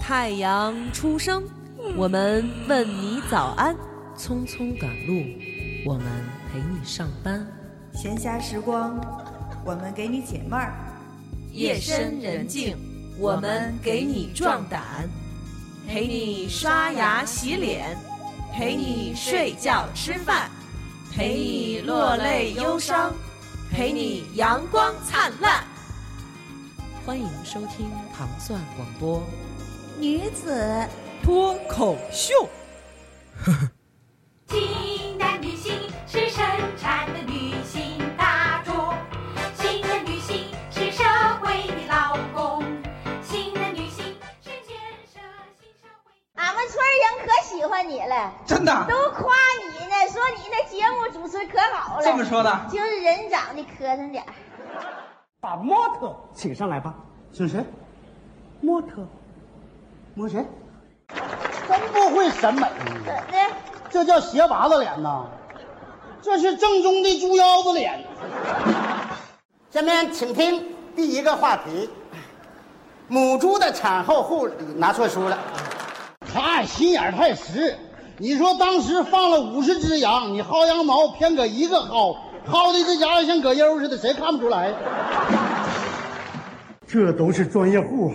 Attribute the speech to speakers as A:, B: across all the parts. A: 太阳初升，我们问你早安。
B: 匆匆赶路，我们陪你上班。
C: 闲暇时光，我们给你解闷儿。
A: 夜深人静，我们给你壮胆，陪你刷牙洗脸，陪你睡觉吃饭，陪你落泪忧伤，陪你阳光灿烂。
B: 欢迎收听糖蒜广播。
C: 女子
A: 脱口秀，
D: 新的旅行是生产的旅行大众，新的旅行是社会的劳工，新的旅行是建设新社会。
E: 俺们村儿人可喜欢你了，
F: 真的
E: 都夸你呢，说你那节目主持可好了。
F: 这么说的，
E: 就是人长得磕碜点儿。
F: 把模特请上来吧。请谁？模特，摸谁？
G: 真不会审美，
E: 怎的？
G: 这叫斜娃子脸呐，这是正宗的猪腰子脸。下面请听第一个话题：母猪的产后护理拿错书了。他心眼儿太实，你说当时放了五十只羊，你薅羊毛偏搁一个薅，薅的这家伙像葛优似的，谁看不出来？这都是专业户，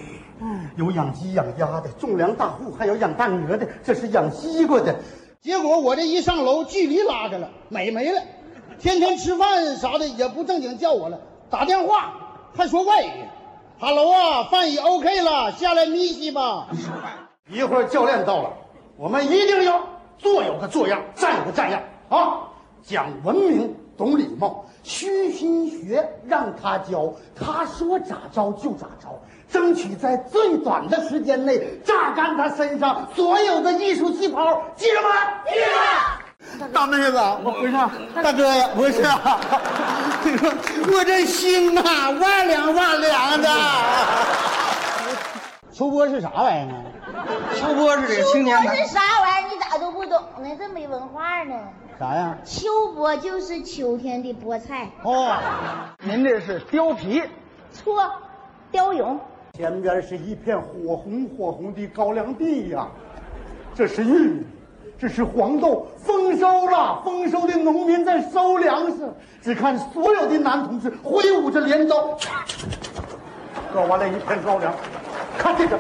G: 有养鸡养鸭的，种粮大户，还有养大鹅的，这是养西瓜的。结果我这一上楼，距离拉开了，美没了，天天吃饭啥的也不正经叫我了，打电话还说外语，Hello 啊，饭已 OK 了，下来咪西吧。一会儿教练到了，我们一定要坐有个坐样，站有个站样啊！讲文明，懂礼貌，虚心学，让他教，他说咋着就咋着，争取在最短的时间内榨干他身上所有的艺术细胞，记着吗？记着。大妹子，我不是大哥呀，不是啊，你说 我这心呐、哇凉哇 凉的。秋波是啥玩意儿啊？
F: 秋波是这个青年
E: 秋波
F: 男
E: 是，啥玩意儿？你咋都不懂呢？这没文化呢。
G: 啥呀？
E: 秋波就是秋天的菠菜，
G: 哦，
F: 您这是貂皮，
E: 错，貂蛹。
G: 前边是一片火红火红的高粱地呀、这是玉米，这是黄豆，丰收了，丰收的农民在收粮食。只看所有的男同志挥舞着镰刀，割完了一片高粱。看这个，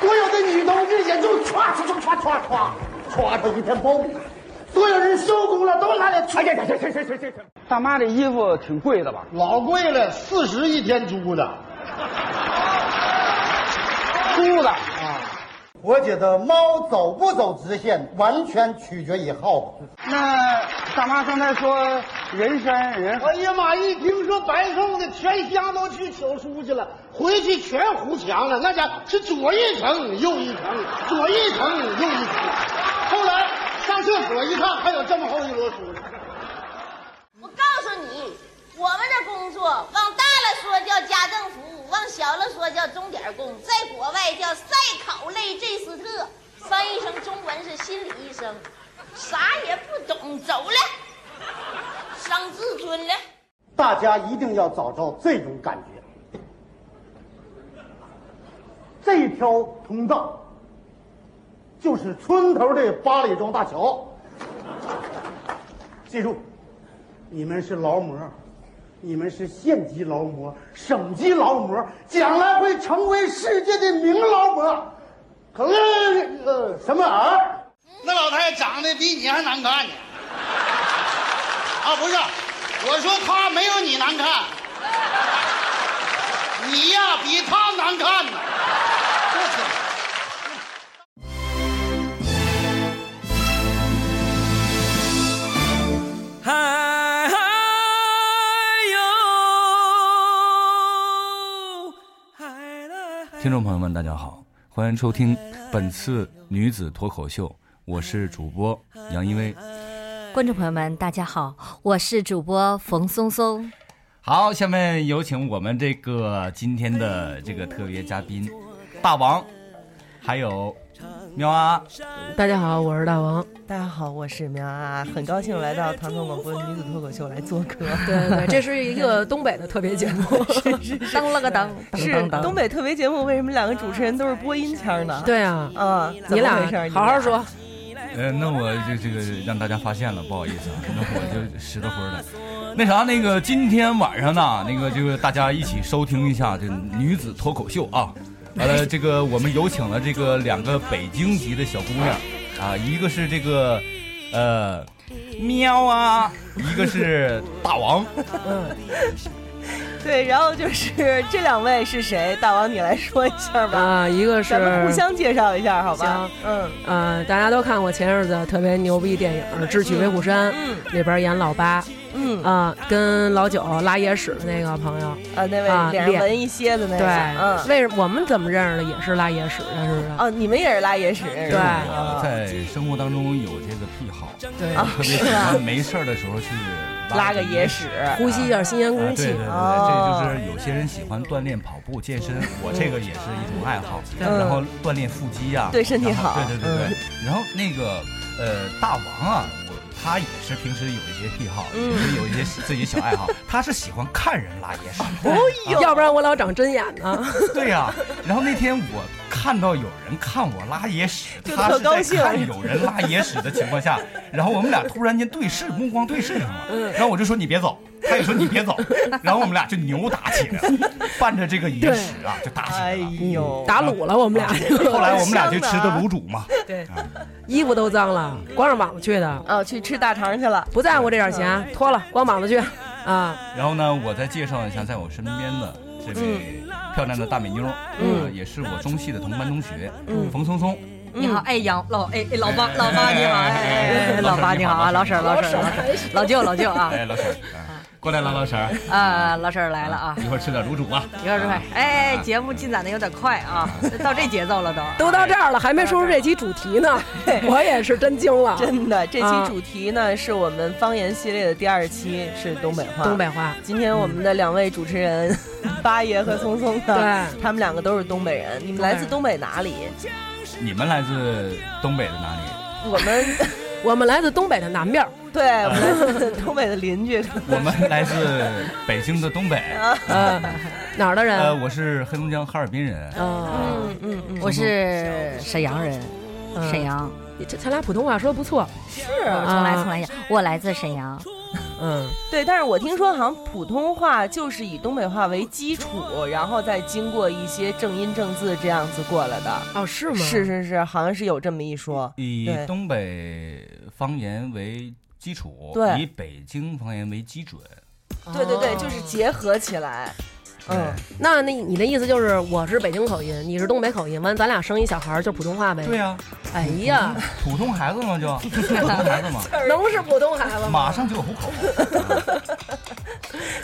G: 所有的女同志也就歘歘歘歘歘歘歘上一片苞米。所有人收工了，都拿来。哎呀呀呀呀呀呀！
F: 大妈这衣服挺贵的吧？
G: 老贵了，四十一天租的。
F: 租的，
G: 啊我觉得猫走不走直线，完全取决于耗子。
F: 那大妈刚才说人参人参
G: 哎呀妈！一听说白送的，全乡都去求书去了，回去全糊墙了。那家伙是左一层右一层，左一层右一层。后来上厕所一看，还有这么厚一摞书呢。
E: 我告诉你，我们的工作往大了说叫家政服务，往小了说叫钟点工，在国外叫赛考类 J 斯特，翻译成中文是心理医生，啥也不懂，走了，伤自尊了。
G: 大家一定要找到这种感觉，这条通道就是村头的八里庄大桥。记住，你们是劳模，你们是县级劳模、省级劳模，将来会成为世界的名劳模。可乐呃什么儿？那老太太长得比你还难看呢。啊，不是，我说他没有你难看，你呀比他难看呢。
H: 嗨哟！
I: 听众朋友们，大家好，欢迎收听本次女子脱口秀，我是主播杨一薇。
J: 观众朋友们，大家好，我是主播冯松松。
I: 好，下面有请我们这个今天的这个特别嘉宾，大王，还有喵啊！
H: 大家好，我是大王。
A: 大家好，我是苗啊，很高兴来到唐宋广播女子脱口秀来做客。
H: 对对对，这是一个东北的特别节目，
A: 是是
E: 当了个当，
A: 是东北特别节目。为什么两个主持人都是播音腔呢？
H: 对啊，
A: 啊，
H: 你俩好好说。
I: 呃，那我就这个让大家发现了，不好意思啊，那我就拾掇灰了。那啥，那个今天晚上呢，那个就是大家一起收听一下这女子脱口秀啊。完了，这个我们有请了这个两个北京籍的小姑娘啊，一个是这个呃喵啊，一个是大王。嗯，
A: 对，然后就是这两位是谁？大王，你来说一下吧。
H: 啊，一个是
A: 咱们互相介绍一下，好吧？
H: 嗯呃，大家都看过前日子特别牛逼电影《智取威虎山》，
A: 嗯，
H: 里边演老八。
A: 嗯
H: 啊，跟老九拉野屎的那个朋友
A: 啊，那位脸上纹一蝎子那
H: 对，
A: 嗯，
H: 为什么我们怎么认识的也是拉野屎的，是不是？
A: 哦，你们也是拉野屎，
H: 对。
I: 我啊在生活当中有这个癖好，
H: 对，
I: 特别喜欢没事儿的时候去
A: 拉个野屎，
H: 呼吸一
I: 啊
H: 下新鲜空气。
I: 对对对，这
A: 哦
I: 就是有些人喜欢锻炼跑步健
A: 嗯
I: 身，我这个也是一种爱好，然后锻炼腹肌呀，
A: 对身体好。嗯
I: 对对对对，然后那个呃大王啊。他也是平时有一些癖好，
A: 嗯
I: 也是有一些自己小爱好。他是喜欢看人拉野屎，
H: 哦，要不然我老长针眼呢。
I: 对呀，然后那天我看到有人看我拉野屎，
A: 就
I: 他
A: 特
I: 是
A: 高
I: 在
A: 兴
I: 看有人拉野屎的情况下，然后我们俩突然间对视，目光对视上
A: 嗯
I: 了，然后我就说你别走。他也说你 别走，然后我们俩就扭打起来，伴着这个野屎啊就打起来
A: 哎
I: 了。
A: 呦，啊
H: 打卤了，我们俩就
I: 后来我们俩就吃的卤煮嘛，
A: 对，
H: 衣服都脏了，光着膀子去的，
A: 哦，去吃大肠去了。
H: 不在乎这点钱，脱了光膀子去啊。
I: 然后呢，我再介绍一下在我身边的这
A: 嗯
I: 位漂亮的大美妞，
H: 嗯
I: 呃也是我中戏的同班同学，
A: 嗯
I: 冯松松。
A: 你好，哎，杨老，哎，哎老八，
I: 哎
A: 老八你好，哎哎，哎
I: 老
A: 老
I: 婶
A: 八
I: 你
A: 你
I: 好
A: 好啊，
I: 老
A: 老
I: 婶
A: 婶，老婶，老 婶老舅，老舅啊，
I: 哎，老婶儿，啊过来了，老婶儿，
A: 啊，老婶来了啊，
I: 一会儿吃点卤煮啊，
A: 有点快，哎，节目进展的有点快啊，到这节奏了都。
H: 都到这儿了，还没说出这期主题呢，我也是真惊了。
A: 真的，这期主题呢、是我们方言系列的第二期，是东北话。
H: 东北话，
A: 今天我们的两位主持人， 八爷和松松呢，
H: 对
A: 他们两个都是东北人。你们来自东北哪里？
I: 你们来自东北的哪里？
A: 我们，
H: 我们来自东北的南边儿，
A: 对，我们来自 东北的邻居。
I: 我们来自北京的 东北，
H: 嗯，哪儿的
I: 呃，
H: 人？
I: 我是黑龙江哈尔滨人，
H: 嗯，
A: 嗯嗯嗯，
E: 我是沈阳人，
H: 嗯
E: 沈阳，
H: 你这咱俩普通话说的不错，啊
A: 是
E: 我从来从来我来自沈阳，
H: 嗯，
A: 对，但是我听说好像普通话就是以东北话为基础，然后再经过一些正音正字这样子过来的。
H: 哦，是吗？
A: 是是是，好像是有这么一说。
I: 以
A: 对
I: 东北方言为基础，
A: 对
I: 以北京方言为基准，
A: 对对对，就是结合起来。哦嗯，
H: 那那你的意思就是我是北京口音，你是东北口音，完咱俩生一小孩儿就普通话呗？
I: 对。呀，
H: 哎呀，
I: 普通孩子嘛 就，普通孩子嘛，
H: 能 是普通孩子吗？
I: 马上就有户口。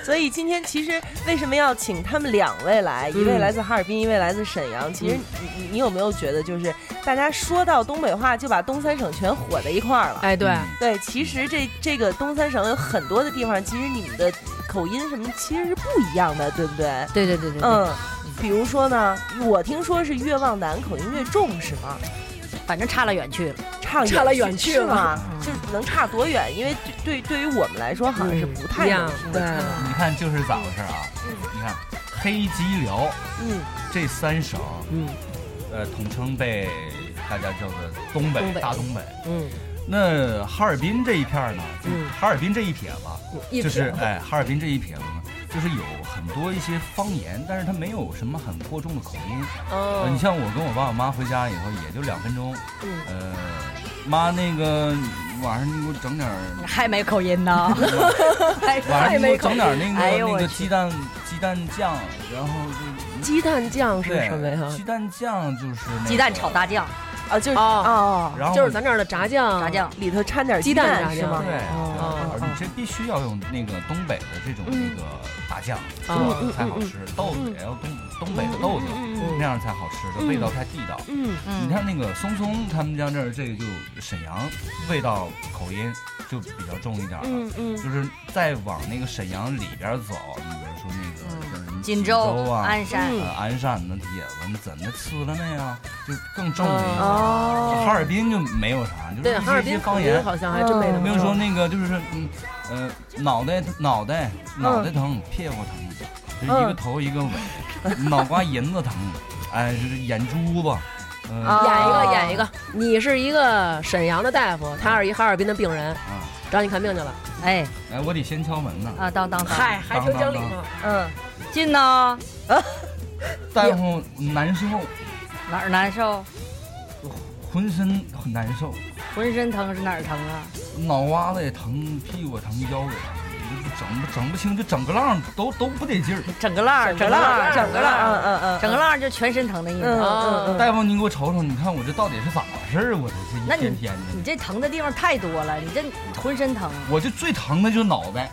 A: 所以今天其实为什么要请他们两位来，一位
H: 嗯
A: 来自哈尔滨，一位来自沈阳。其实你你你有没有觉得，就是大家说到东北话，就把东三省全火在一块儿了？
H: 哎，对，
A: 对，其实这这个东三省有很多的地方，其实你们的口音什么其实是不一样的，对不对？
E: 对对对对，对，
A: 嗯，比如说呢，我听说是越往南口音越重，是吗？
E: 反正差了远去了。
A: 差
H: 差了远去嗯
A: 是
H: 了
A: 吗？就是能差多远？因为对对于我们来说，好像是不太
H: 嗯一
A: 能
H: 样
A: 听
H: 对
A: 得出。
I: 你看就是咋回事啊？
H: 嗯
I: 你看黑吉辽
A: 嗯，
I: 这三省，
H: 嗯
I: 呃，统称被大家叫做东
H: 东
I: 北
H: 北
I: 大东北。
H: 嗯
I: 那哈尔滨这一片儿呢，就
H: 嗯
I: 哈尔滨这一撇子，
H: 一
I: 就是
H: 撇
I: 哎，哈尔滨这一撇子呢，就是有很多一些方言，但是它没有什么很过重的口音。
E: 嗯
I: 呃你
A: 哦，
I: 像我跟我爸我妈回家以后，也就两分钟，
H: 嗯
I: 呃，妈那个晚上你给我整点儿，
H: 嗯
E: 还没口音 呢，
I: 晚上你给我整点儿
E: 哎
I: 那
E: 呦
I: 个那
E: 我
I: 个
E: 去
I: 鸡蛋鸡蛋酱，然后就
H: 鸡蛋酱是
I: 对
H: 什么呀？
I: 鸡蛋酱就是那个
E: 鸡蛋炒，大酱，
A: 啊，就是
H: 哦
A: 哦，
I: 然后
H: 就是咱这儿的炸酱，
E: 炸酱，
A: 里头掺点
H: 鸡蛋
A: 蛋
H: 炸
A: 是
H: 酱
A: 吗
I: 对，？对
H: 哦
I: 而
A: 哦
I: 你这必须要用那个东北的这种那个大酱
H: 嗯
I: 做的才好吃，豆子也要东东北的豆子
H: 嗯
I: 那样才好吃，这味道才地道。
A: 嗯，
I: 你看那个松松他们家这儿，这个就沈阳味道口音就比较重一点了，
A: 嗯嗯
I: 就是再往那个沈阳里边走，你比如说说
H: 嗯
I: 那个叫
E: 锦州
I: 啊、
E: 鞍山
I: 呃鞍山的铁子，你怎么吃了那呀？就更正了一
H: 哦
I: 些。哈尔滨就没有啥，就是
H: 嗯对哈尔
I: 嗯一些
H: 滨
I: 方
H: 口
I: 言嗯
H: 音好像还真没那么
I: 没有
H: 重
I: 说那个就是说嗯呃脑袋脑袋脑袋疼，屁股疼，就一个
H: 嗯
I: 头一个尾，
E: 嗯
I: 脑瓜银子疼，哎，就是眼珠子，嗯、
E: 啊
A: 哦
H: 演一
E: 哦
H: 个，演一个。你是一个沈阳的大夫，他是一哈尔滨的病人，找你看病去了。
E: 哎，
I: 啊哎，我得先敲门呢。
E: 啊，当当当，
I: 嗨还挺讲理呢
E: 嗯，进呢，
I: 大夫难受，
E: 哪儿难受？
I: 浑身很难受，
E: 浑身疼是哪儿疼啊？
I: 脑瓜子也疼，屁股疼，腰也疼，就是整不整不清，就整个浪都都不得劲儿，
E: 整个浪
I: 整个浪
E: 整个嗯浪，
I: 嗯嗯嗯
E: 整个浪就全身疼的
H: 嗯
A: 嗯
E: 意思。
I: 大夫，你给我瞅瞅，你看我这到底是咋回事儿？我这是
E: 那
I: 一
E: 你
I: 天天的，
E: 你这疼的地方太多了，你这浑身疼，
I: 我这最疼的就是脑袋，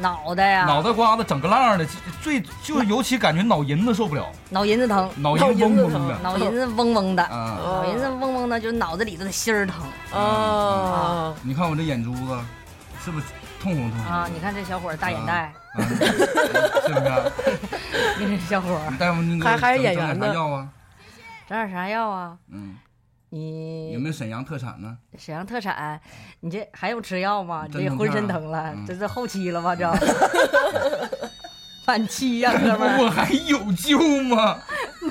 E: 脑袋呀，
I: 脑袋瓜子整个浪的，最就尤其感觉脑银子受不了，
E: 脑银子疼，
I: 脑银子嗡嗡的，
E: 脑银子嗡嗡的，
H: 嗯
I: 啊
E: 脑银子嗡嗡的，就是脑子里头的心儿疼
H: 哦
E: 嗯
I: 啊！你看我这眼珠子，是不是痛红痛红？啊
E: 啊！你看这小伙儿大眼袋，
I: 是不是？
E: 你这小伙
I: 大夫，你
E: 儿
I: 给我整整点啥药啊？
E: 整点啥药啊？
I: 嗯，有
E: 你
I: 没有沈阳特产呢？
E: 沈阳特产，你这还用吃药吗？你
I: 真
E: 这
I: 疼
E: 浑
I: 片
E: 身
I: 儿啊
E: 疼了
I: 嗯，
E: 这是后期了吧？这 晚期呀，哥们儿，
I: 我还有救吗？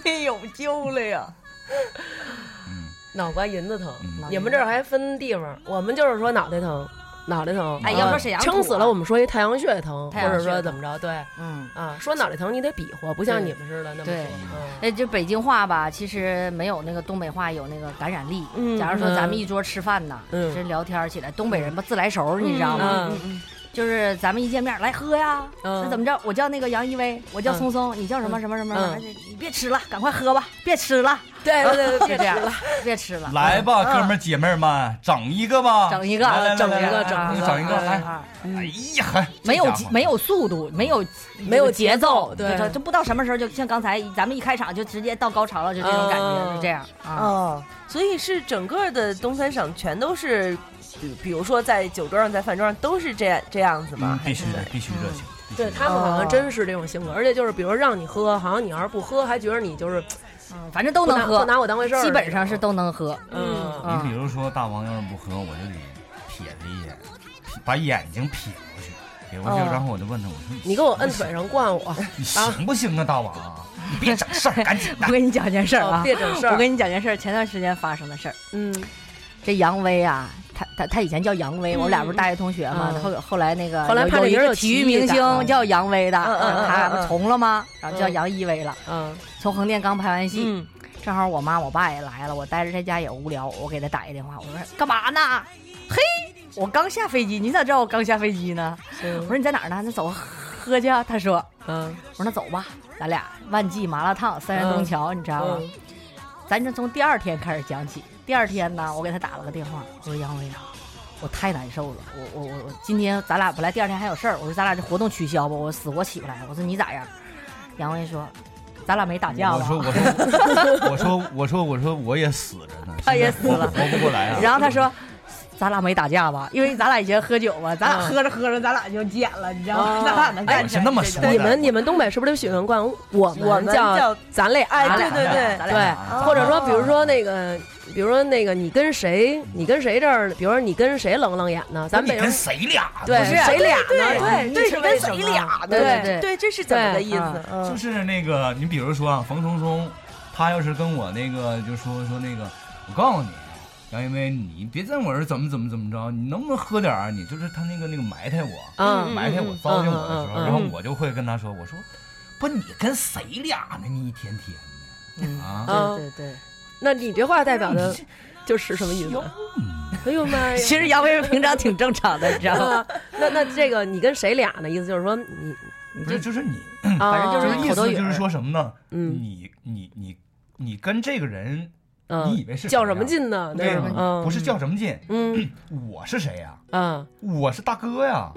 E: 没有救了呀。
I: 嗯
H: 脑瓜银子疼，
E: 嗯
H: 你们这儿还分地方，我们就是说脑袋疼，脑袋疼。嗯
E: 哎要说沈阳土啊
H: 撑死了，我们说一太阳穴疼，
E: 太
H: 或
E: 阳穴
H: 者说怎么着，对，
E: 嗯
H: 啊，说脑袋疼你得比划，不像你们似的那么
E: 对
H: 说。，嗯
E: 哎，就北京话吧，其实没有那个东北话有那个感染力。
H: 嗯
E: 假如说咱们
H: 嗯
E: 一桌吃饭呐，
H: 嗯
E: 这聊天儿起来，东北人吧自来熟儿，你知道吗？
H: 嗯嗯嗯
E: 就是咱们一见面来喝呀，那怎么着？我叫那个杨一威，我叫
H: 嗯
E: 松松，你叫什么什么什么？
H: 嗯
E: 你别吃了，赶快喝吧，别吃 了。
H: 对对对对
E: 就这样
H: 别吃了，
E: 别吃了。
I: 来吧，
E: 嗯
I: 哥们儿姐妹儿们，整一个吧，
E: 整一个
I: 来来来
E: 整
I: 来
E: 一个
I: 来
E: 整一个
I: 整一个，
E: 嗯
I: 来
E: 嗯，
I: 哎呀，还
E: 没有
I: 这家
E: 节
H: 嗯
I: 伙
E: 没有速度，没有
H: 没有
E: 节奏，
H: 对
E: 就就不知道什么时候，就像刚才咱们一开场就直接到高潮了，就这种感觉，
A: 嗯
E: 就这样啊。
A: 哦，所以是整个的东三省全都是，比比如说在酒桌上、在饭桌上都是这样这样子吗
I: 嗯？必须的，必须热情。
H: 对他们
E: 哦
H: 好像真是这种性格，而且就是比如让你喝，好像你要是不喝，还觉得你就是，
E: 嗯反正都能
H: 不拿
E: 喝，
H: 不拿我当回事儿，
E: 基本上是都能喝。
H: 嗯
E: 啊
I: 你比如说大王要是不喝，我就得瞥他一眼，瞥把眼睛瞥过去，瞥过去，
E: 嗯
H: 哦
I: 然后我就问他，我说
H: 你给我摁腿上灌
E: 哦
H: 我，
I: 你行不行啊，大王？你别整事儿，赶紧 的
E: 我。跟你讲件事儿啊，
H: 哦别整事儿
E: 我跟你讲件事儿，前段时间发生的事儿。
H: 嗯，
E: 这杨威啊，他他他以前叫杨威，我们俩不是大学同学嘛。
H: 嗯
E: 后后来那个
H: 后来
E: 有
H: 怕这
E: 有一
H: 人
E: 个
H: 有
E: 体育
H: 歧义
E: 明
H: 感
E: 星叫杨威的，
H: 嗯嗯嗯
E: 他
H: 嗯
E: 不
H: 嗯
E: 从了吗？然后叫
H: 嗯
E: 杨一威了。
H: 嗯
E: 从横店刚拍完戏，
H: 嗯
E: 正好我妈我爸也来了，我待着在家也无聊，我给他打一电话，我说干嘛呢？嘿，我刚下飞机，你咋知道我刚下飞机呢？我说你在哪儿呢？那走喝去啊。他说，
H: 嗯
E: 我说那走吧，咱俩万记麻辣烫三元东桥，你知道吗？
H: 嗯
E: 咱就从第二天开始讲起。第二天呢，我给他打了个电话，我说杨伟啊，我太难受了，我我我我今天咱俩本来第二天还有事儿，我说咱俩这活动取消吧，我死活起不来。我说你咋样？杨伟说，咱俩没打架吧？
I: 我说我说我说我说我说我也死着呢，
E: 啊 他也
I: 现在
E: 死了
I: 活活不过来啊。
E: 然后他说。咱俩没打架吧？因为咱俩以前喝酒嘛，咱俩喝着喝着，咱俩就见了，你知道吗？
H: 哦
E: 咱俩能
I: 哎
E: 干
I: 我
E: 起
I: 是
E: 来。
I: 那么说的，
H: 你们你们东北是不是都喜欢灌？我
A: 我们
H: 叫
A: 叫
H: 咱类爱
E: 咱
H: 对
E: 俩
H: 对对
E: 咱俩
H: 对，
I: 啊
H: 或者说比如说那个，比如说那个你跟谁，你跟谁这儿，比如说你跟谁冷冷眼呢？咱们北
I: 你跟
H: 京
I: 谁俩？啊
H: 对谁俩呢？
A: 对
H: 你
A: 对，
H: 是
A: 你
H: 为
A: 跟
H: 什
A: 谁
H: 么
A: 俩
E: 对
A: 对
E: 对
A: 对，这是怎么个意
E: 啊
A: 思？
I: 就
A: 嗯
I: 是那个，你比如说啊，冯松松，他要是跟我那个，就说说那个，我告诉你，杨一威，你别在我这儿怎么怎么怎么着，你能不能喝点儿啊？你就是他那个那个埋汰我，
H: 嗯
I: 埋汰我，糟践我的时候，
H: 嗯嗯嗯
I: 然后我就会跟他说，我说，不，你跟谁俩呢？你一天天的啊，
H: 嗯
E: 对对
H: 那你这话代表的
I: 嗯
H: 就是什么意思？哎呦妈呀！
E: 对，其实杨威平常挺正常的，你知道吗？
H: 啊， 那那这个你跟谁俩呢？意思就是说你，
I: 不是，就是你，
H: 反
E: 正就是
I: 意
E: 口头
I: 思
E: 语
I: 就是说什么呢？
H: 嗯
I: 你你你你跟这个人，
H: 嗯
I: 你以为是
H: 较
I: 谁
H: 什么
I: 呀
H: 劲呢？
I: 对
H: 那种
I: 呀，
H: 嗯，
I: 不是较什么劲，
H: 嗯
I: 我是谁呀？
H: 嗯
I: 我是大哥呀，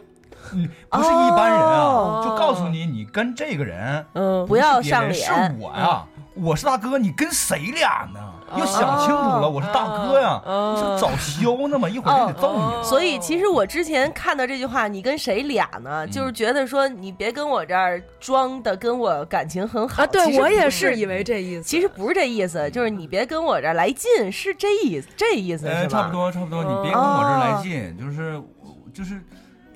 I: 嗯，不是一般人啊，
H: 哦
I: 就告诉你，你跟这个人
H: 嗯，
A: 不要上
I: 不是别人
A: 脸
I: 是我呀，我是大哥，你跟谁俩呢？要想清楚了，我是大哥呀，这不找削呢吗？一会儿就得揍你。
A: 所以其实我之前看到这句话，你跟谁俩呢？就是觉得说你别跟我这儿装的跟我感情很好
H: 啊对
A: 其实
H: 我也
A: 不
H: 是以为这意思，
A: 其实不是这意思，就是你别跟我这儿来劲，是这意思，这意思
I: 哎，
A: 是吧？
I: 差不多，差不多，你别跟我这儿来劲，就是就是，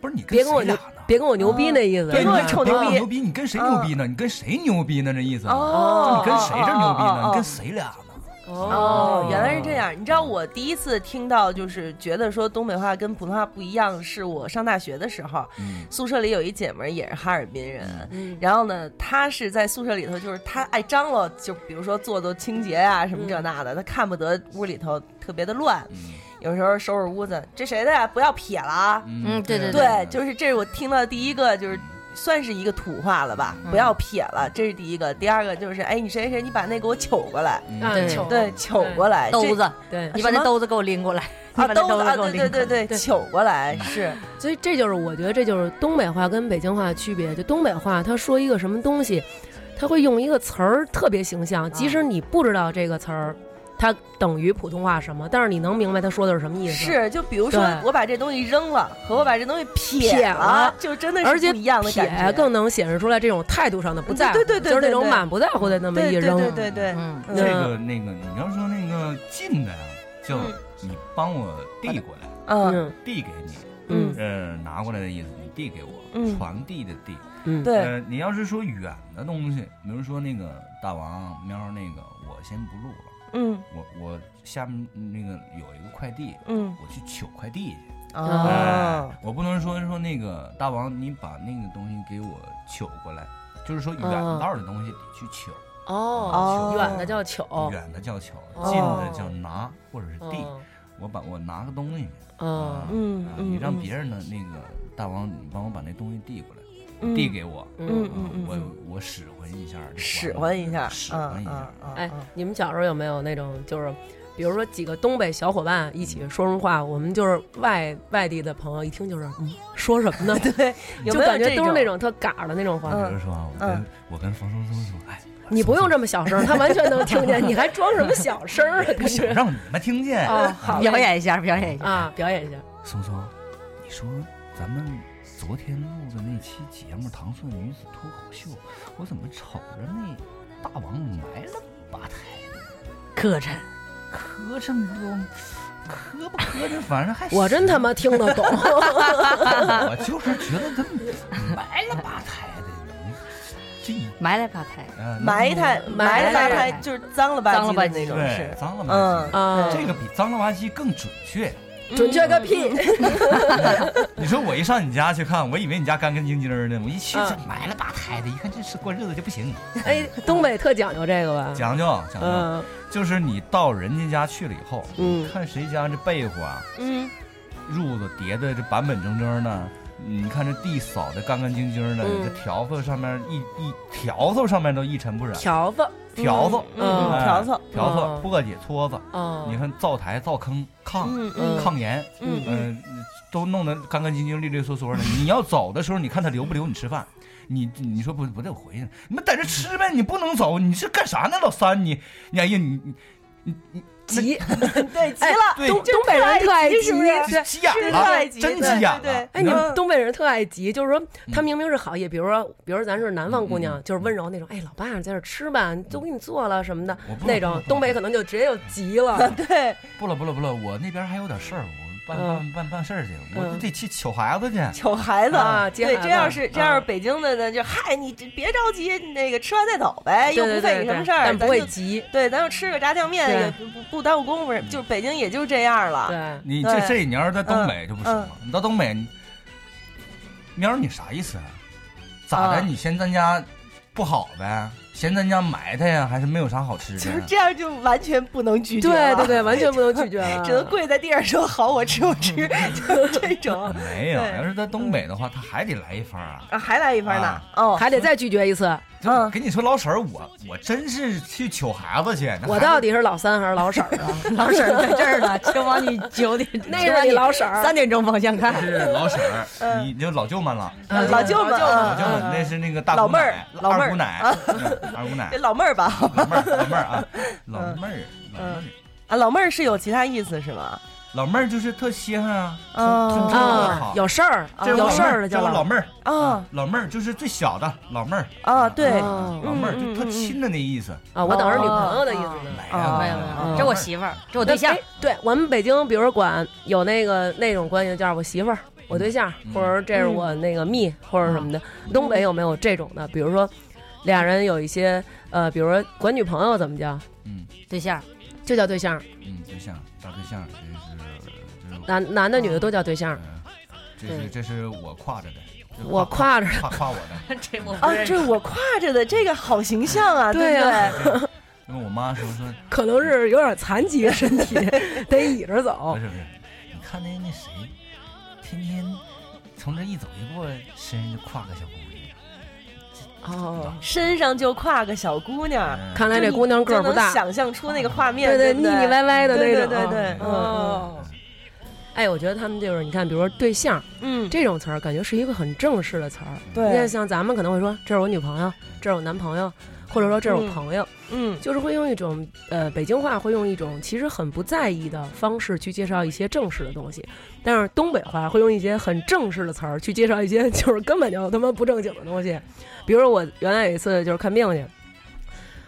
I: 不是你跟
H: 别跟我
I: 谁
H: 牛
I: 俩？，
H: 别嗯跟我牛逼那意思，
I: 对你别跟我牛逼，你跟谁牛逼呢？你跟谁牛逼呢？这意思，
A: 哦
I: 就你跟谁这儿牛逼
A: 哦哦
I: 呢？
A: 哦
I: 你跟谁俩呢？
A: 哦，原来是这样。你知道我第一次听到，就是觉得说东北话跟普通话不一样，是我上大学的时候，
I: 嗯
A: 宿舍里有一姐们儿也是哈尔滨人，
E: 嗯
A: 然后呢，她是在宿舍里头，就是她爱张罗，就比如说做做清洁啊什么这那的，她看不得屋里头特别的乱。有时候收拾屋子，这谁的呀？不要撇了啊！
E: 嗯对对对
A: 对，就是这是我听到第一个，就是算是一个土话了吧，
E: 嗯
A: 不要撇了，这是第一个。第二个就是，哎，你谁谁谁，你把那给我取过来，
E: 嗯对
A: 对哦对，取过来，
E: 兜
A: 这
E: 子，
H: 对
E: 你把
A: 什
E: 那
A: 么
E: 兜子给我拎过来，你
A: 啊，
E: 把那
A: 兜
E: 兜
A: 子啊，
E: 给我
A: 对
E: 拎
A: 对
E: 过
A: 对
E: 来
A: 对，取过来是，
H: 所以这就是我觉得这就是东北话跟北京话的区别。就东北话，他说一个什么东西，他会用一个词儿特别形
A: 啊
H: 象，即使你不知道这个词儿，它等于普通话什么，但是你能明白他说的是什么意思。
A: 是，就比如说
H: 对
A: 我把这东西扔了，和我把这东西
H: 撇
A: 撇
H: 了
A: 就真的
H: 而
A: 是
H: 且
A: 不一样的
H: 撇
A: 感觉。
H: 更能显示出来这种态度上的不在乎，
A: 对对对对
H: 就是那
A: 对
H: 种
A: 对
H: 满不在乎的那么一
A: 对对
H: 扔。
A: 对对对，
E: 嗯
I: 这个那个，你要说那个近的呀，叫你帮我递过来，
A: 嗯
H: 嗯
I: 递给你，
H: 嗯
I: 呃，拿过来的意思，你递给我，
A: 嗯
I: 传递的递。
H: 嗯，
A: 对，
I: 呃，你要是说远的东西，比如说那个大王喵儿那个，我先不录了，
A: 嗯
I: 我我下面那个有一个快递，
A: 嗯
I: 我去取快递去。
E: 嗯
I: 哎
A: 哦，
I: 我不能说说那个大王，你把那个东西给我取过来，就是说远道的东西得去取，
H: 哦
A: 哦
H: 远的叫糗，
I: 远的叫取，
H: 哦
I: 近的叫拿或者是递。
H: 嗯
I: 我把我拿个东西去，
H: 嗯
A: 嗯
I: 啊
A: 嗯
I: 你让
A: 嗯
I: 别人的那个大王，你帮我把那东西递过来，
A: 嗯
I: 递给我，
H: 嗯
I: 啊
A: 嗯嗯嗯
I: 我我使唤一下这还，
A: 使唤一下，
I: 使
A: 嗯
I: 唤一下
A: 嗯，嗯
H: 哎
A: 嗯，
H: 你们小时候有没有那种就是，比如说几个东北小伙伴一起说说话，我们就是外外地的朋友，一听就是、嗯、说什么呢？对，
A: 有
H: 就
A: 没有
H: 感觉
A: 这
H: 都是
A: 种
H: 那种特嘎儿的那种话。
I: 比如说啊，我跟我跟冯松松说，哎，我
H: 嗯你不用
I: 这
H: 这么小声，他完全能听见，你还装什么小声儿啊？感
I: 不想
H: 觉
I: 让你们听见，
H: 哦，好嘞
E: 表演一下，表演一下。
H: 啊，表演一下。
I: 松松，你说咱们昨天录的那期节目《糖蒜女子脱口秀》，我怎么瞅着那大王埋了吧台呢？
E: 磕碜，
I: 磕碜不？磕不磕碜？反正还
H: 我真他妈听得懂，
I: 我就是觉得他埋了吧台的，你这一
E: 埋来吧台，
I: 呃
A: 埋汰埋汰
E: 埋汰
A: 汰就是脏了吧
E: 脏了
A: 唧
E: 吧
A: 的
E: 唧
A: 那种
I: 对
A: 是，
I: 脏了
A: 嗯
I: 吧
H: 啊
I: 唧，这个比脏了吧唧更准确。
H: 准确个屁！
I: 你说我一上你家去看，我以为你家干干净净儿呢，我一去这埋了吧台的，一看这是过日子就不行，
H: 哎，东北特讲究这个吧？
I: 讲究讲究，
H: 嗯
I: 就是你到人家家去了以后，
H: 嗯
I: 看谁家这被褥啊、
A: 嗯
I: 褥子叠的这板板正正的。你看这地扫的干干净净的，
H: 嗯
I: 这笤帚上面一一笤帚上面都一尘不染，
H: 条子
I: 笤帚，
A: 嗯
I: 哎
A: 笤帚
I: 笤
H: 哦
I: 帚，簸箕、撮子，
H: 哦，
I: 你看灶台、灶坑、炕、
A: 嗯嗯
I: 炕沿，
A: 嗯
I: 嗯，都弄得干干净净、利利索索的。你要走的时候，你看他留不留你吃饭？你你说不不得我回去，你们在这吃呗，你不能走，你是干啥呢，老三？你你哎呀你你
H: 急，
A: 对，急
H: 哎
A: 了，
I: 对
H: 东东北人特爱急，
A: 是不是
I: 这啊急眼
A: 是
I: 了
A: 太，急
I: 真急
A: 对
I: 眼了。
A: 对对
H: 哎，你们
A: 嗯，
H: 东北人特爱急，就是说他明明是好意，比如说，比如说咱是南方姑娘，就是温柔那种，哎，老爸在这吃吧，都给你做了什么的
I: 我不
H: 那种，东北可能就直接就急了
E: 哎
A: 对，
I: 不了不了不了，我那边还有点事儿，我办
H: 嗯
I: 办办办事儿去，
H: 嗯
I: 我得去取孩子去。
A: 求孩子
H: 啊接
A: 对，
H: 孩
A: 这
H: 子
A: 要是这要是
H: 啊
A: 北京的呢，就嗨，你这别着急，那个吃完再走呗，
H: 对
A: 又哎不
H: 对
A: 费
H: 对
A: 你
H: 对
A: 什么事儿，
H: 但不
A: 咱
H: 会
A: 就
H: 急，
A: 对，咱就吃个炸酱面
H: 对
A: 也不不不耽误功夫，就是北京也就这样了。
H: 对，
I: 你这
A: 对
I: 这你要是在东北就不行了，你到东北，你喵儿你啥意思啊？咋的？
A: 啊
I: 你嫌咱家不好呗？嫌咱家埋汰呀，还是没有啥好吃的
A: 就
I: 呀？
A: 是这样，就完全不能拒绝
H: 对
A: 了。
H: 对对，完全不能拒绝了，
A: 只能跪在地上说好，我吃我吃，就这种
I: 没有，
A: 对
I: 要是在东北的话，他还得来一番啊。
A: 啊，还来一番呢
I: 啊。
A: 哦，
H: 还得再拒绝一次。
I: 就跟你说老婶儿，我我真是去取孩子去，那
H: 我
I: 孩
H: 到底是老三还是老婶儿啊？
E: 老婶儿在这儿呢，就往你九点，
H: 那
E: 就往
H: 是你老婶儿啊
E: 三点钟方向看。
I: 是老婶儿，你就老舅们了，
A: 老舅们，嗯
I: 老舅们那是那个大
A: 老
I: 姑
A: 妹儿
I: 奶、
A: 老妹儿
I: 二姑奶，嗯二姑奶
A: 这， 老妹儿吧，
I: 老妹儿，老妹儿啊，老妹儿，老妹儿
A: 嗯，啊，老妹儿是有其他意思是吗？
I: 老妹儿就是特稀罕啊，
A: 啊
I: 啊
H: 有事儿
I: 这
H: 有事儿了
I: 了
H: 叫
I: 叫我老
H: 老
I: 妹儿
A: 啊，
I: 老妹儿就是最小的老妹儿，
A: 啊，对，
I: 老妹儿就特亲的那意思
H: 啊，我等着女朋友的意思呢。
A: 哦
I: 哎
A: 嗯
I: 呀
E: 没有没有，这我媳妇儿，这我对
H: 那
E: 象
H: 哎。对我们北京，比如管有那个那种关系，叫我媳妇儿、
A: 嗯
H: 我对象，或者这是我那个蜜，或者什么的。
A: 嗯
H: 东北有没有这种的？比如说，俩人有一些呃，比如说管女朋友怎么叫，
I: 嗯
E: 对象，
H: 就叫对象，
I: 嗯，对象找对象，这是这是
H: 男男的女的
A: 哦
H: 都叫对象。
I: 嗯，这是这是我挎着的，这
H: 我挎着的
I: 挎挎我的，
E: 这我
H: 哦
A: 啊， 这我挎着的这个好形象啊，
H: 对
A: 不
H: 呀
A: 对？
I: 因为我妈说说
H: 可能是有点残疾的身体，得倚着 走
I: 不。是不是，你看那那谁，天天从这一走一过，身上就挎个小姑娘，
H: 哦，
A: 身上就挎个小姑 娘，
I: 嗯
H: 啊看来这姑娘个儿不
A: 就
H: 大
A: 能。想象出那个画面，对
H: 对
A: 不
H: 腻腻歪歪的那
A: 对
H: 种。
A: 对对，
H: 嗯嗯。
A: 哦，
H: 哎，我觉得他们就是你看，比如说对象
A: 嗯，
H: 这种词儿，感觉是一个很正式的词儿。你看，
A: 对，
H: 像咱们可能会说这是我女朋友，这是我男朋友，或者说这是我朋友，
A: 嗯，
H: 就是会用一种呃北京话会用一种其实很不在意的方式去介绍一些正式的东西，但是东北话会用一些很正式的词儿去介绍一些 就是根本就他妈不正经的东西，比如说我原来有一次就是看病去。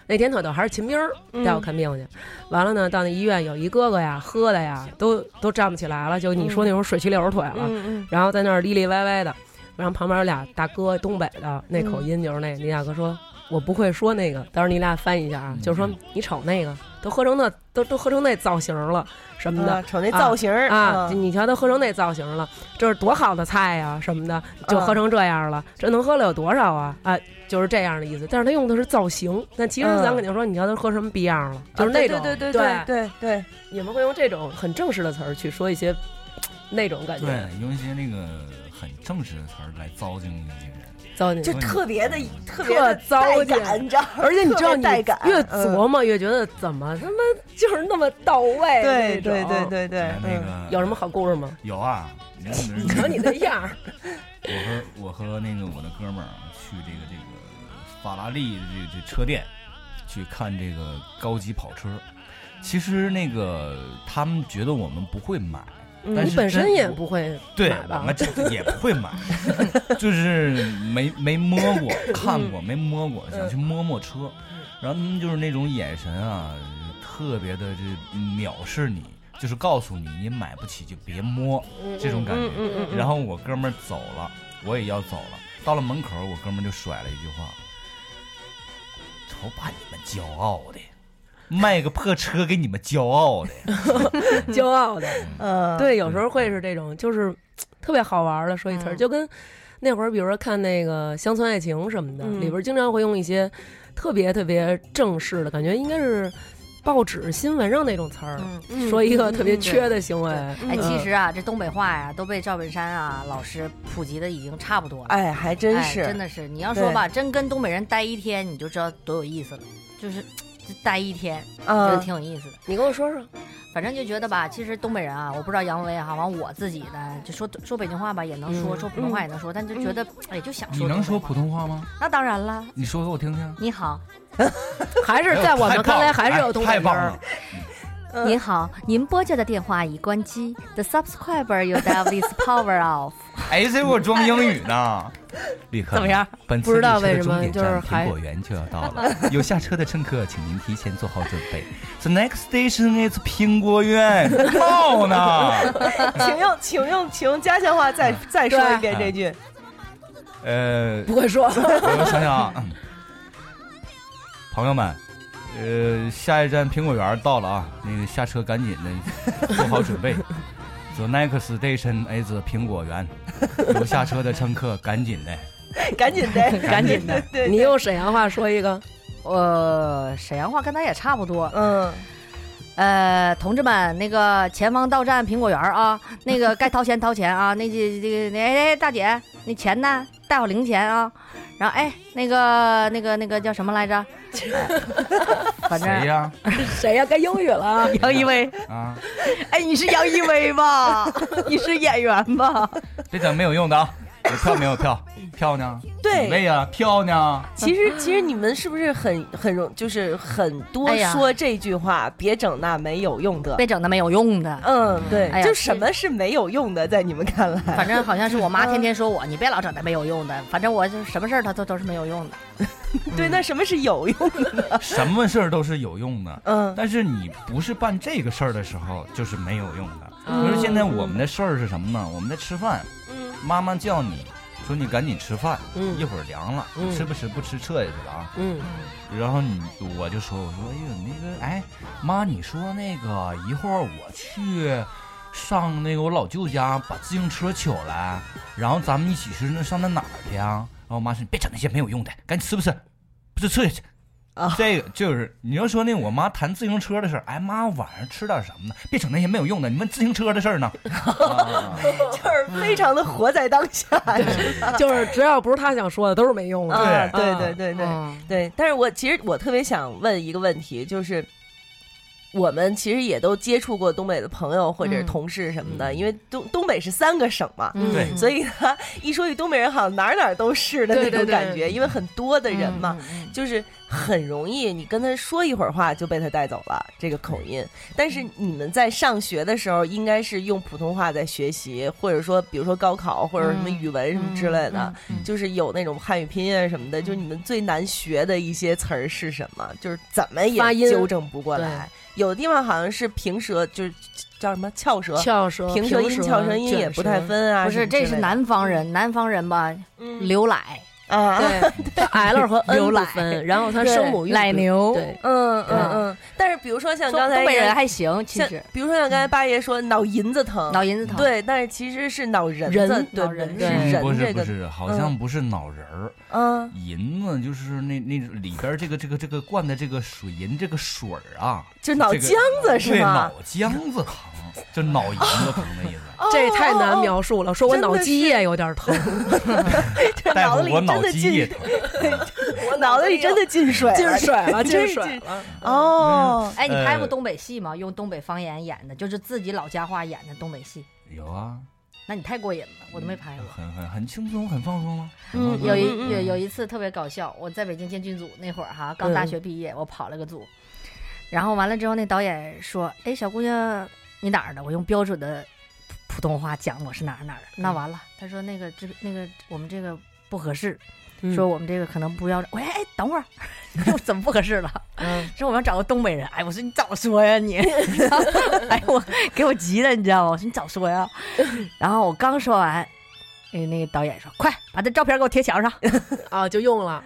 H: 那天特逗，还是秦兵儿
A: 嗯
H: 带我看病去，完了呢，到那医院有一哥哥呀，喝的呀，都都站不起来了，就你说那种水曲溜儿腿了，
A: 嗯
H: 然后在那儿哩哩歪歪的，然后旁边有俩大哥，东北
A: 嗯
H: 的那口音就是那，你大哥说。我不会说那个，到时候你俩翻译一下啊，
A: 嗯
H: 就是说你瞅那个都喝成那都都喝成那造型了什么
A: 嗯，
H: 的
A: 啊，瞅那造型儿
H: 啊，
A: 嗯
H: 你瞧都喝成那造型了，这是多好的菜呀、什么的，就喝成这样
A: 嗯
H: 了，这能喝了有多少啊？啊，就是这样的意思。但是他用的是造型，但其实
A: 嗯
H: 咱肯定说，你瞧都喝什么逼样了，就是
A: 啊
H: 那种
A: 对对
H: 对
A: 对对对，
H: 你们会用这种很正式的词儿去说一些那种感觉，
I: 对，用一些那个很正式的词儿来糟践一些人。
H: 糟践
A: 就
I: 嗯
A: 特别的特别的
H: 特糟
A: 带
H: 践
A: 感，你知道吗？
H: 而且你知道，
A: 特别
H: 你
A: 带感
H: 越
A: 嗯
H: 琢磨越觉得怎么他妈就是那么到位。
A: 对
H: 那种
A: 对对，对对，
I: 那
A: 嗯
I: 个
H: 有什么好故事吗？
I: 有啊，你看你
H: 瞧你那 样儿，
I: 我和我和那个我的哥们儿啊去这个这个法拉利的这这车店去看这个高级跑车，其实那个他们觉得我们不会买，
H: 嗯
I: 但
H: 你
I: 是
H: 本
I: 真
H: 身也
I: 我
H: 不会
I: 对
H: 买，
I: 我
H: 吧
I: 们？这个也不会买， 就是没没摸过、
A: 嗯
I: 看过，没摸过，想去摸摸车，然后他们就是那种眼神啊，特别的这藐视你，就是告诉你你买不起就别摸这种感
A: 嗯嗯
I: 觉。然后我哥们儿走了，我也要走了，到了门口，我哥们儿就甩了一句话：“瞅把你们骄傲的，卖个破车给你们骄傲的。”
H: 骄傲的，
A: 嗯，
H: 对，有时候会是这种，就是特别好玩儿的说一词儿，
A: 嗯
H: 就跟那会儿，比如说看那个《乡村爱情》什么的，
A: 嗯
H: 里边儿经常会用一些特别特别正式的感觉，应该是报纸新闻上那种词儿，
A: 嗯
H: 说一个
A: 嗯
H: 特别
A: 嗯
H: 缺的行为。
E: 哎，
H: 嗯
E: 其实啊，这东北话呀，都被赵本山啊老师普及的已经差不多了。
A: 哎，还真
E: 哎
A: 是，
E: 真的是，你要说吧，真跟东北人待一天，你就知道多有意思了。就是就待一天，觉得
A: 嗯，
E: 挺有意思的。
H: 你跟我说说，
E: 反正就觉得吧，其实东北人啊，我不知道杨威哈，完我自己呢，就说说北京话吧也能说，
H: 嗯
E: 说普通话也能说，但就觉得哎，就想
I: 你
E: 说。
I: 能说普？通话吗？
E: 那当然了。
I: 你说给我听听。
E: 你好，
H: 还是在我们看来还是有东北
I: 哎太
H: 人
I: 棒
H: 儿
I: 了。，
A: 嗯
E: 您好，您拨叫的电话已关机。The subscriber you dial is power off。
I: 哎，这我装英语 呢。旅客，
E: 怎么样？
I: 本次
H: 不知道
I: 列车
H: 为什么
I: 的终点站
H: 就是还
I: 苹果园就要到了，有下车的乘客，请您提前做好准备。The next station is 苹果园，报 呢？
A: 请用请用请用家乡话再再说一遍这句，
I: 呃，
H: 不 会说，
I: 我想想啊，嗯朋友们，呃，下一站苹果园到了啊，那个下车赶紧的做好准 备。The next station is 苹果园，有下车的乘客赶紧的，
A: 赶紧的，
I: 赶紧的
A: 对，对
H: 你用沈阳话说一个，
E: 呃，沈阳话跟咱也差不多。
A: 嗯，
E: 呃，同志们，那个前方到站苹果园儿啊， 那个该掏钱掏钱啊，那这这个哎哎，大姐，那钱呢？带好零钱啊。然后哎，那个那个那个叫什么来着？哎反
I: 谁
E: 正
I: 呀？
H: 谁呀、该英语了啊。
E: 杨一威，
I: 啊，
E: 哎，你是杨一威吧？你是演员吧？
I: 这整没有用的啊，有票没有 票？票呢？
A: 对
I: 几位啊，票呢？
A: 其实，其实你们是不是很很容，就是很多
E: 哎呀
A: 说这句话，别整那没有用的，
E: 别整那没有用的。
A: 嗯，对，
E: 哎呀
A: 就什么是没有用的，在你们看来，
E: 反正好像是我妈天天说我，你别老整那没有用的。反正我就是什么事儿她都都是没有用的。嗯
A: 对，那什么是有用的呢？
I: 什么事儿都是有用的，
A: 嗯
I: 但是你不是办这个事儿的时候，就是没有用的。
A: 嗯
I: 比如现在我们的事儿是什么呢？我们在吃饭，
A: 嗯
I: 妈妈叫你说你赶紧吃饭，
A: 嗯
I: 一会儿凉了，
A: 嗯
I: 吃不吃不吃撤下去了啊。
A: 嗯
I: 然后你我就说，我说哎呦那个哎妈，你说那个一会儿我去上那个我老舅家把自行车取来，然后咱们一起去那上那哪儿去啊？然后我妈说你别整那些没有用的，赶紧吃不吃？不是吃下去。
A: 啊
I: 这个就是你要说那我妈谈自行车的事儿，哎妈，晚上吃点什么呢？别整那些没有用的。你问自行车的 事儿呢？
A: 就是非常的活在当下，是吧
H: 就是只要不是他想说的，都是没用的。
A: 啊，
I: 对
A: 对对对对
E: 嗯
A: 对。但是我其实我特别想问一个问题，就是我们其实也都接触过东北的朋友或者是
E: 嗯
A: 同事什么的，因为东东北是三个省嘛，
E: 嗯
I: 对
A: 所以呢，一说起东北人，好像哪儿哪儿都是的那
H: 对
A: 种
H: 对对
A: 感觉，因为很多的人嘛，，
E: 嗯嗯
A: 就是很容易，你跟他说一会儿话就被他带走了这个口音。但是你们在上学的时候，应该是用普通话在学习，或者说，比如说高考或者什么语文什么之类的，
E: 嗯嗯嗯
A: 就是有那种汉语拼音啊什么的。就是你们最难学的一些词儿是什么？就是怎么
H: 发
A: 也
H: 音
A: 纠正不过来。有的地方好像是平舌，就是叫什么翘舌。
H: 翘舌、
A: 平舌音、翘舌音也不太。分啊，
E: 嗯不是，这是
A: 男
E: 南方人，南方人吧，
A: 嗯
E: 刘奶，
A: 啊，
H: 对，L 和 N 不分，然后他
A: 对
H: 声母又
E: 奶
H: 不
E: 牛。
H: 对，
A: 嗯
H: 对
A: 嗯嗯。但是比如说像
E: 说
A: 刚才
E: 东北
A: 人
E: 人还行，其
A: 像
E: 实
A: 比如说像刚才八爷说脑银子疼，
E: 脑银子疼。，
A: 对，但是其实是脑仁子
H: 人，
A: 对
H: 脑仁
A: 是
H: 对
I: 嗯不
A: 人
I: 是
A: 这
I: 不
A: 个，
I: 是，好像不是脑仁儿。
A: 嗯
I: 银呢，就是那那里边儿这个这个这个灌的这个水银这个水儿啊，
A: 就脑
I: 这个
A: 浆子是
I: 对，
A: 吗
I: 脑？浆子疼，就脑银子疼的意思。
H: 这也太
A: 哦
H: 难
A: 哦
H: 描述了。说我
A: 真的
H: 脑积液有点 疼，
A: 这
I: 大
A: 脑子，
I: 夫
A: 里
I: 我
A: 真
I: 脑
A: 的
I: 积液
A: 进，
I: 疼。
A: 我脑子里真的进水了，
H: 进水了，进
A: 真
H: 水了。
A: 哦。
E: 哎，你拍过
I: 呃
E: 东北戏吗？用东北方言演的，就是自己老家话演的东北戏，
I: 有啊，
E: 那你太过瘾了，我都没拍过。
I: 嗯很很很轻松，很放松啊。
A: 嗯
E: 有一
A: 嗯嗯
E: 有有一次特别搞笑，我在北京建剧组那会儿哈，刚
I: 嗯
E: 大学毕业，我跑了个组，然后完了之后，那导演说：“哎，小姑娘，你哪儿的？”我用标准的普普通话讲我是哪儿哪儿的。
I: 嗯
E: 那完了，他说那个这个那个我们这个不合适，
H: 嗯
E: 说我们这个可能不要。我说哎哎，等会儿， 怎么不合适了？
H: 嗯
E: 说我要找个东北人，哎，我说你早说呀你， 哎我给我急的，你知道吗？我说你早说 呀，然后我刚说完，哎那那个导演说快把这照片给我贴墙上。
H: 啊，就用了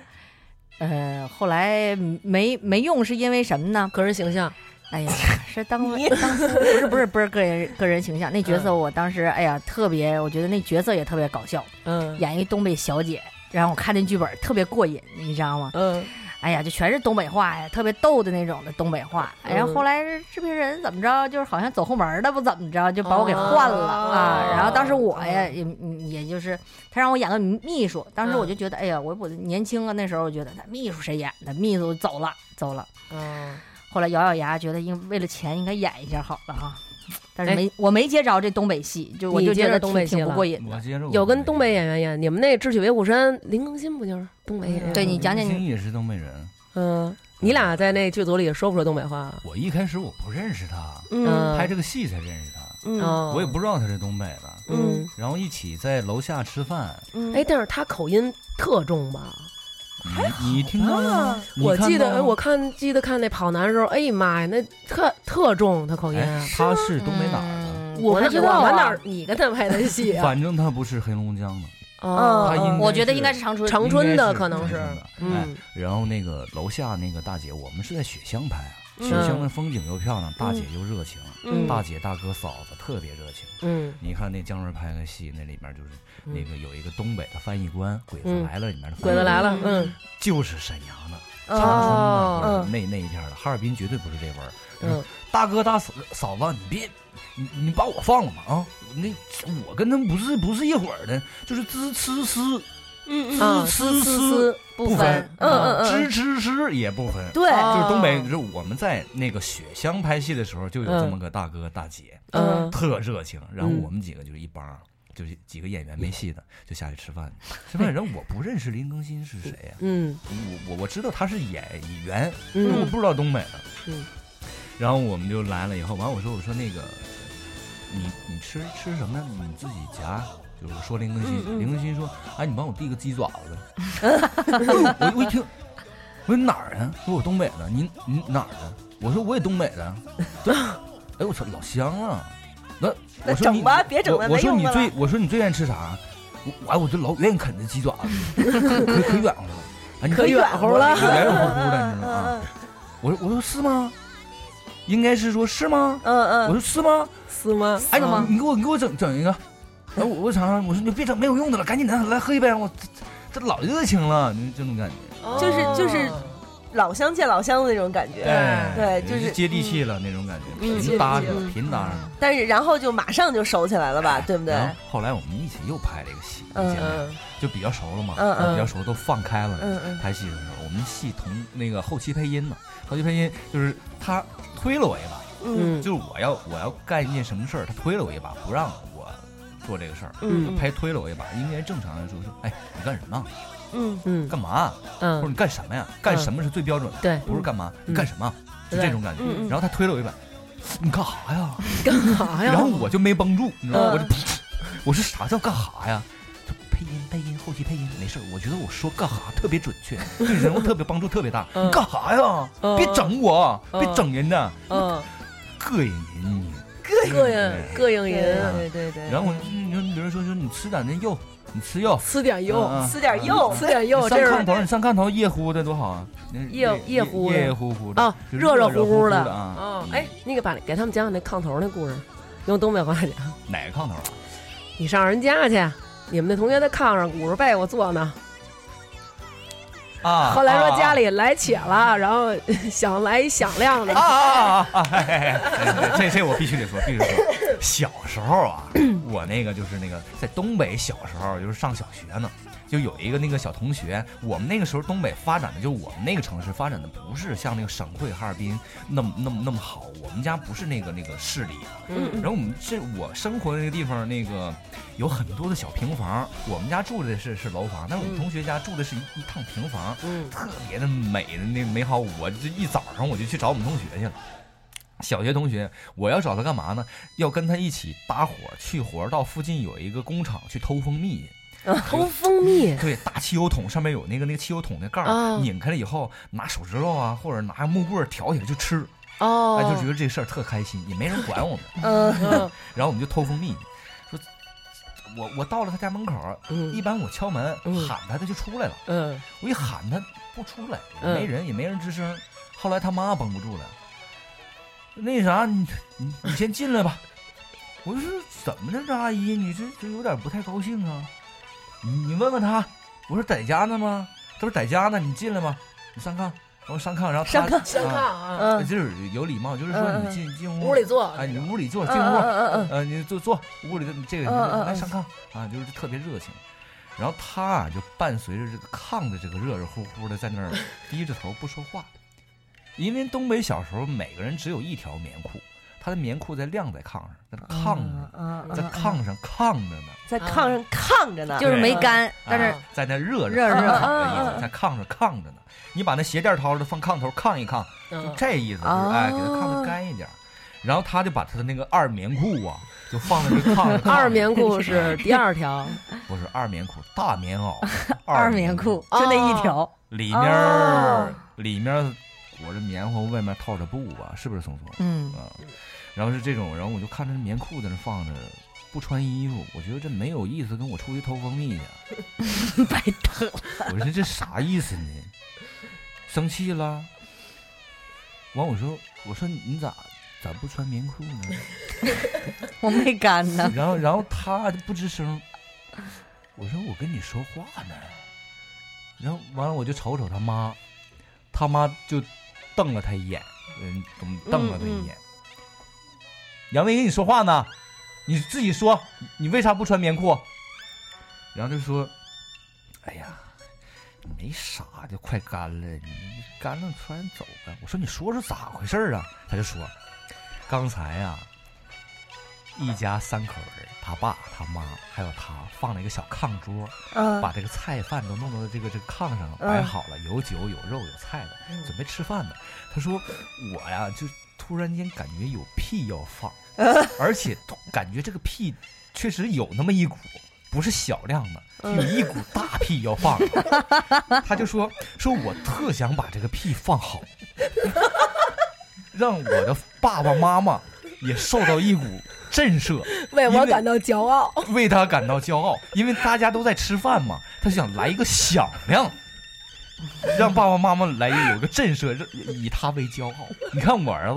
E: 呃，后来没没用是因为什么呢？
H: 个人形象，
E: 哎呀，是当当初不是不是不是个人个人形象，那角色我当时哎呀特别，我觉得那角色也特别搞笑，
H: 嗯
E: 演一东北小姐，然后我看那剧本特别过瘾，你知道吗？
H: 嗯，
E: 哎呀，就全是东北话呀，特别逗的那种的东北话。哎然后
H: 嗯
E: 后来制片人怎么着，就是好像走后门的不怎么着，就把我给换了
A: 哦
E: 啊。然后当时我呀，也嗯也就是他让我演个秘书，当时我就觉得，哎呀，我我年轻啊，那时候我觉得那秘书谁演的？秘书走了走了。
H: 嗯，
E: 后来咬咬牙，觉得应为了钱应该演一下好了哈。但是没我没接着这东北戏，就我
H: 你
E: 就
H: 接
E: 觉
H: 着
E: 得
H: 东
E: 挺
H: 北戏
E: 挺不
H: 了
E: 过瘾
I: 嗯我
E: 的。
I: 接着
H: 有跟东北演员演，你们那《智取威虎山》，林更新不就是东
I: 嗯
H: 北演员？
E: 对你讲讲你
I: 金也是东北人，
H: 嗯，你俩在那剧组里说不说东北话？
I: 我一开始我不认识他，
A: 嗯
H: 嗯，
I: 拍这个戏才认识他，
A: 嗯
H: 哦，
I: 我也不知道他是东北的。
H: 嗯，
I: 然后一起在楼下吃饭，
A: 嗯，
H: 哎，但是他口音特重吧？
I: 你你听到了吗？嗯你
H: 我
I: 看
H: 记
I: 到
H: 得，
I: 了
H: 哎
I: 吗
H: 我看记得看那跑男的时候，哎呀妈呀，那特特重，他口音。
I: 哎，他是东北哪儿的？
E: 嗯
H: 我
E: 不
H: 哪
E: 知道
H: 我哪
E: 啊
H: 儿？你跟他拍的戏啊？
I: 反正他不是黑龙江的，
H: 哦
I: 他应
E: 我觉得应该是长春。
H: 长春的可能
I: 应该
H: 是
I: 是长春的，哎
H: 嗯，
I: 然后那个楼下那个大姐，我们是在雪乡拍啊，
A: 嗯
I: 雪乡的风景又漂亮，大姐又热情，
A: 嗯
I: 大姐大哥嫂子特别热情。
H: 嗯
I: 你看那姜文拍个戏，那里面就是
H: 嗯
I: 那个有一个东北的翻译官，鬼子
H: 嗯
I: 来了里面的翻译
H: 鬼子来了，嗯
I: 就是沈阳的。长春
H: 哦
I: 的或者那那一片的，哈尔滨绝对不是这味儿。
H: 嗯，
I: 大哥大嫂嫂子，你别，你你把我放了嘛啊！那我跟他们不是不是一伙儿的，就是滋呲呲
A: 嗯嗯
H: 啊，
I: 呲
H: 丝
I: 呲
H: 丝
I: 不分
E: 分，
A: 嗯嗯嗯
I: 吱吱吱也不分。
A: 对，
I: 就是东
H: 哦
I: 北，就是我们在那个雪乡拍戏的时候，就有这么个大哥大姐，
H: 嗯
I: 特热情。然后
H: 嗯
I: 我们几个就是一帮儿就是几个演员没戏的，就下去吃饭。吃饭人我不认识林更新是谁呀、
H: 嗯
I: 我我我知道他是演演员，但
H: 嗯
I: 是我不知道东北的。
H: 嗯
I: 然后我们就来了以后，完我说我说那个，你你吃吃什么呀？你自己夹。就是我说林
K: 嗯
I: 更
K: 嗯
I: 新，林更新说：“哎，你帮我递个鸡爪子。 我我一听，我说你哪儿人？说我东北的。你你哪儿的？我说我也东北的。对，哎我操，老乡啊！那
A: 那
I: 我说你
A: 整吧别整
I: 我
A: 了
I: 我
A: 没
I: 说
A: 用
I: 你
A: 的
I: 最
A: 了
I: 我说你最愿意吃啥？我哎我就老愿意啃这鸡爪子，可可远乎了，哎你
H: 可远乎了
I: 可 远乎乎的，
A: 嗯
I: 你知道吗？我说我说是吗？应该是说是吗？
A: 嗯嗯
I: 我说是吗？
H: 是吗？
I: 哎，
A: 是吗
I: 你你给我你给我整整一个，哎我我尝尝，我说你别整没有用的了，赶紧的来喝一杯，我这这老热情了，你这种感觉。
H: 嗯
A: 就是
H: 哦
A: 就是老乡见老乡的那种感觉，对，
I: 就
A: 就是
I: 哎接地气了那种感觉，
A: 嗯
I: 贫搭
A: 接地气
I: 着
A: 了
I: 贫搭着。
A: 嗯但是然后就马上就熟起来了吧，对不对？
I: 然后后来我们一起又拍了一个戏，
A: 嗯
I: 以前
A: 嗯
I: 就比较熟了嘛，
A: 嗯嗯
I: 比较熟都放开了。
A: 嗯嗯
I: 拍戏的时候，我们戏同那个后期配音嘛，后期配音就是他推了我一把，
A: 嗯
I: 就是我要我要干一件什么事儿，他推了我一把，不让我做这个事儿，
A: 嗯嗯
I: 拍推了我一把，应该正常来说是，哎，你干什么？
A: 嗯
H: 嗯，
I: 干嘛？
H: 嗯
I: 或者你干什么呀？干什么是最标准的？
H: 对
I: 不是干嘛，
H: 嗯
I: 你干什么？就
H: 对
I: 这种感觉
H: 嗯嗯。
I: 然后他推了我一把，你干啥呀？
H: 干啥呀？
I: 然后我就没绷住，你知道吗？
H: 嗯
I: 我就噗，我说啥叫干哈呀？他说配音配音后期配音没事儿，我觉得我说干哈特别准确，对人物特别帮助特别大。
H: 嗯
I: 你干哈呀？
H: 嗯
I: 别整我，
H: 嗯
I: 别整人家，
H: 嗯，
I: 膈应人你。
H: 膈应膈应人，
I: 对
A: 对对
I: 然后我就
H: 嗯
I: 你说，比如说说你吃点那肉，你吃肉，
H: 吃点肉
I: 嗯嗯
H: 哎吃点肉
I: 嗯
H: 吃点肉
I: 你
H: 这
I: 上
H: 是
I: 炕头，你上炕头夜呼的多好啊！那
H: 夜夜呼的
I: 夜呼呼的
H: 啊
I: 就是
H: 热热
I: 哦热
H: 乎乎
I: 乎
H: 的
I: 啊！
H: 哦，哎，那个把给他们讲讲那炕头那故事，用东北话讲。
I: 哪个炕头？
H: 你上人家去，你们那同学在炕上捂着被窝坐呢。
I: 啊
H: 后来说
I: 啊
H: 家里来且了，然后想来一响亮的。
I: 啊啊啊啊！哎哎哎，这这我必须得说，必须得说。小时候啊，我那个就是那个在东北，小时候就是上小学呢，就有一个那个小同学。我们那个时候东北发展的，就我们那个城市发展的不是像那个省会哈尔滨那么那么那么好。我们家不是那个那个市里的，
K: 嗯
I: 然后我们这我生活的那个地方那个有很多的小平房，我们家住的是是楼房，但是我
K: 嗯
I: 们同学家住的是一一趟平房，特别的美的那美好。我这一早上我就去找我们同学去了。小学同学，我要找他干嘛呢？要跟他一起搭伙去活儿，到附近有一个工厂去偷蜂蜜去。
H: 偷蜂蜜，
I: 对，大汽油桶上面有那个那个汽油桶的盖儿，
H: 啊
I: 拧开了以后拿手指头啊，或者拿木棍儿挑起来就吃，
H: 哦
I: 哎，就觉得这事儿特开心，也没人 管我们。
H: 嗯，
I: 然后我们就偷蜂蜜，说，我我到了他家门口儿，一般我敲门、喊他，他就出来了。
H: 嗯，
I: 我一喊他不出来，
K: 嗯
I: 没人也没人吱声。后来他妈绷不住了，那啥，你你你先进来吧。我就说怎么着，这阿姨，你这这有点不太高兴啊？你你问问他，我说在家呢吗？他说在家呢，你进来吧，你上炕。我说上炕，然后他
H: 上炕上炕啊
I: 啊，
H: 嗯
I: 就是有礼貌，就是说
H: 嗯
I: 你
H: 嗯
I: 进进
H: 屋里坐
I: 哎，你屋里
H: 嗯
I: 坐，进屋，
H: 嗯嗯嗯
I: 呃，你坐坐，屋里的这个
H: 嗯嗯嗯
I: 来上炕啊，就是特别热情。然后他啊，就伴随着这个炕的这个热热乎乎的，在 那儿低着头不说话，因为东北小时候每个人只有一条棉裤，他的棉裤在晾在炕上，在炕上，
A: 嗯
I: 在炕上炕着呢，
A: 在炕上炕着呢，
I: 对啊在那热
A: 热
I: 着
A: 热
I: 炕的
A: 嗯
I: 意
A: 嗯嗯
I: 思，在炕上炕着呢。你把那鞋垫掏出来放炕头炕一炕，就
A: 嗯
I: 这意思，就是哎，给它炕的干一点儿。然后他就把他的那个二棉裤啊，就放在这炕上。炕
H: 二
I: 上
H: 棉裤是第二条，
I: 不是二棉裤，大棉袄，
E: 二
I: 棉
E: 棉裤
H: 哦
E: 就那一条，
I: 里面儿、里面儿裹着棉花，外面套着布吧，是不是松松？
E: 嗯
I: 啊，然后是这种，然后我就看着这棉裤在那放着，不穿衣服，我觉得这没有意思，跟我出去偷蜂蜜去，白我说这啥意思呢？生气了？完我说我说你咋咋不穿棉裤呢？
E: 我没干呢。
I: 然后然后他不吱声，我说我跟你说话呢，然后完了我就瞅瞅他妈，他妈就瞪了他一眼，嗯，瞪瞪了他一眼。杨威跟你说话呢，你自己说，你为啥不穿棉裤？然后他就说，哎呀，没啥，就快干了，你干了穿走啊呗。我说你说说咋回事儿啊？他就说，刚才呀、一家三口人，他爸、他妈还有他，放了一个小炕桌，
L: 嗯
I: 把这个菜饭都弄到这个这个炕上
L: 嗯
I: 摆好了，有酒有肉有菜的
L: 嗯，
I: 准备吃饭呢。他说我呀，就突然间感觉有屁要 放，
L: 嗯
I: 而且突感觉这个屁确实有那么一股，不是小量的，就
L: 嗯
I: 有一股大屁要 放了。他就说说我特想把这个屁 放好，让我的爸爸妈妈也受到一股震慑，
H: 为我感到骄傲，
I: 为他感到骄傲，因为大家都在吃饭嘛，他想来一个响 亮。让爸爸妈妈来有个震慑，让以他为骄傲。你看我儿子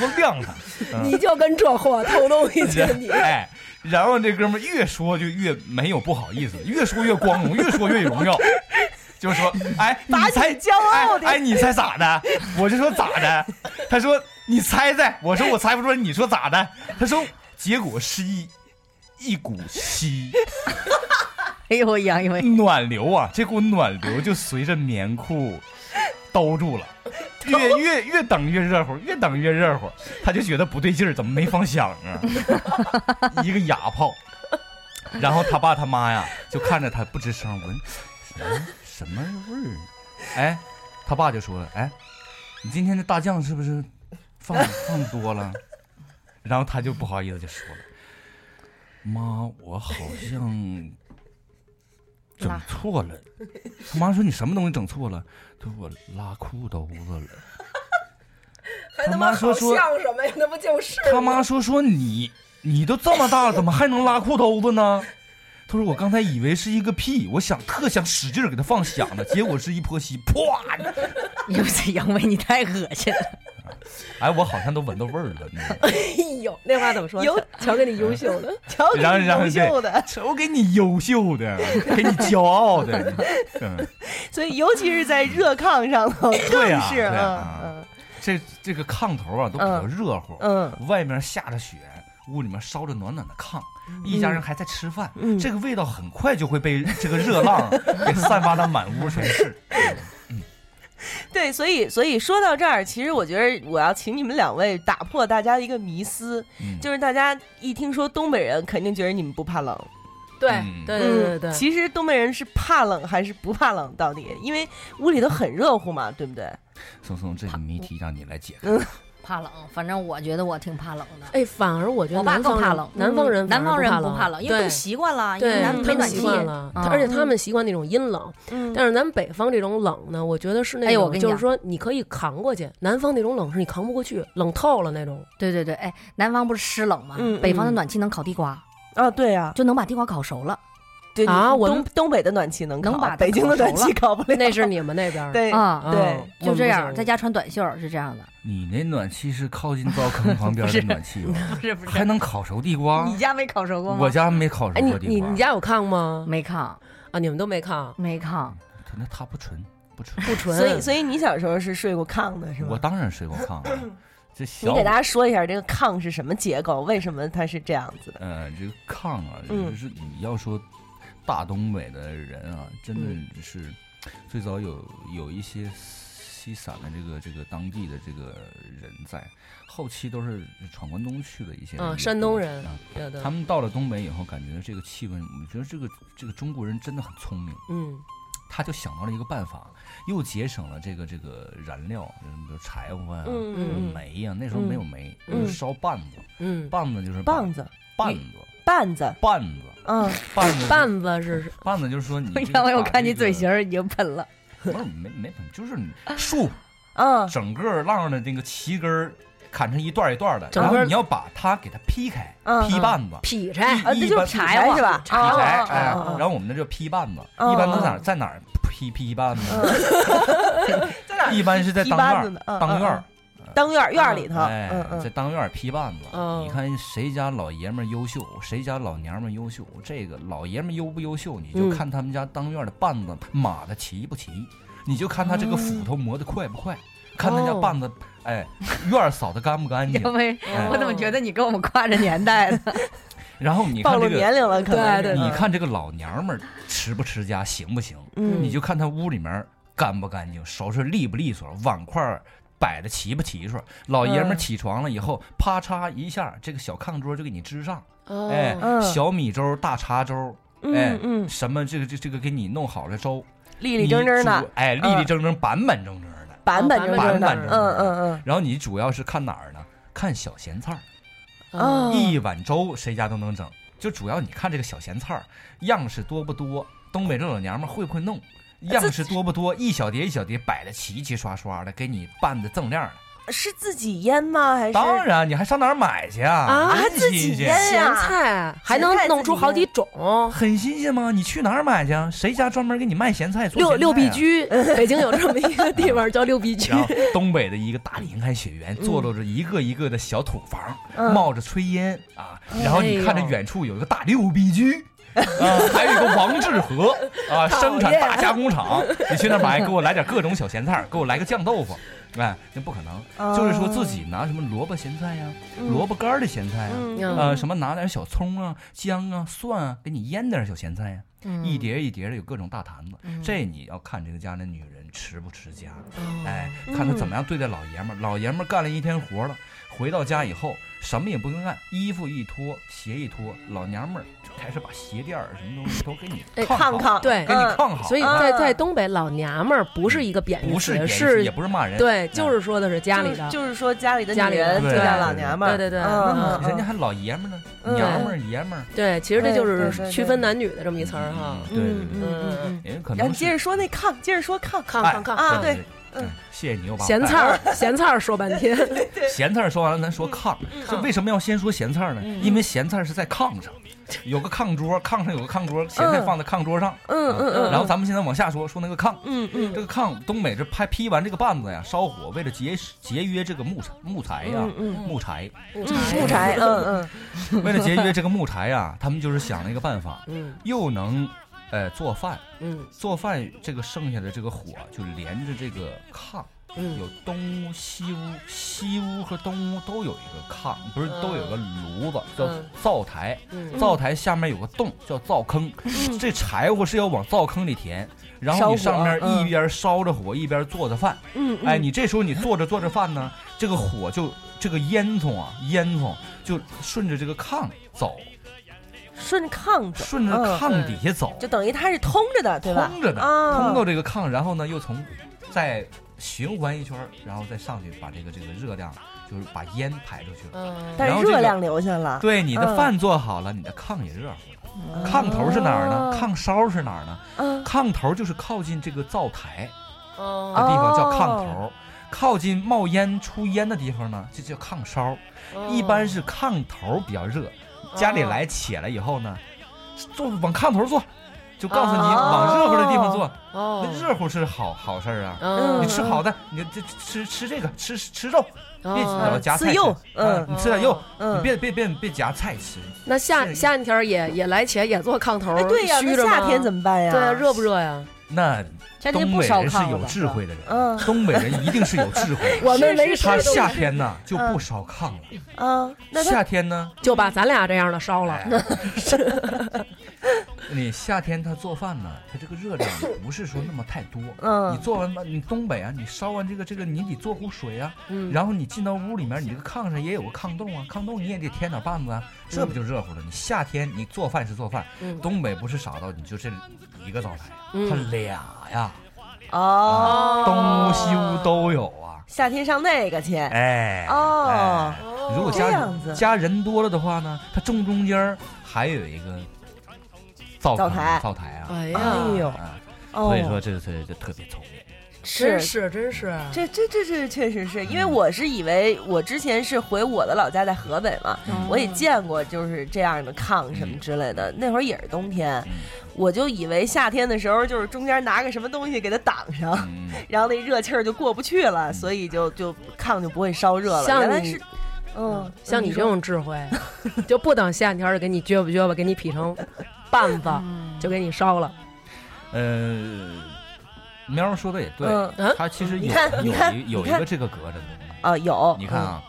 I: 多 亮堂，嗯
H: 你就跟这货偷东西 去你。
I: 哎，然后这哥们儿越说就越没有不好意思，越说越光荣，越说越荣 耀。就说，哎，你猜
A: 骄傲的
I: 哎，哎你猜咋的？我就说咋的？他说你猜猜，我说我猜不出来，你说咋的？他说结果是一一股稀，
E: 哎呦我痒痒，
I: 暖流啊，这股暖流就随着棉裤兜住了，越越越等越热乎，越等越热乎，他就觉得不对劲儿，怎么没放响啊？一个哑炮，然后他爸他妈呀就看着他不吱声，闻哎什么什么味儿？哎，他爸就说了，哎，你今天的大酱是不是放放多了？然后他就不好意思就说了，妈，我好 像整错了。他妈说你什么东西整错了？他说我拉裤兜子 了。
H: 还
I: 他妈说说
H: 像什么呀？那不就是
I: 他妈说说你你都这么大了，怎么还能拉裤兜子呢？他说我刚才以为是一个屁，我想特想使劲儿给他放响了，结果是一泼稀，啪！
E: 你这杨 威你太恶心了。
I: 哎，我好像都闻到味儿了。你知道吗
H: 哎 呦，那话怎么说？有瞧给你优秀的，
A: 哦
H: 瞧
I: 然后然后对，我给你优秀的，给你骄傲 的，嗯，
A: 所以尤其是在热炕上头，
I: 对
A: 更
I: 呀、
A: 是
I: 对呀
A: 嗯
I: 啊这这个炕头啊都比较热乎，
A: 嗯
I: 外面下着雪，屋里面烧着暖暖的炕，
A: 嗯
I: 一家人还在吃饭，
L: 嗯
I: 这个味道很快就会被这个热浪 给散发到满屋 全是。
A: 对，所以所以说到这儿，其实我觉得我要请你们两位打破大家的一个迷思，
I: 嗯
A: 就是大家一听说东北人，肯定觉得你们不怕冷。
H: 对对对对对，
A: 嗯其实东北人是怕冷还是不怕冷？到底因为屋里头很热乎嘛，对不对？
I: 松松，这个谜题让你来解开。
A: 嗯，
E: 怕冷，反正我觉得我挺怕冷的。
H: 哎，反而我觉得
E: 我爸
H: 南方
E: 更怕
H: 人
E: 冷
H: 南方人
E: 嗯
H: 反
E: 南
H: 而
E: 方人
H: 不
E: 不怕冷因为
H: 对
E: 都习惯了因为
H: 对，
E: 南
H: 他
E: 没
H: 们
E: 暖
H: 习
E: 气
H: 惯了，
E: 嗯
H: 而且他们习惯那种阴冷。但是咱北方这种冷呢，我觉得是那
E: 哎我
H: 种
E: 跟你
H: 就是
E: 讲
H: 说你可以扛过去，南方那种冷是你扛不过去，冷透了那 种。
E: 对对对，哎，南方不是湿冷吗？
H: 嗯
E: 北方的
H: 嗯
E: 暖气能烤地瓜
A: 啊，对呀、
E: 就能把地瓜烤熟了。
A: 对
H: 啊
A: 你
H: 我
A: 东
H: 们
A: 东北的暖气能烤，
E: 能把它
A: 北京的
E: 烤熟
A: 暖气
E: 了
A: 烤不了。
H: 那是你们那边 儿
A: 对
E: 啊、
H: 哦
E: 对，
H: 我
E: 就
H: 们
E: 这
H: 不
E: 样，
H: 行
E: 在家穿短袖儿是这样的。
I: 你那暖气是靠近灶坑旁边的暖气吧？
E: 不是不是
I: 还能烤熟地瓜？
E: 家没烤熟过
I: 我家没烤
H: 哎，
I: 熟
H: 你
I: 过地
H: 你
I: 瓜
H: 你。家有炕吗？
E: 没炕
H: 啊，你们都没炕，
E: 没炕。
I: 他那他不纯，不纯，
H: 不纯
A: 所以所以你小时候是睡过炕的是吗？
I: 我当然睡过炕了。这小
A: 你给大家说一下这个炕是什么结构，为什么它是这样子的？
I: 呃，这个炕啊，
A: 嗯
I: 就是你要说大东北的人啊，真的是最早有有一些西散的这个这个当地的这个人在，后期都是闯关东去的一
A: 嗯
I: 些人
H: 啊，山东人
I: 啊，
H: 对对
I: 他们到了东北以后，感觉这个气温，我觉得这个这个中国人真的很聪明，
H: 嗯，
I: 他就想到了一个办法，又节省了这个这个燃料，嗯比如柴火呀、
A: 嗯嗯嗯
I: 煤呀、那时候没有煤，
A: 嗯
I: 就是烧棒子，
H: 嗯，
I: 棒子就是把
A: 棒子，嗯
I: 棒子，
A: 棒子，
I: 棒子，
A: 嗯，哎
I: 棒子就是
H: 绊子是
I: 棒子就是 说你
E: 然后我看你嘴型，儿已经喷了，
I: 不是没没粉，就是你树，
A: 嗯，
I: 整个浪的那个旗根儿砍成一段儿一段儿的，
H: 整
I: 然后
H: 个
I: 你要把它给它劈开，
A: 嗯
I: 劈棒子，
H: 劈柴，
A: 啊，
I: 一
A: 这就是
I: 般
A: 柴火是吧？
I: 劈柴，
A: 啊
I: 哎，
A: 啊啊
I: 然后我们那叫劈棒子，
A: 嗯
I: 一般都在哪儿在哪儿劈劈棒
A: 哦
I: 子，
A: 在哪儿
I: 一般是在
A: 劈
I: 当
A: 班
I: 院
A: 子
I: 儿
A: 呢嗯
I: 当院儿，
A: 当院儿院儿里头，
I: 哎
A: 嗯，哦
I: 在
A: 嗯，
I: 当院儿劈棒子。
H: 嗯
I: 你看谁家老爷们儿优秀，谁家老娘们儿优秀，这个老爷们儿优不优秀，你就
H: 嗯
I: 看他们家当院儿的棒子码的齐不齐，你就看他这个斧
A: 哦
I: 头磨得快不快，看他家
H: 哦
I: 棒子，哎，院儿扫得干不干净。
E: 因为
H: 嗯
I: 哎
E: 我怎么
A: 嗯
E: 觉得你跟我们跨着年代呢？
I: 然后你
A: 暴
I: 看
A: 露
I: 这个
A: 年龄了，可能
H: 对
A: 是
I: 你，看这个老娘们儿持不持家，行不行？
A: 嗯
I: 你就看她屋里面干不干净，收拾利不利索，碗筷儿摆的齐不齐数。老爷们儿
M: 嗯
I: 起床了以后，啪嚓一下，这个小炕桌就给你支上，
M: 哦
I: 哎，
M: 嗯
I: 小米粥、大碴粥，哎
A: 嗯，嗯
I: 什么这个这这个给你弄好了粥，
A: 立立正正的
I: 你煮哦哎，立立正正、板板正正的，
A: 板板正
I: 板
A: 正的，
I: 板正正。
A: 嗯嗯嗯。
I: 然后你主要是看哪儿呢？看小咸菜儿。嗯
H: 嗯
A: 哦
I: 一碗粥谁家都能整，就主要你看这个小咸菜儿样式多不多，东北这老娘们儿会不会弄，样式多不多，一小碟一小碟摆的齐齐刷刷的，给你拌的锃亮的。
A: 是自己腌吗？还是
I: 当然，你还上哪儿买去啊？
A: 啊
I: 你
A: 还
I: 自
A: 自
I: 己
A: 己
I: 去
A: 腌呀
H: 咸菜啊还
A: 咸
H: 能
A: 菜
H: 弄
A: 自
H: 出
A: 己
H: 好
A: 腌
H: 几种，
I: 很新鲜吗？你去哪儿买去？啊谁家专门给你卖咸菜？做
H: 六六
I: 咸菜
H: 必
I: 啊
H: 居，北京有这么一个地方叫六必 居
I: 然。后东北的一个大林开雪原，
H: 嗯
I: 坐落着一个一个的小土房，
H: 嗯
I: 冒着炊烟啊。
H: 哎呦
I: 然后你看着远处有一个大六必居，啊，还有一个王致和啊，
M: 讨厌
I: 生产大加工厂。你去那儿买，给我来点各种小咸菜儿，给我来个酱豆腐。哎，那不可能，
M: 哦
I: 就是说自己拿什么萝卜咸菜呀、
M: 嗯
I: 萝卜干儿的咸菜呀、
M: 嗯
I: 呃，什么拿点小葱啊、姜啊、蒜啊，给你腌点小咸菜呀、
M: 嗯
I: 一碟一碟的有各种大坛子。
M: 嗯
I: 这你要看这个家的女人持不持家，
M: 哦
I: 哎，看她
M: 嗯
I: 怎么样对待老爷们儿。老爷们儿干了一天活了，回到家以后什么也不用干，衣服一脱，鞋一脱，老娘们儿就开始把鞋垫儿什么东西都给
H: 哎
I: 你炕好，
H: 对，
I: 给你炕好。啊
H: 所以在
A: 啊
H: 在东北，老娘们儿不是一个贬义词，
I: 不是贬义词
H: 是
I: 也不是骂人嗯
H: 对，就是说的是家里的，
A: 就是说家里的
H: 家
A: 女
H: 里的
A: 人就叫
I: 对
A: 老娘们儿，
H: 对对对
A: 嗯
H: 嗯
I: 人家还老爷们儿呢，
H: 嗯
I: 娘们儿爷们儿。
H: 对，其实这
A: 哎
H: 就
A: 对对
H: 是
A: 对
H: 区分男女的这么一词儿哈。
I: 对对对
H: 嗯嗯
I: 人可
A: 然
I: 能
A: 后
I: 是
A: 接着说那炕，接着说炕炕
I: 哎
A: 啊，
I: 对
A: 对，
I: 对对谢谢你嗯又把
H: 嗯
I: 我
H: 咸
I: 带
H: 菜儿，咸菜儿说半 天，
I: 咸菜儿说完了，咱说炕。
H: 嗯
I: 这为什么要先说咸菜儿呢？因为咸菜儿是在炕上，有个炕桌，炕上有个炕桌，咸菜放在炕桌上。
A: 嗯嗯嗯
I: 然后咱们现在往下说，说那个炕。
A: 嗯嗯。
I: 这个炕，东北这拍劈完这个棒子呀，烧火，为了节节约这个木材木材呀
A: 嗯，嗯
I: 木 柴，
A: 嗯木柴，嗯嗯，
I: 为了节约这个木柴呀，他们就是想了一个办法，又能呃做饭，
H: 嗯，
I: 做饭这个剩下的这个火就连着这个炕。
H: 嗯
I: 有东屋、西屋，西屋和东屋都有一个炕，不是都有个炉子，叫
M: 嗯
I: 灶台
M: 嗯。
I: 灶台下面有个洞，叫灶坑。这柴火是要往灶坑里填，然后你
M: 烧火
I: 上面一
M: 嗯
I: 边烧着火，一边做着饭。
M: 嗯嗯
I: 哎，你这时候你做着做着饭呢，这个火就这个烟囱啊，烟囱就顺着这个炕走，
A: 顺着炕走，
I: 顺着
A: 嗯
I: 炕底下走，
A: 就等于它是通着的，对吧？
I: 通着的，
A: 啊
I: 通到这个炕，然后呢又从再循环一圈儿，然后再上去把这个这个热量，就是把烟排出去了。
H: 嗯
A: 但
I: 然
A: 是
I: 后这
A: 热
I: 个
A: 量留下了。
I: 对，你的
A: 嗯
I: 饭做好了，你的炕也热乎了。炕头是哪儿呢？炕梢是哪儿
A: 嗯
I: 呢？炕头就是靠近这个灶台的
H: 哦
I: 地方叫炕
A: 哦
I: 头，靠近冒烟出烟的地方呢，就叫炕梢。
A: 哦
I: 啊一般是炕头比较热，家里来起来以后呢，坐往炕头坐，就告诉你
M: 哦
I: 往热乎的地方坐。
H: 哦
I: 那热乎是好好事儿啊，
M: 嗯
I: 你吃好的，你这吃吃这个，吃吃肉，
H: 哦
I: 别老夹菜
H: 吃
I: 吃
H: 肉
I: 啊
H: 嗯
I: 你吃点肉，
H: 嗯
I: 你别别别别夹菜吃。
H: 那夏夏天儿也也来钱，也做炕头儿，
A: 哎对呀那
H: 虚着吗
A: 夏天怎么办呀
H: 对啊，热不热呀？
I: 那
H: 夏天
I: 东
H: 不
I: 北
H: 烧
I: 人是
H: 炕
I: 有
H: 了。
I: 智慧的人，
A: 嗯
I: 东北人一定是有智 慧的。
H: 我们没
I: 他
H: 吃东北
I: 夏天呢就不烧炕了，
A: 啊，
H: 那他
I: 夏天呢
H: 就把咱俩这样的烧
M: 哎
I: 哎
H: 了。
I: 你夏天他做饭呢，他这个热量不是说那么太多。
M: 嗯
I: 你做完饭，你东北啊，你烧完这个这个，你得做壶水啊。
M: 嗯
I: 然后你进到屋里面，你这个炕上也有个炕洞啊，炕洞你也得添点棒子啊，这不就热乎了？你夏天你做饭是做饭，
M: 嗯
I: 东北不是少到你就这一个灶台，
A: 嗯
I: 它俩呀，
A: 哦，
I: 东屋西屋都有啊。
A: 夏天上那个去，
I: 哎，
A: 哦
I: 哎，如果
A: 这
I: 家
A: 样子
I: 家人多了的话呢，它正中间儿还有一个灶
A: 灶
I: 坑
A: 台
I: 灶台啊，
A: 哎呀
I: 啊
A: 哎呦
I: 啊
A: 哦
I: 所以说这这这特别聪明，
H: 真是真是，
A: 这这这这确实是因为我是以为我之前是回我的老家在河北嘛，
H: 嗯
A: 我也见过就是这样的炕什
I: 嗯
A: 么之类的，那会儿也是冬天，我就以为夏天的时候就是中间拿个什么东西给它挡上，
I: 嗯
A: 然后那热气儿就过不去了，所以就就炕就不会烧热了。
H: 像
A: 原来
H: 你
A: 是，嗯，
H: 像你
A: 说
H: 这种智慧， 就不等夏天儿就给你撅吧撅吧，给你劈成半子，
A: 嗯
H: 就给你烧了。
I: 呃。喵儿说的也对
H: 嗯嗯，
I: 它其实
H: 你
I: 有
H: 看你
I: 有
H: 看
I: 一
H: 你
I: 有一
H: 看
I: 个这个隔着的东西
A: 啊，有
I: 你看啊，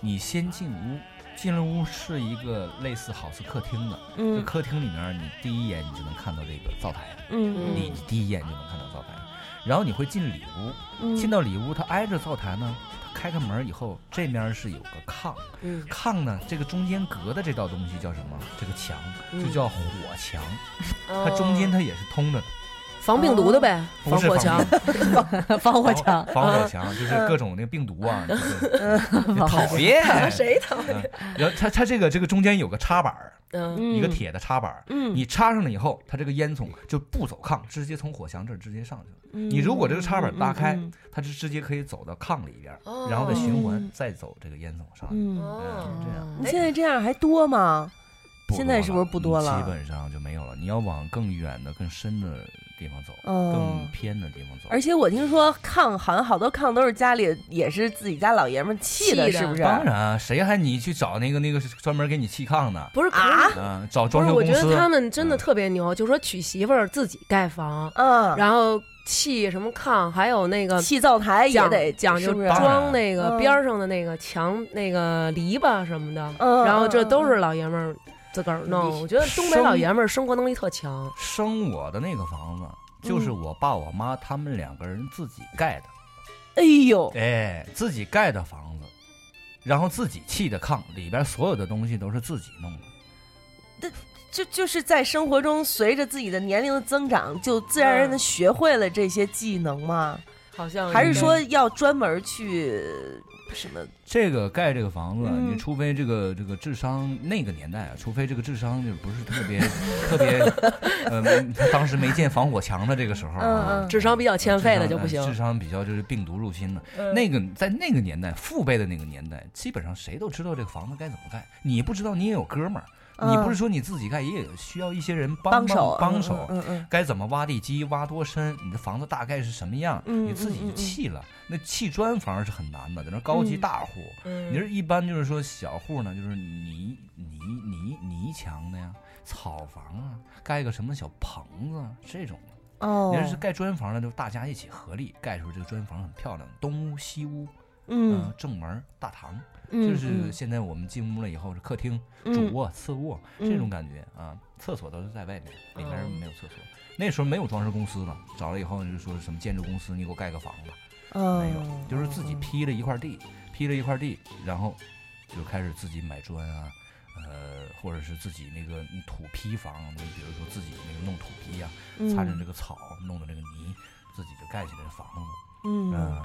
I: 你先进屋，进了屋是一个类似好似客厅的，
M: 嗯
I: 这客厅里面你第一眼你就能看到这个灶台，
M: 嗯嗯
I: 你第一眼就能看到灶台，然后你会进里屋，
N: 嗯
I: 进到里屋，它挨着灶台呢，它开开门以后，这面是有个炕，
N: 嗯
I: 炕呢这个中间隔的这道东西叫什么？这个墙就
N: 嗯
H: 哦
I: 叫火墙，它中间它也是通着的。
H: 防病毒的呗，
I: 不是
H: 火
I: 防
H: 墙，
E: 防火墙
I: 防火墙就是各种那个病毒啊，
H: 种
I: 讨厌嗯
H: 谁讨厌？
I: 然后它它这个这个中间有个插板儿，
H: 嗯
I: 一个铁的插板儿，
H: 嗯
I: 你插上了以后，它这个烟囱就不走炕，直接从火墙这儿直接上去了。
N: 嗯
I: 你如果这个插板搭开
N: 嗯嗯嗯，
I: 它就直接可以走到炕里边儿，
A: 哦
I: 嗯然后再循环再走这个烟囱上去。
A: 嗯
I: 嗯，这样。
A: 你
H: 哎
A: 现在这样还多吗？
I: 不
A: 现在是不是不多了？
I: 基本上就没有了。你要往更远的、更深的地方走，
A: 哦
I: 更偏的地方走。
A: 而且我听说炕好像好多炕都是家里也是自己家老爷们儿砌的，是不是？
I: 当然啊，谁还你去找那个那个专门给你砌炕的？
H: 不是
I: 啊
H: 啊，
I: 嗯找
H: 不
I: 装
H: 是，
I: 修
H: 我
I: 公
H: 觉
I: 司。嗯
H: 得他们真的特别牛，就说娶媳妇儿自己盖房，
A: 嗯，
H: 然后砌什么炕，还有那个
A: 砌灶台也
H: 讲
A: 得
H: 讲
A: 是
H: 究
A: 不是
H: 装那个
A: 嗯
H: 边儿上的那个墙那个篱笆什么的，
A: 嗯
H: 然后这都是老爷们儿自个儿弄。我觉得东北
I: 生
H: 老爷们儿生活能力特强，
I: 生我的那个房子，就是
H: 嗯
I: 我爸我妈他们两个人自己盖的。
A: 哎呦，
I: 哎，自己盖的房子，然后自己砌的炕，里边所有的东西都是自己弄的。
A: 就就是在生活中，随着自己的年龄的增长，就自然而
H: 嗯
A: 然的学会了这些技能吗？
H: 好像
A: 还是说要专门去什么？
I: 这个盖这个房子，啊
A: 嗯
I: 你除非这个这个智商那个年代啊，除非这个智商就不是特别 特别，呃，当时没建防火墙的这个时候啊，
H: 嗯嗯，智商比较欠费的就不行
I: 智。商比较就是病毒入侵的。
H: 嗯
I: 那个在那个年代，父辈的那个年代，基本上谁都知道这个房子该怎么盖。你不知道，你也有哥们儿。
N: 嗯
I: 你不是说你自己盖，也有需要一些人帮
N: 帮手
I: 帮
N: 嗯
I: 手
N: 嗯嗯嗯，
I: 该怎么挖地基，挖多深，你的房子大概是什么样，
N: 嗯
I: 你自己
N: 嗯
I: 就
N: 嗯嗯
I: 砌了。那砌砖房是很难的，在那高级
N: 嗯
I: 大户，
N: 嗯
I: 你是一般就是说小户呢，就是泥泥泥泥墙的呀，草房啊，盖个什么小棚子啊这种的。
A: 哦
I: 你要是盖砖房呢，就大家一起合力盖出这个砖房很漂亮，东屋西屋，
A: 嗯
I: 呃正门大堂，
A: 嗯
I: 就是
A: 嗯
I: 现在我们进屋了以后是客厅、
A: 嗯
I: 主卧、次卧
A: 嗯
I: 这种感觉啊，厕所都是在外面，里面
A: 哦
I: 没有厕所。那时候没有装饰公司呢，找了以后就说什么建筑公司，你给我盖个房子，
A: 嗯，
I: 就是自己批了一块地，批了一块地，然后就开始自己买砖啊，呃，或者是自己那个土坯房，你比如说自己那个弄土坯呀、
A: 嗯
I: 擦上这个草，弄的这个泥，自己就盖起来房子。
A: 嗯
I: 呃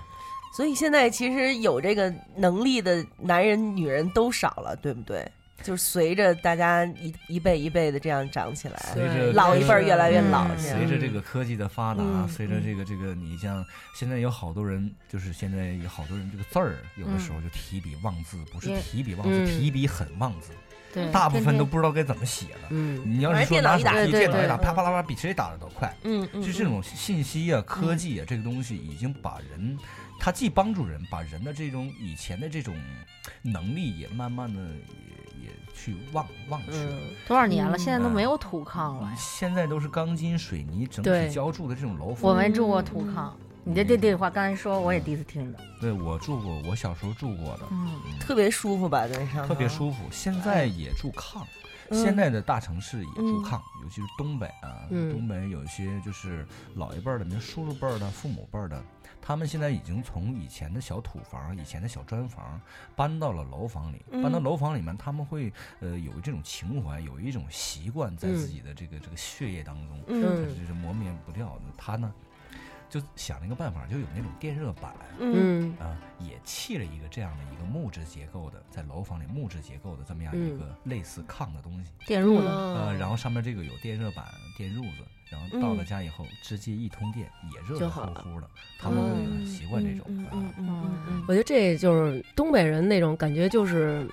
A: 所以现在其实有这个能力的男人、女人都少了，对不对？就是随着大家一一辈一辈的这样长起来，
I: 随着
A: 老一辈儿越来越老，
I: 嗯
A: 这样
I: 随着这个科技的发达，
A: 嗯
I: 随着这个这个，你像现在有好多人，就是现在有好多人这个字儿，有的时候就提笔忘字，不是
A: 嗯
I: 提笔忘字，
A: 嗯
I: 提笔很忘字。
A: 对
I: 大部分
A: 天天
I: 都不知道该怎么写了。
H: 嗯
I: 你要是
A: 反正
I: 说
A: 电脑
I: 拿
A: 一打
I: 手机
A: 对对
I: 电脑一打，
A: 对
I: 啪啪啪啪，比谁打的都快。
A: 嗯嗯
I: 就这种信息啊、科技啊，这个东西已经把人，它既帮助人，把人的这种以前的这种能力也慢慢的也也去忘忘去
H: 嗯
I: 了。
E: 多少年了，现在都
I: 嗯
E: 没有土炕了。
I: 现在都是钢筋水泥整体
E: 对
I: 浇筑的这种楼房。
E: 我没住过土炕，你这这这话刚才说，我也第一次听着。
I: 对我住过，我小时候住过的，
E: 嗯，
A: 特别舒服吧？在上
I: 特别
A: 头
I: 舒服。现在也住炕，
A: 嗯
I: 现在的大城市也住
A: 嗯
I: 炕，尤其是东北啊，
A: 嗯
I: 东北有一些就是老一辈儿的，您叔叔辈儿的、父母辈儿的，他们现在已经从以前的小土房、以前的小砖房搬到了楼房里，搬到
N: 嗯
I: 楼房里面，他们会呃有这种情怀，有一种习惯在
N: 嗯
I: 自己的这个这个血液当中，
N: 嗯
I: 这这是磨灭不掉的。他呢？就想了一个办法，就有那种电热板，
N: 嗯
I: 啊、也砌了一个这样的一个木质结构的，在楼房里木质结构的这么样
N: 嗯
I: 一个类似炕的东西，
N: 电褥子
I: 呃，然后上面这个有电热板、电褥子，然后到了家以后、直接一通电也热
H: 就
I: 热
H: 好
I: 乎乎的，他们会很嗯习惯这种。嗯
H: 我觉得这就是东北人那种感觉，就是嘖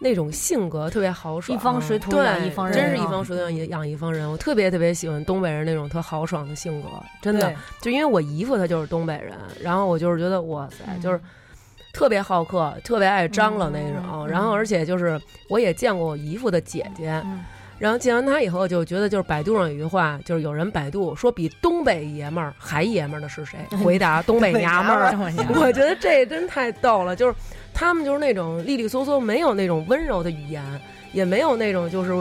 H: 那种性格特别豪爽，嗯
E: 一方水土
H: 对
E: 养一方人
H: 真是
E: 啊
H: 一方水土养一养一方人。我特别特别喜欢东北人那种特豪爽的性格，真的
A: 对。
H: 就因为我姨夫他就是东北人，然后我就是觉得哇塞，
E: 嗯
H: 就是。特别好客，特别爱张罗那
E: 嗯
H: 种，然后而且就是我也见过我姨夫的姐姐，
E: 嗯
H: 然后见完他以后就觉得就是百度上有一句话，就是有人百度说比东北爷们儿还爷们儿的 是谁？回答东北娘们儿
E: 东北娘们。儿
H: 我觉得这真太逗了，就是他们就是那种利利索索，没有那种温柔的语言，也没有那种就是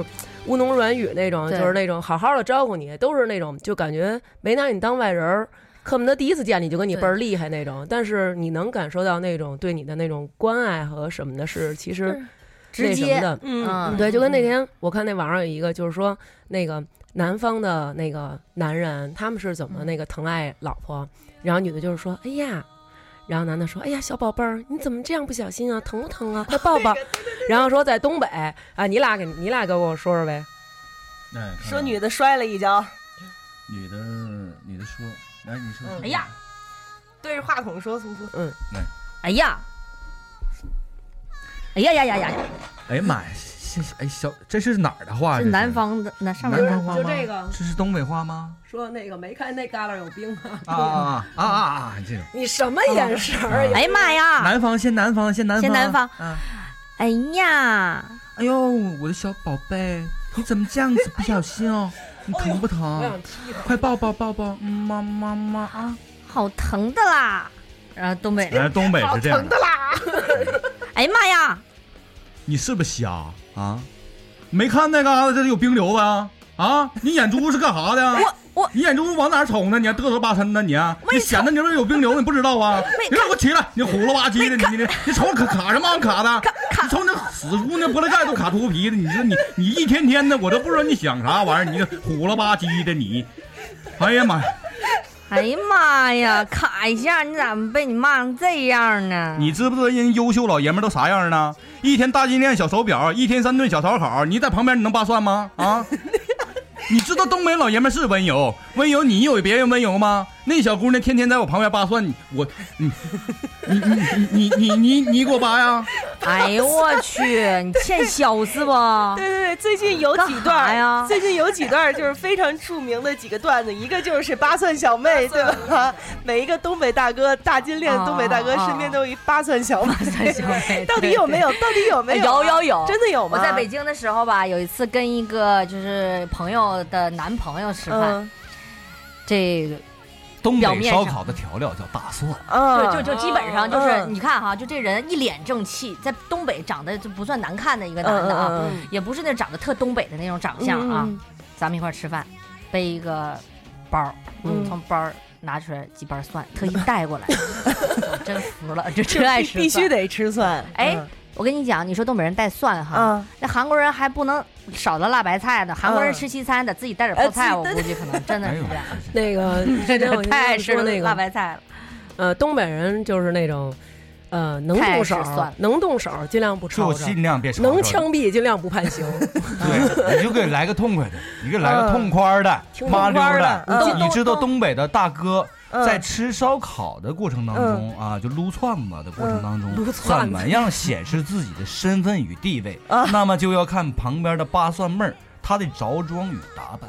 H: 乌侬软语那种，
A: 对
H: 就是那种好好的招呼你，都是那种就感觉没拿你当外人儿。恨不得第一次见你就跟你倍儿厉害那种，但是你能感受到那种对你的那种关爱和什么的是，其实
E: 嗯直
H: 那什
E: 接
H: 么的，
E: 嗯
H: 对，就跟那天我看那网上有一个，就是说那个南方的那个男人，他们是怎么那个疼爱老婆，然后女的就是说，哎呀。然后男的说：“哎呀，小宝贝儿，你怎么这样不小心啊？疼不疼啊？快抱 抱。然后说在东北啊，你俩给你俩给我说说呗。
I: 哎，
A: 说女的摔了一跤，
I: 女的，女的说，来你说，
A: 哎呀，对着话筒说，苏苏，
H: 嗯，
I: 来，
E: 哎呀，哎呀呀呀呀呀！
I: 哎呀妈呀，这是哎小这是哪儿的话？
E: 是
I: 这
E: 南方的，那上面
I: 南
E: 南
I: 方话
E: 方
I: 吗
E: 吗？
H: 个
I: 这是东北话吗？
H: 说那个没看那旮旯有冰吗？
I: 啊啊啊啊啊！这种
H: 你什么眼神儿？
E: 哎呀妈呀！
I: 南方先南方先南方
E: 先南方
I: 啊！
E: 哎呀，
I: 哎呦，我的小宝贝，你怎么这样子？不小心哦，你疼不
H: 啊嗯
I: 疼？快抱抱抱抱，嗯妈妈妈啊！
E: 好疼的啦！然后东北
I: 原来东北是这样的好疼的
E: 啦！哎呀妈呀！
I: 你是不是瞎啊？没看那嘎达这有冰瘤子啊？啊！你眼珠子是干啥的？我
E: 我
I: 你眼珠子往哪儿瞅呢？你还嘚瑟巴碜呢你？你显得你这有冰瘤，你不知道啊？你给我起来！你糊了吧唧的，你你你瞅卡卡什么卡的？你瞅那死猪那玻璃盖都卡秃皮的，你说你你一天天的，我都不知道你想啥玩意儿，你这糊了吧唧的你。哎呀妈呀！
E: 哎呀妈呀！卡一下，你咋被你骂成这样 呢？
I: 你知不知道人优秀老爷们都啥样呢？一天大金链小手表，一天三顿小烧烤，你在旁边你能扒蒜吗？ 啊！你知道东北老爷们是温柔，温柔你有别人温柔吗？那小姑娘天天在我旁边扒蒜，你我你你你你你你你给我扒呀！
E: 哎呦我去！你欠削是不？
A: 对对对，最近有几
E: 干啥
A: 段
E: 呀
A: 最近有几段就是非常著名的几个段子，一个就是八蒜小妹，对吧？ 每一个东北大哥，大金链
E: 哦
A: 子东北大哥身边都有一八蒜小妹， 到底有没有？到底有没有
E: 哎有
A: 啊？
E: 有有，
A: 真的有吗？
E: 我在北京的时候吧，有一次跟一个就是朋友的男朋友吃饭
A: 嗯，
E: 这个
I: 东
E: 表面上
I: 的调料叫大蒜，
A: 嗯，
E: 就就就基本上就是，
A: 嗯
E: 你看哈，就这人一脸正气，在东北长得就不算难看的一个男的啊
A: 嗯嗯嗯，
E: 也不是那长得特东北的那种长相啊。咱们一块儿吃饭，背一个包儿，
A: 嗯
E: 从包儿拿出来几瓣蒜，特意 带过来，我真服了，这真爱吃，
A: 必须。得吃蒜。
E: 哎，我跟你讲，你说东北人带蒜哈
A: 嗯，
E: 那韩国人还不能少了辣白菜呢。韩国人
A: 嗯
E: 吃西餐得自己带点泡菜，
A: 呃
E: 我
A: 自己
E: 估计可能真的
I: 哎
E: 是
I: 呦
E: 这样，
H: 那个之前我 就
E: 太爱吃
H: 说那
E: 辣
H: 个
E: 白菜了。
H: 呃，东北人就是那种，呃，能
E: 太
H: 动
E: 是
H: 手
E: 算了，
H: 能动手尽量不吵
K: 就
H: 吵，
K: 尽量别吵吵
H: 能枪毙尽量不判 刑。
K: 对，你就给来个痛快的，你给来个痛快的
A: 挺，
K: 麻溜
A: 痛快的嗯
K: 的。你知道东北的大哥
A: 嗯
K: 在吃烧烤的过程当中啊，就撸串子的过程当中，
H: 嗯撸串子啊
K: 怎么样显示自己的身份与地位？那么就要看旁边的八蒜妹儿她的着装与打扮。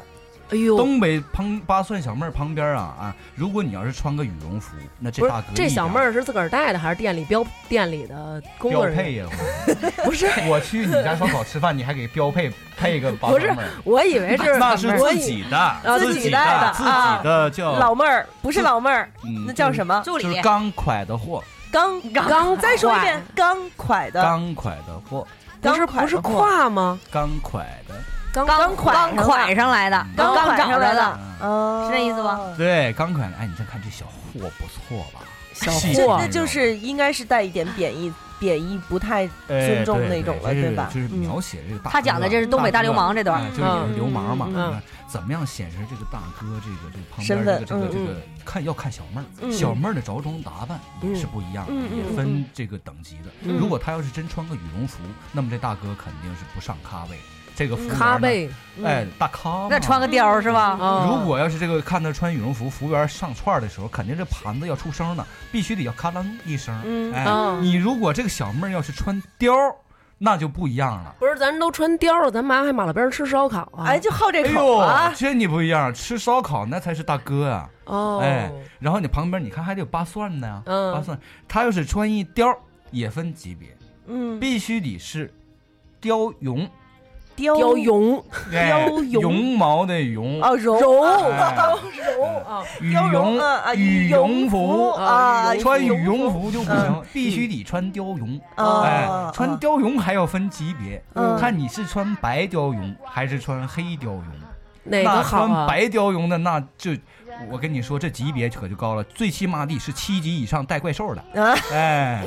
H: 哎呦，
K: 东北旁八蒜小妹儿旁边啊啊，如果你要是穿个羽绒服，那
H: 不
K: 这
H: 是
K: 大哥
H: 这
K: 一
H: 小
K: 点
H: 妹儿是自个儿带的，还是店里标店里的工
K: 标
H: 作人员？
K: 配呀！
H: 不是，
K: 我去你家烧烤吃饭，你还给标配配个八
H: 不是
K: 蒜妹儿。，
H: 我以为是
K: 那是
H: 我
K: 自
H: 以
K: 己的，
H: 自
K: 己
H: 己
A: 带的
K: 自
A: 啊
K: 己的叫
A: 老妹儿不是老妹儿，
K: 嗯
A: 那叫什么？啊
E: 助
K: 就是
E: 理，
K: 刚蒯的货，
A: 刚
H: 刚
A: 再说一
H: 快
A: 遍，刚蒯的，
K: 刚蒯的货，
H: 不是
A: 刚蒯
H: 不是
A: 的货
H: 胯吗？
K: 刚蒯的，
H: 刚
E: 刚
A: 蒯
E: 刚
A: 上
E: 蒯上来的，
A: 刚
E: 刚
A: 找
E: 找
A: 着
E: 着
A: 的
E: 的。
A: 哦
E: 是这意思吧？
K: 对，刚蒯的。哎，你再看这小货不错吧？
E: 哦
H: 小
K: 细
H: 货
K: 致哦
A: 那就是应该是带一点贬义，贬义不太
K: 哎
A: 尊重
K: 对
A: 那种了
K: 这是
A: 对吧
K: 就是
A: 嗯
K: 描写这个大哥，
E: 他讲的这是东北大流氓这段
K: 哎就是也是流氓嘛
H: 嗯嗯。
K: 嗯怎么样显示这个大哥这个这个旁
A: 身
K: 边
A: 份
K: 这个这个
A: 嗯
K: 这个
A: 嗯
K: 看要看小妹儿，
A: 嗯
K: 小妹儿的着装打扮也是不一样的，
A: 嗯嗯
K: 也分这个等级的。
H: 嗯
K: 如果他要是真穿个羽绒服，那么这大哥肯定是不上咖位。这
I: 嗯
K: 个服务员呢
H: 咖，位
K: 哎，大咖嘛
E: 那穿个貂儿是
D: 嗯
E: 吧？
H: 啊，
K: 如果要是这个看他穿羽绒服，服务员上串儿的时候，肯定这盘子要出声了，必须得要咔啷一声。
A: 嗯
K: 哎，
H: 哦
K: 你如果这个小妹儿要是穿貂儿，那就不一样了。
H: 不是咱都穿貂了，咱妈还马路边儿吃烧烤
E: 哦
H: 啊？
A: 哎，就好这
K: 哎
A: 口
K: 呦，
A: 啊！
K: 这你不一样，吃烧烤那才是大哥啊！
H: 哦，
K: 哎，然后你旁边你看还得有扒蒜呢呀，
H: 嗯
K: 扒蒜，他要是穿一貂儿也分级别，
A: 嗯，
K: 必须得是貂绒，
A: 貂
H: 貂绒
K: 哎
A: 貂绒
K: 绒毛的绒，
A: 哦，绒
K: 哎
A: 貂绒啊，
H: 哦
K: 羽
A: 貂绒
K: 绒
A: 啊啊，
K: 呃羽绒服
A: 啊，
K: 穿羽
A: 绒
K: 绒服就不行，必须得穿貂绒。
A: 啊
K: 哎，穿
A: 啊
K: 貂绒还要分级别，
A: 嗯
K: 看你是穿白貂绒还是穿黑貂绒。
H: 哪个
K: 那
H: 好
K: 穿
H: 啊？
K: 白貂绒的那就
I: 我跟你说，这级别可就高了，最起码得是七级以上带怪兽的，
A: 啊
I: 哎，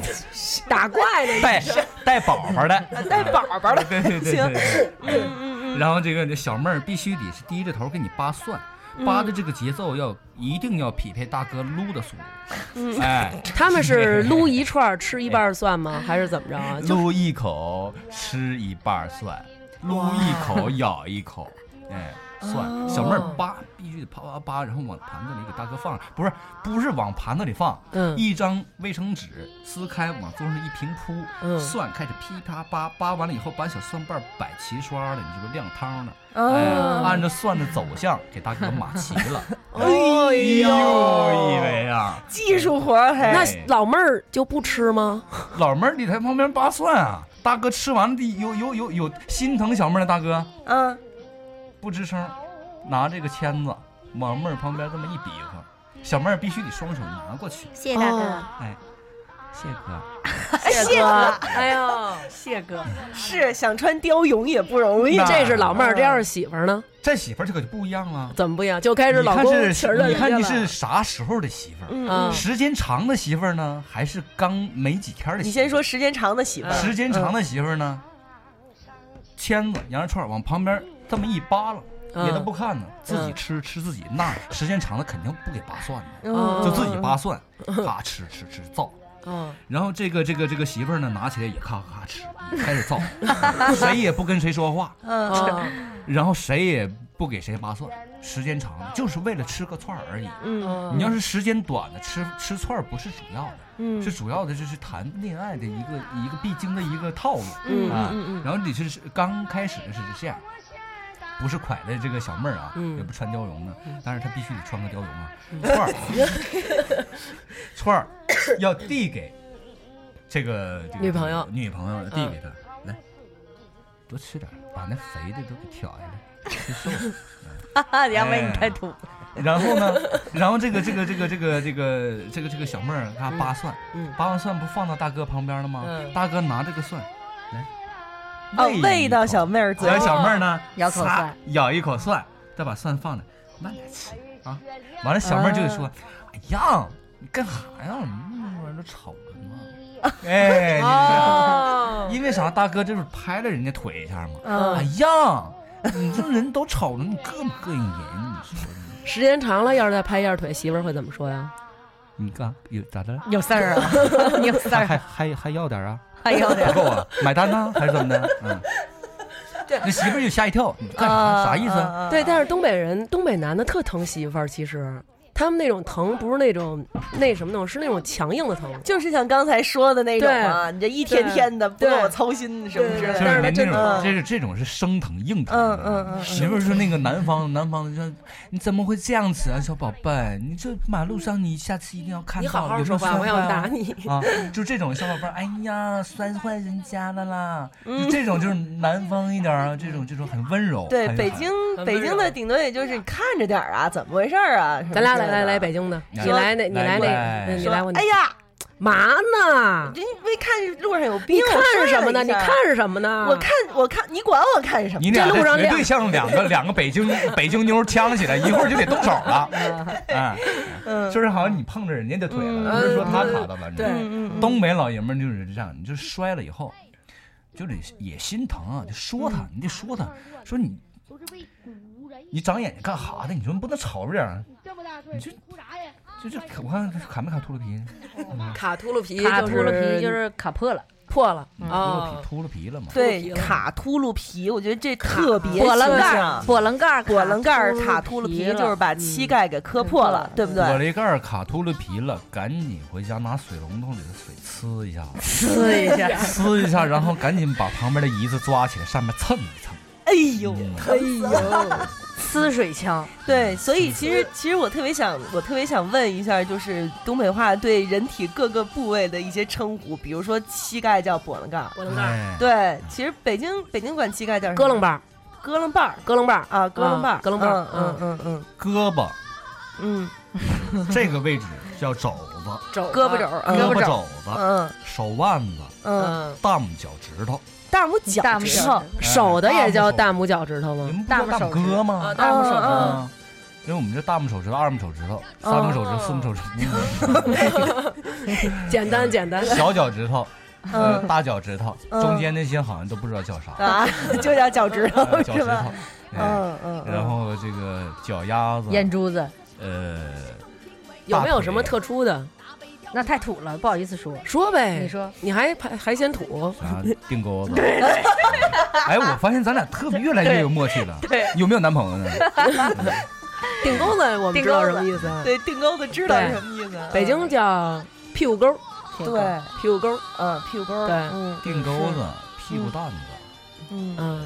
A: 打怪的啊
I: 带带宝宝的，
A: 带宝宝的，
I: 对对对对
A: 行
I: 对。
A: 嗯嗯嗯，
I: 然后这个这小妹儿必须得是低着头给你扒蒜，
A: 嗯
I: 扒的这个节奏要一定要匹配大哥撸的速
A: 嗯
I: 度，哎，
H: 他们 是撸一串儿吃一半儿蒜吗？还是怎么 着啊？就
I: 撸一口吃一半儿蒜，撸一口咬一口，哎，
H: 哦
I: 蒜。小妹儿扒必须得啪啪啪，然后往盘子里给大哥放上，不是不是往盘子里放，
H: 嗯
I: 一张卫生纸撕开往桌上一平铺，
H: 嗯
I: 蒜开始噼啪扒，扒完了以后把小蒜瓣摆齐刷了，你这不晾汤呢？
A: 哦
I: 哎，按照蒜的走向给大哥码齐 了。
A: 哎呦
I: 以为啊，
A: 技术活儿还
H: 那
I: 哎
H: 老妹儿就不吃吗？
I: 老妹儿你在旁边扒蒜啊，大哥吃完了的有有有有心疼小妹儿的大哥
A: 嗯，
I: 不吱声，拿这个签子往妹儿旁边这么一比划，小妹儿必须得双手拿过去，
O: 谢谢大
E: 哦
O: 哥，
I: 哎，谢哥，
H: 哎
A: 谢哥，哎
H: 呦，
E: 谢哥
A: 是想穿貂绒也不容易，
I: 那
H: 这是老妹儿，这要是媳妇儿呢？
I: 这媳妇儿这可就不一样了。
H: 怎么不一样？就开始老公
I: 你看
H: 气儿了
I: 是，你看
H: 人
I: 你
H: 家了
I: 是啥时候的媳妇儿？
H: 嗯
I: 时间长的媳妇儿呢，还是刚没几天的媳妇儿？
A: 你先说时间长的媳妇儿，
I: 时间长的媳妇儿呢，签子羊肉串儿往旁边这么一扒拉，
A: 嗯
I: 别的不看呢，自己
A: 嗯
I: 吃吃自己那，时间长了肯定不给扒蒜
A: 哦
I: 的，就自己扒蒜，咔吃吃吃造。
H: 嗯，
I: 然后这个这个这个媳妇儿呢，拿起来也咔咔吃，也开始 造，谁也不跟谁说话，
A: 嗯嗯
I: 然后谁也不给谁扒蒜。时间长了，就是为了吃个串儿而已。
A: 嗯
I: 你要是时间短的，吃吃串儿不是主要的，
A: 嗯
I: 是主要的就是谈恋爱的一个一个必经的一个套路，
A: 嗯
I: 啊
A: 嗯嗯嗯
I: 然后你是刚开始是这样，不是蒯的这个小妹儿啊，
A: 嗯
I: 也不穿貂绒的，但是她必须得穿个貂绒啊， 串儿串儿要递给这个这个
H: 女朋友
I: 女朋友递给她，
A: 嗯
I: 来多吃点儿，把那肥的都给挑下来。 吃瘦的
E: 哈哈，杨
I: 哎
E: 梅你太土。
I: 然后呢， 然后这个这个这个这个这个这个这个小妹儿，她扒蒜，扒完蒜不放到大哥旁边了吗？
A: 嗯
I: 大哥拿这个蒜来，
A: 哦，
I: 喂
A: 喂
I: 一
A: 到
I: 口
A: 小妹儿嘴
I: 然
A: 里，
I: 后哎小妹儿呢，
A: 咬口
I: 撒
A: 蒜，
I: 咬一口蒜，再把蒜放着，慢点吃
A: 嗯
I: 啊。完了，小妹儿就得说：“哎呀，你干啥呀？你那玩意儿都瞅着呢。” 哎，你
H: 哦
I: 这因为啥？大哥这不是拍了人家腿一下吗？
H: 嗯
I: 哎呀，你这人都瞅着，你膈不膈应人？你说
H: 时间长了，要是再拍燕儿腿，媳妇儿会怎么说呀？
I: 你干有咋的了？
E: 有事 儿啊？有事
I: 还
E: 儿？
I: 还还还要点儿啊？
E: 还要点儿
I: 不够啊？买单呢？还是怎么的？嗯，
A: 对，
I: 那媳妇儿就吓一跳，你干啥？啥意思啊？
H: 对，但是东北人、东北男的特疼媳妇儿，其实他们那种疼不是那种那什么那种，是那种强硬的疼。
A: 就是像刚才说的那种啊，
H: 对
A: 你这一天天的不
H: 对
A: 给我操心什么之类的，
I: 就是那
A: 真
I: 种，这是这种是生疼硬疼。
A: 嗯嗯嗯，
I: 媳妇儿说那个南方，南方的说你怎么会这样子啊，小宝贝？你这马路上你下次一定要看到，
H: 你好好
I: 有没有
H: 说话我
I: 摔
H: 要
I: 坏啊
H: 打 你
I: 啊！就这种小宝贝儿，哎呀，摔坏人家了啦！
A: 嗯
I: 就这种就是南方一点儿啊，这种这种很温柔。
A: 对
I: 很
A: 北京
I: 很
A: 北京的顶多也就是你看着点儿啊，怎么回事儿啊？
H: 咱俩来来来北京的，你来
I: 来
H: 那，你
I: 来
H: 来
I: 来
H: 那，你来我。
A: 哎，呀，
H: 嘛呢？
A: 人没看路上有
H: 你
A: 病，
H: 看什么呢？
A: 我摔了一
H: 你
A: 下
H: 看什么啊呢？
A: 我看我看你管我看什么？嗯
I: 你俩
A: 这路
I: 这
A: 上
I: 绝
A: 两
I: 对像两个两个北京北京妞呛起来，一会儿就得动手了。
A: 嗯
I: 哎， 就是好像你碰着人家的腿了，不是说他卡到了。
H: 对
A: 嗯嗯
I: 东北老爷们儿就是这样，你就摔了以后，就得也心疼啊，得说
A: 嗯
I: 他，你得说他，说你你长眼睛干哈的？你说你不能吵着点儿，你这就这我看卡没卡秃噜皮？
H: 卡秃噜皮，
E: 卡秃噜皮就是卡破了，
H: 破了
I: 嗯秃噜
H: 啊
I: 皮，秃噜皮了嘛？
A: 哦对卡秃噜皮，我觉得这特别
E: 波棱
A: 形
E: 盖
A: 象
E: 儿，波棱盖儿，
A: 波棱盖儿卡
E: 秃
A: 秃
E: 噜
A: 噜
E: 皮
A: 皮，
E: 了
A: 就是把
H: 嗯
A: 膝盖给磕破了，对不对？
I: 我了一盖儿卡秃噜皮了，赶紧回家拿水龙头里的水呲一下子。
H: 嗯
E: 呲一下，
I: 撕一下，然后赶紧把旁边的椅子抓起来，上面蹭一蹭。
A: 哎呦，
I: 嗯
H: 哎呦，
E: 呲水枪，
A: 对，所
I: 嗯
A: 以其实其实我特别想，我特别想问一下，就是东北话对人体各个部位的一些称呼，比如说膝盖叫波棱盖儿，
H: 我能干。
I: 哎，
A: 对，其实北京北京管膝盖叫什么
H: 咯楞棒儿，
A: 咯楞棒儿
H: 咯楞棒儿，
A: 啊，咯楞棒儿，
H: 咯楞棒儿
A: 嗯嗯嗯
I: 胳膊
A: 嗯
I: 这个位置叫肘子，
H: 肘
A: 嗯，
H: 子
A: 胳膊肘儿，嗯
I: 胳膊
A: 儿，
I: 肘子，
A: 嗯
I: 手腕子，
A: 嗯，
H: 嗯，
I: 大拇脚趾头。
A: 大拇脚
E: 大
A: 趾
E: 拇
A: 头
E: 头，
H: 手的也叫
I: 大
H: 大拇脚趾头
I: 你
H: 吗？啊
E: 嗯
I: 们不叫大拇哥吗？
H: 大拇手指
I: 啊，因为我们这大拇手指头、二拇手指头、三拇手指头、四拇手指头、
H: 简单简单，
I: 小脚趾头，呃，
H: 嗯
I: 大脚趾头，
H: 嗯
I: 中间那些好像都不知道叫啥，
A: 啊，就叫脚趾头
I: 呃脚
A: 是
I: 趾
A: 吧
I: 头？，
A: 嗯嗯
I: 哎，然后这个脚丫子，
E: 眼珠子，
I: 呃，
H: 有没有
I: 大腿
H: 什么特殊的？
E: 那太土了，不好意思说。
H: 说呗，
E: 你说，
H: 你还还还嫌土？
I: 啥腚沟子？哎，我发现咱俩特别越来越有默契了。
A: 对，
I: 有没有男朋友呢？
H: 顶沟子我们知道什么意思啊？
A: 对，腚沟子知道是什么意思？嗯
H: 北京叫屁股沟，
A: 对
H: 屁股沟，
A: 嗯，屁股沟，
H: 对
A: 嗯，
I: 腚沟子、屁股蛋子，
A: 嗯，
H: 嗯，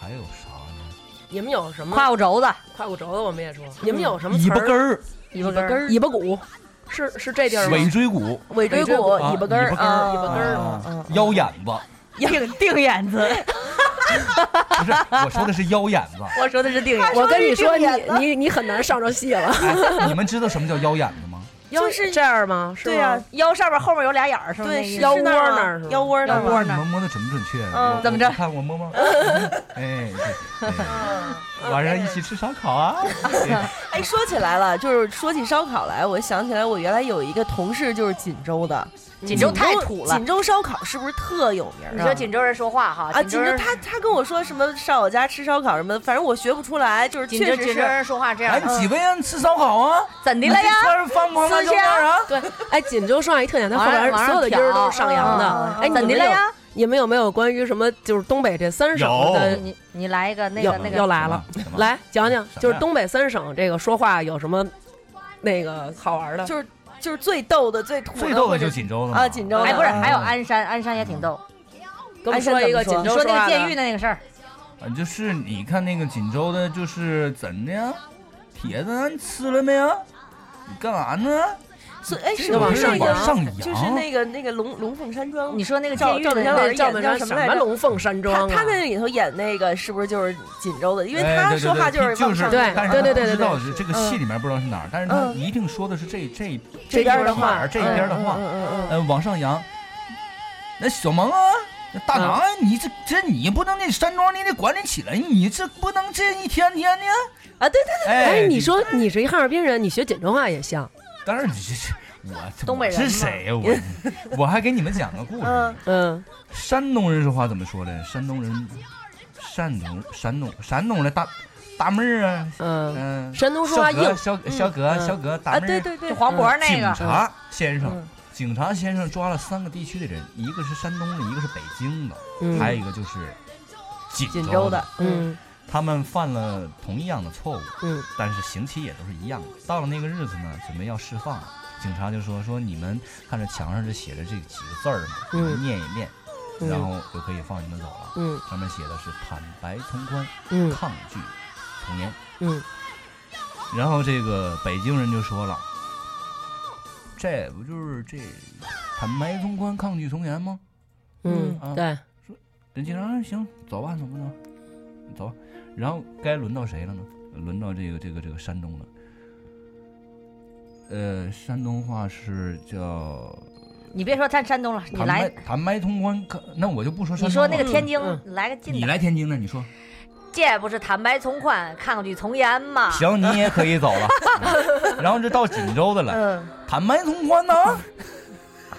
I: 还有啥呢？
H: 你们有什么
E: 胯 骨轴子，
H: 胯骨轴子？我们也说，你们有什么
I: 尾
H: 词
I: 巴根
H: 儿？
I: 儿、
E: 尾巴根儿，
H: 尾巴骨，是是这地儿吗？
I: 尾椎骨、
A: 尾椎骨、
I: 啊
A: 尾巴根
I: 尾
A: 儿
I: 巴根儿
A: 啊，尾巴根儿，
I: 啊腰眼子，
E: 腚腚眼 子，
I: 不是我说的是腰眼子。
A: 我说的是腚眼，
H: 我跟你说，
A: 我
H: 你
A: 的是腚眼子
H: 你你很难上着戏了。
I: 哎你们知道什么叫腰眼子吗？
A: 就是
H: 这样吗？是
A: 对
H: 吗
A: 呀，，
E: 腰上面后面有俩眼儿，是吗？
A: 对，
E: 那意
A: 是
E: 思
H: 腰窝
A: 儿
H: 那儿是吧
A: 腰窝那儿
E: 腰窝
A: 吗？
I: 你们摸的准不准确？
A: 嗯
I: 我
E: 怎么着
I: 我看我摸 摸。嗯哎，对哎晚上一起吃烧烤啊！
A: 哎，说起来了，就是说起烧烤来，我想起来我原来有一个同事就是锦州的，
E: 锦州太土了
A: 锦。州烧烤是不是特有名儿啊？
E: 你说锦州人说话哈
A: 啊，锦州
E: 人
A: 他他跟我说什么上我家吃烧烤什么的，反正我学不出来，就是
E: 锦州
A: 确实
E: 锦州
A: 是
E: 人说话这
I: 哎
E: 样，，
A: 嗯
I: 几位人吃烧烤啊？
E: 怎的了呀？
I: 这放不放辣椒面儿啊？
H: 对，哎，锦州上一特产，它后边
E: 往上
H: 所有的音儿
E: 挑
H: 都是上扬的
E: 啊。
H: 哎，你
E: 怎
H: 们
E: 的了
H: 有
E: 呀？
H: 你们有没有关于什么就是东北这三省的？
E: 你你来一个那
H: 要
E: 个那
H: 要
E: 个，
H: 来了
I: 什么什，么
H: 来讲讲
I: 什么，呀
H: 就是东北三省这个说话有什么那个好玩的？
A: 就是就是最逗的、最土的，
I: 最逗
A: 或
I: 的
A: 者
I: 就锦州了嘛嗯
A: 啊，锦州的
E: 哎，不是，还有鞍山，鞍山也挺逗。
H: 跟我们说一个
A: 哎是怎么
H: 锦州
E: 说那
H: 话
E: 个
H: 的
E: 监狱的那个事儿，
I: 啊，就是你看那个锦州的，就是怎的呀？铁子，你吃了没有？你干啥呢？
A: 所以哎，是
H: 就
A: 不
H: 往
A: 是
H: 上
A: 那个
H: 扬
I: 往上扬
A: 就是那个那个龙龙凤山庄？
E: 你说那个
A: 赵
E: 监狱
A: 赵本山老师演
E: 的那个
H: 对，赵本
A: 叫
H: 山
A: 什
H: 什
A: 么来
H: 么
A: 着？
H: 龙凤山
A: 他
H: 庄啊？
A: 他在里头演那个是不是就是锦州的？因为
I: 哎
A: 他
I: 对对
A: 说话
I: 对
A: 是
I: 就
A: 往
I: 是
A: 上
H: 对
I: 但是
H: 对
I: 他
H: 对
I: 不
H: 对
I: 知
H: 对
I: 道
H: 对
I: 是这个
A: 嗯
I: 戏里面不知道是哪儿，但是他
A: 嗯
I: 一定说的是这这
H: 这边
I: 边
H: 儿的
I: 话
H: 话
I: 这边儿的话
A: 嗯，嗯嗯嗯
I: 呃，往上扬。那小萌啊，那大郎啊，
A: 嗯
I: 你这这你不能那山庄你得管理起来，你这不能这一天天的。
A: 啊，对对
H: 哎，你说你是一哈尔滨人，你学锦州话也像。
I: 当然你这这我
E: 东北人
I: 我
E: 嘛
I: 是谁呀、我我还给你们讲个故事。
A: 嗯
H: 嗯，
I: 山东人说话怎么说的？山东人，山东山东山东人大大妹儿啊，
H: 嗯，
I: 嗯、
H: 山东说话硬
I: 小哥小小哥、
H: 嗯
I: 小哥大
A: 啊，
I: 妹儿、
A: 对对对
E: 就，黄渤那
I: 警
E: 个，
I: 察先生。
A: 嗯
I: 警察先生抓了三个地区的人，一个是山东的，一个是北京的，
H: 嗯
I: 还有一个就是锦
A: 锦
I: 州
A: 州的。，
H: 嗯
I: 他们犯了同一样的错误，
H: 嗯，
I: 但是刑期也都是一样的。到了那个日子呢，准备要释放了，警察就说说你们看着墙上这写着这几个字儿嘛，你们
H: 嗯
I: 念一念，
H: 嗯
I: 然后就可以放你们走了。
H: 嗯
I: 上面写的是坦白从宽，
H: 嗯
I: 抗拒从严。
H: 嗯，
I: 然后这个北京人就说了，这不就是这坦白从宽，抗拒从严吗？
H: 嗯，对，
I: 人警察说啊行，走吧，怎么着，走吧。然后该轮到谁了呢？轮到这个这个这个山东了。呃，山东话是叫
E: 你别说他山东了，你
I: 坦白
E: 来，
I: 坦白从宽，抗那我就不说
E: 你
I: 山东
E: 说
I: 话
E: 那个
I: 了
E: 天津
H: 嗯，
E: 来个近
I: 你
E: 的，
I: 来天津的，你说
E: 这不是坦白从宽，抗拒从严吗？
I: 行，你也可以走了。 嗯然后就到锦州的了，
A: 嗯，
I: 坦白从宽呢，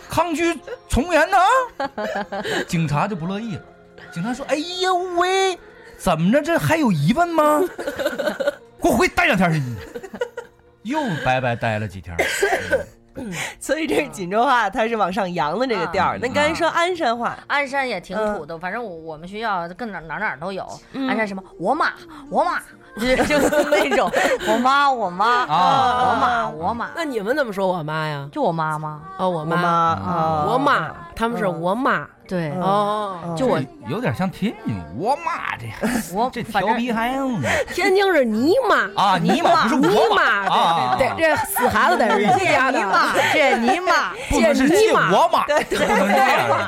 I: 抗拒从严呢。警察就不乐意了，警察说：“哎呀喂，怎么着？这还有疑问吗？给我回去待两天去你。”又白白待了几天。
A: 所以
I: 嗯
A: 这是锦州话，它是往上扬的这个调儿。
E: 嗯
A: 那刚才说鞍山话，
E: 鞍山也挺土的，反正我我们学校跟哪哪哪儿都有。
A: 嗯
E: 鞍山什么我妈我妈， 就是就是那种我妈我妈
I: 啊
E: 我妈我妈，
H: 那你们怎么说我妈呀？
E: 就我妈妈。
H: 哦，我
A: 我妈
H: 妈，
A: 啊，
H: 嗯我妈，他们是
A: 嗯
H: 我妈。
E: 对，
A: 嗯
H: 哦，
E: 就我
I: 有点像天津，我妈这
E: 我
I: 这
E: 反
I: 调皮
E: 正
I: 孩子
H: 天津是你妈，
I: 啊！你妈不是
H: 你
I: 我
H: 妈，
I: 啊，
H: 对，这死孩子得是你家的。
E: 这你妈，
I: 不能是
H: 借
I: 借
H: 你妈
I: 我妈，不能这样，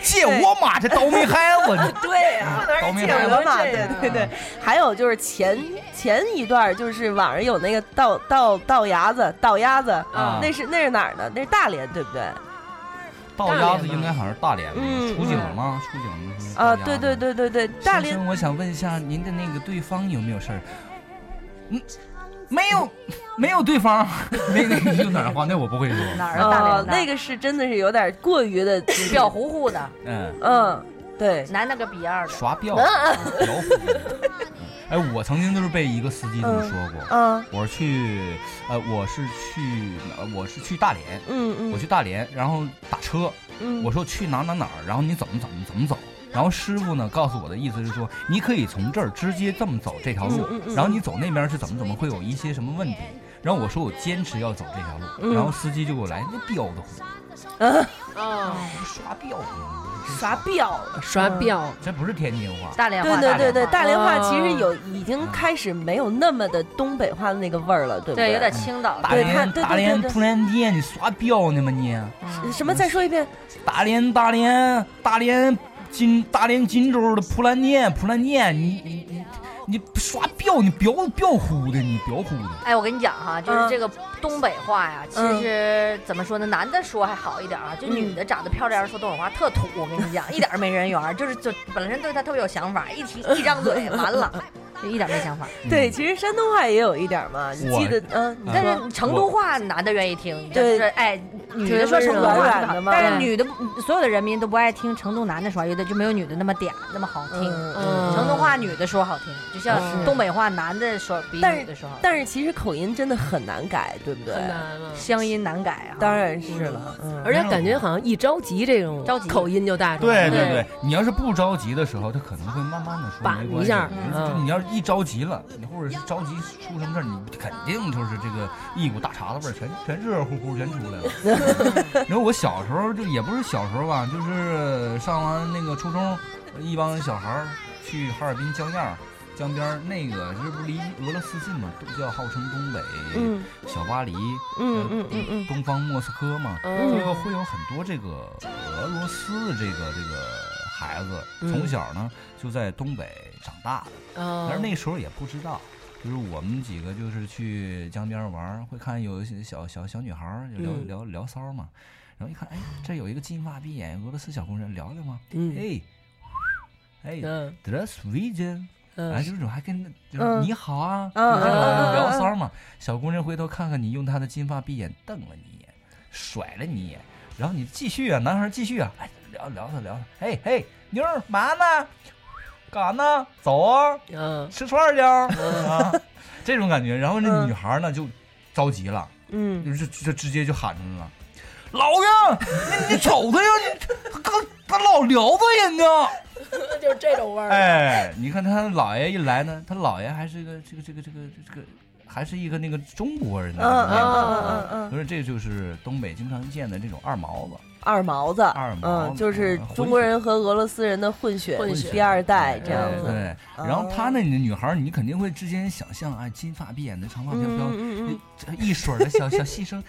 I: 借我妈这倒霉孩子，你
A: 对呀，
I: 倒霉
A: 这
I: 孩
A: 样
I: 子
A: 的嘛，对对对。还有就是前前一段儿，就是网上有那个倒倒倒牙子，倒鸭子，
I: 啊
A: 那是那是哪儿呢？那是大连，对不对？
I: 倒鸭子应该好像是大连的
A: 嗯，啊
I: 出警了吗？出警了是
A: 啊，对对。对对对，大
I: 大
A: 连
I: 连，我想问一下您的那个对方有没有事儿？嗯没有，没有对方， 那那用哪儿话？那我不会说。
E: 哪儿
A: 哦，那个是真的是有点过于的
E: 表糊糊的，
I: 嗯，
A: 嗯，对，
E: 男的个逼样的，
I: 耍表，
E: 嗯
I: 表虎。 哎，我曾经就是被一个司机这么说过。
A: 嗯嗯
I: 我是去，呃，我是去，呃我是去大连。
A: 嗯嗯
I: 我去大连，然后打车。
A: 嗯
I: 我说去哪哪哪儿，然后你怎么怎么怎么走。然后师傅呢告诉我的意思是说，你可以从这儿直接这么走这条路，
A: 嗯嗯嗯
I: 然后你走那边是怎么怎么会有一些什么问题。然后我说我坚持要走这条路，
A: 嗯
I: 然后司机就给我来那彪的慌。
A: 嗯，
E: 哎
I: 刷表，
A: 刷表了，
H: 刷表
A: 嗯。
I: 这不是天津话，
E: 大连
A: 对对对对，大连话
E: 哦
A: 其实有已经开始没有那么的东北话的那个味儿了，对不
E: 对，
A: 对，
E: 有点青岛
I: 大
E: 对他
I: 连
E: 对
I: 大
E: 对
I: 连
E: 对对
I: 突然间你刷表呢吗你？
E: 嗯
A: 什么？再说一遍，
I: 大连大连大连金大连金州的普兰店普兰店，你你你你刷表你表表呼的你表呼的，
E: 哎，我跟你讲哈，就是这个东北话呀，其
I: 嗯
E: 实怎么说呢，男的说还好一点啊，就女的长得漂亮说东北话特土，我跟你讲，一点儿没人缘儿，就是就本身对他特别有想法，一提一张嘴完了，就一点儿没想法。
I: 嗯
A: 对，其实山东话也有一点嘛，你
E: 我
A: 记得嗯，你
E: 但
A: 说
E: 是成都话男的愿意听，你
A: 对
E: 就是哎，女的说成都
A: 特别
E: 话
A: 软的嘛
E: 但是女的不嗯所有的人民都不爱听成都男的说，有的就没有女的那么嗲那么好听。
A: 嗯
E: 成都话女的说好听，就像
A: 嗯
E: 东北话男的说比
A: 但
E: 女
A: 是
E: 的说好听。
A: 但是其实口音真的很难改，对不对？
E: 很
H: 难了
E: 乡音难改啊。
A: 当然是了，嗯
H: 而且感觉好像一着急，这种
E: 着急
H: 口音就大出嗯来
I: 对
H: 了。
I: 对对，你要是不着急的时候，他可能会慢慢的说，
H: 把
I: 没
H: 一
I: 关系
H: 下
I: 你
H: 嗯
I: 就你要是一着急了，你或者是着急出什么事儿，你肯定就是这个一股大碴子味儿，全全热乎乎全出来了。然后我小时候就也不是小时候吧，就是上完那个初中，一帮小孩儿去哈尔滨江堰儿。江边儿那个，这不离俄罗斯近嘛，都叫号称东北、
A: 嗯
I: 小巴黎，
A: 嗯
I: 呃
A: 嗯嗯嗯
I: 东方莫斯科嘛，
A: 嗯
I: 这个会有很多这个俄罗斯的这个这个孩子，
A: 嗯
I: 从小呢就在东北长大的，
H: 哦
I: 但是那时候也不知道。就是我们几个就是去江边玩儿，会看有一些小小小女孩儿就聊、
H: 嗯
I: 聊聊骚嘛，然后一看，哎，这有一个金发碧眼俄罗斯小姑娘，聊聊吗？
H: 嗯
I: 哎，哎
H: 嗯
I: ，dress vision，
H: 嗯
I: 哎，就是我还跟就是
H: 嗯
I: 你好啊，
H: 嗯
I: 你这个
H: 嗯嗯
I: 聊
H: 嗯嗯
I: 骚嘛。小姑娘回头看看你，用她的金发碧眼瞪了你一眼，甩了你一眼，然后你继续啊，男孩继续啊，哎，聊聊他聊他，嘿嘿，妞儿嘛呢？干呢？走啊，
H: 嗯，
I: 吃串儿去啊啊，这种感觉。然后那女孩呢就着急了，
A: 嗯，
I: 就就就直接就喊出来了。老子，你你瞅他呀，你他他老撩子人呢。
H: 就是这种味儿。
I: 哎，你看他姥爷一来呢，他姥爷还是个这个这个这个这个，还是一个那个中国人的
A: 嗯
I: 面
A: 嗯
I: 孔
A: 嗯
I: 啊
A: 嗯嗯
I: 所以这就是东北经常见的这种二毛子，
A: 二毛子，
I: 二毛子
A: 嗯，就是
I: 嗯混血
A: 中国人和俄罗斯人的混血，
I: 混血
A: 第二代这样子。
I: 对。然后他那女孩儿，你肯定会之间想象，哎，金发碧眼的，长发飘飘，
A: 嗯嗯嗯
I: 这一水儿的小小细声。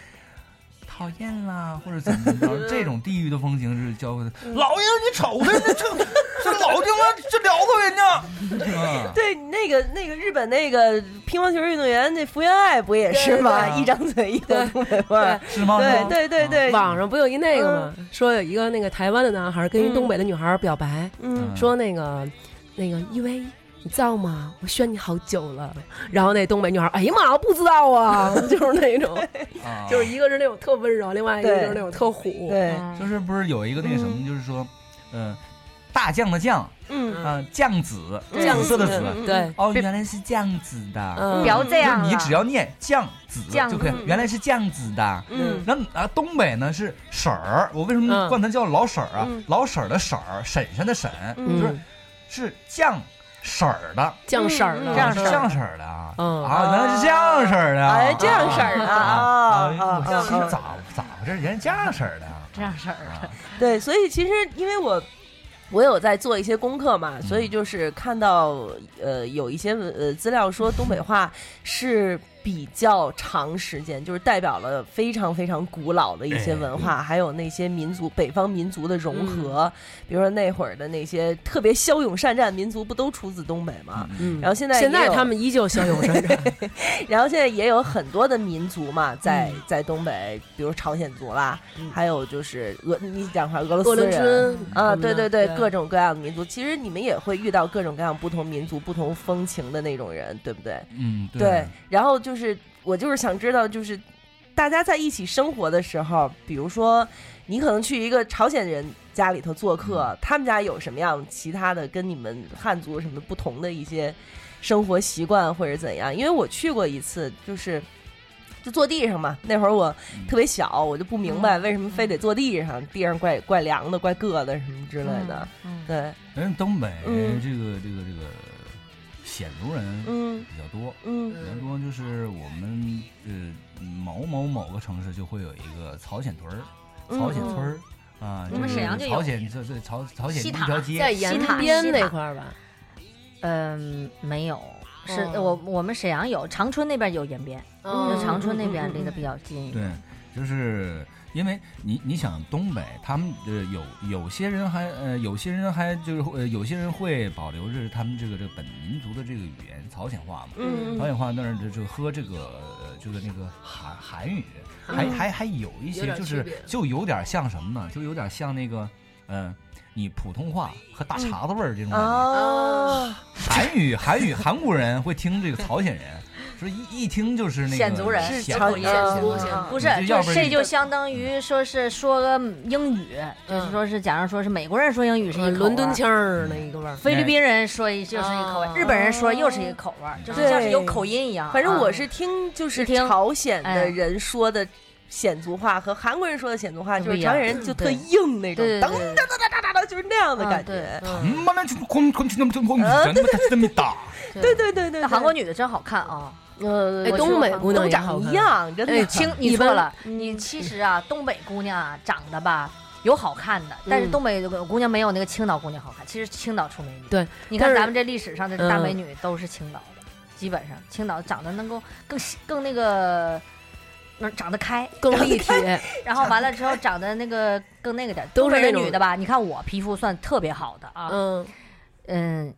I: 讨厌啦，或者怎么怎么 着，这种地域的风情是教会的。
A: 嗯
I: 老爷，你瞅他，这这这老丁啊，这撩子人呢。嗯
A: 对，那个那个日本那个乒乓球运动员那福原爱不也是吗？一张嘴一口东北味儿，
I: 嗯是嗯
H: 吗
A: 对对对对，
H: 网上不有一那个
E: 嗯
H: 吗？说有一个那个台湾的男孩跟一东北的女孩表白，
A: 嗯
H: 说那个那个依薇。你造吗？我炫你好久了。然后那东北女孩，哎呀妈，不知道啊，就是那种，就是一个是那种特温柔，另外一个
I: 对
H: 就是那种特虎。
A: 对
I: 就是不是有一个那个什么，就是说，嗯、大酱的酱，
A: 嗯
I: 啊，酱子，
H: 酱
I: 紫色的
H: 子
I: 紫，
H: 对
I: 哦，原来是酱子的，
H: 嗯不要这样
I: 就
A: 啊
H: 了
I: 是你只要念酱子
H: 酱
I: 就可以
H: 嗯，
I: 原来是酱子的，
H: 嗯
I: 那啊，东北呢是婶儿，我为什么
H: 嗯
I: 管它叫老婶儿啊
H: 嗯？
I: 老婶儿的婶儿，婶婶的婶，
H: 嗯
I: 就是是酱。婶儿的，
H: 酱婶儿的酱
I: 酱
H: 婶儿的
I: 酱婶儿的啊，
H: 嗯
I: 啊，原来是酱婶儿的啊，
A: 哎这样式儿的啊啊
I: 啊啊！我心
A: 啊啊
I: 咋咋回事？人家这样式儿的啊，
E: 这样
H: 嗯
E: 式儿的，
A: 对，所以其实因为我。我有在做一些功课嘛，
H: 嗯
A: 所以就是看到呃有一些呃资料说东北话是比比较长时间，就是代表了非常非常古老的一
H: 哎
A: 些文化，还有那些民族北方民族的
H: 嗯
A: 融合。比如说那会儿的那些特别骁勇善战民族，不都出自东北吗？
H: 嗯
A: 然后现在
H: 现
A: 也
H: 在
A: 有
H: 他们依旧骁勇善战，
A: 然后现在也有很多的民族嘛，在
H: 嗯
A: 在东北，比如朝鲜族啦，还有就是俄，你讲话俄罗斯
H: 俄罗
A: 人
H: 斯
A: 啊，
H: 什么的
A: 对对对，
H: 对
A: 各种各样的民族，其实你们也会遇到各种各样不同民族、不同风情的那种人，对不对？
I: 嗯，
A: 对，然后就是我就是想知道，就是大家在一起生活的时候，比如说你可能去一个朝鲜人家里头做客，他们家有什么样其他的跟你们汉族什么不同的一些生活习惯或者怎样？因为我去过一次，就是。就坐地上嘛，那会儿我
I: 嗯
A: 特别小，我就不明白为什么非得坐地上，地上怪怪凉的、怪硌的什么之类的。对，
I: 人东北这
A: 嗯
I: 个这个这个鲜族人
A: 嗯
I: 比较多，
A: 嗯
I: 比较多就是我们呃某某某个城市就会有一个朝鲜屯儿、
H: 嗯
I: 朝鲜村儿啊，
E: 你们
I: 就是
E: 沈阳就有
I: 朝鲜这这朝朝鲜
E: 西
I: 一
E: 塔
I: 条街
E: 在延西塔边西塔那块
H: 儿吧？
E: 嗯，没有，是
H: 哦
E: 我我们沈阳有，长春那边有延边，
H: 哦
E: 就长春那边
H: 嗯嗯嗯
E: 离得比较近一点。
I: 对，就是因为你你想东北，他们呃有有些人还呃有些人还就是会呃有些人会保留着他们这个这个本民族的这个语言朝鲜话嘛，
K: 嗯
I: 朝鲜话那儿就就喝这个呃就是那个韩韩语，
K: 嗯
I: 还还还有一
K: 有
I: 些
K: 点
I: 就
K: 区
I: 是
K: 别
I: 就有点像什么呢？就有点像那个嗯、呃你普通话和大碴子味儿这
A: 嗯
I: 种感觉。
A: 哦，
I: 韩语韩语韩国人会听这个朝鲜人，说一一听就是那个
E: 鲜族人
I: 鲜
E: 朝
I: 鲜
E: 鲜
I: 族
E: 族
I: 人
E: 不是
I: 你，
E: 就
I: 要
E: 是
I: 不然
E: 这
I: 你
E: 就相当于说是说个英语，
A: 嗯
E: 就是说是假如说是美国人说英语
A: 呃
E: 是一口味啊儿
H: 啊伦敦腔儿那一个味儿，
E: 菲律宾
A: 哎
E: 人说一就是一
I: 哦
E: 口味儿，日本人说又是一口味儿，就是像是有口音一样。
A: 反正我
E: 嗯
A: 是听就是朝鲜的人说的鲜族话和韩国人说的鲜族话，就
E: 不
A: 是
E: 一
A: 朝
E: 样
A: 鲜人就特硬那种，噔噔噔噔噔噔，就是那样
E: 嗯
A: 的感觉。
I: 妈妈就哐哐去那么这么哐，他妈这么打，
A: 对对对对，
E: 那韩国女的真好看啊。
A: 呃
E: 我
H: 哎东北
E: 去过
H: 姑娘
E: 都
H: 也好
E: 长
H: 看
E: 一样，真
H: 哎
E: 的。
H: 清
E: 你
H: 一般嗯
E: 错了，你其实啊，东北姑娘啊，长得吧有好看的，但是
H: 嗯
E: 东北姑娘没有那个青岛姑娘好看。其实青岛出美女，
H: 对，
E: 你
H: 但
E: 看
H: 是
E: 咱们这历史上的大美
H: 嗯
E: 女都是青岛的，基本上青岛长得能够更细更那个，那长得开，
H: 更立体，
E: 然后完了之后长得那个更那个点儿，
H: 都
E: 东北
H: 是那
E: 人
H: 种
E: 女的吧？你看我皮肤算特别好的啊，
H: 嗯
E: 嗯，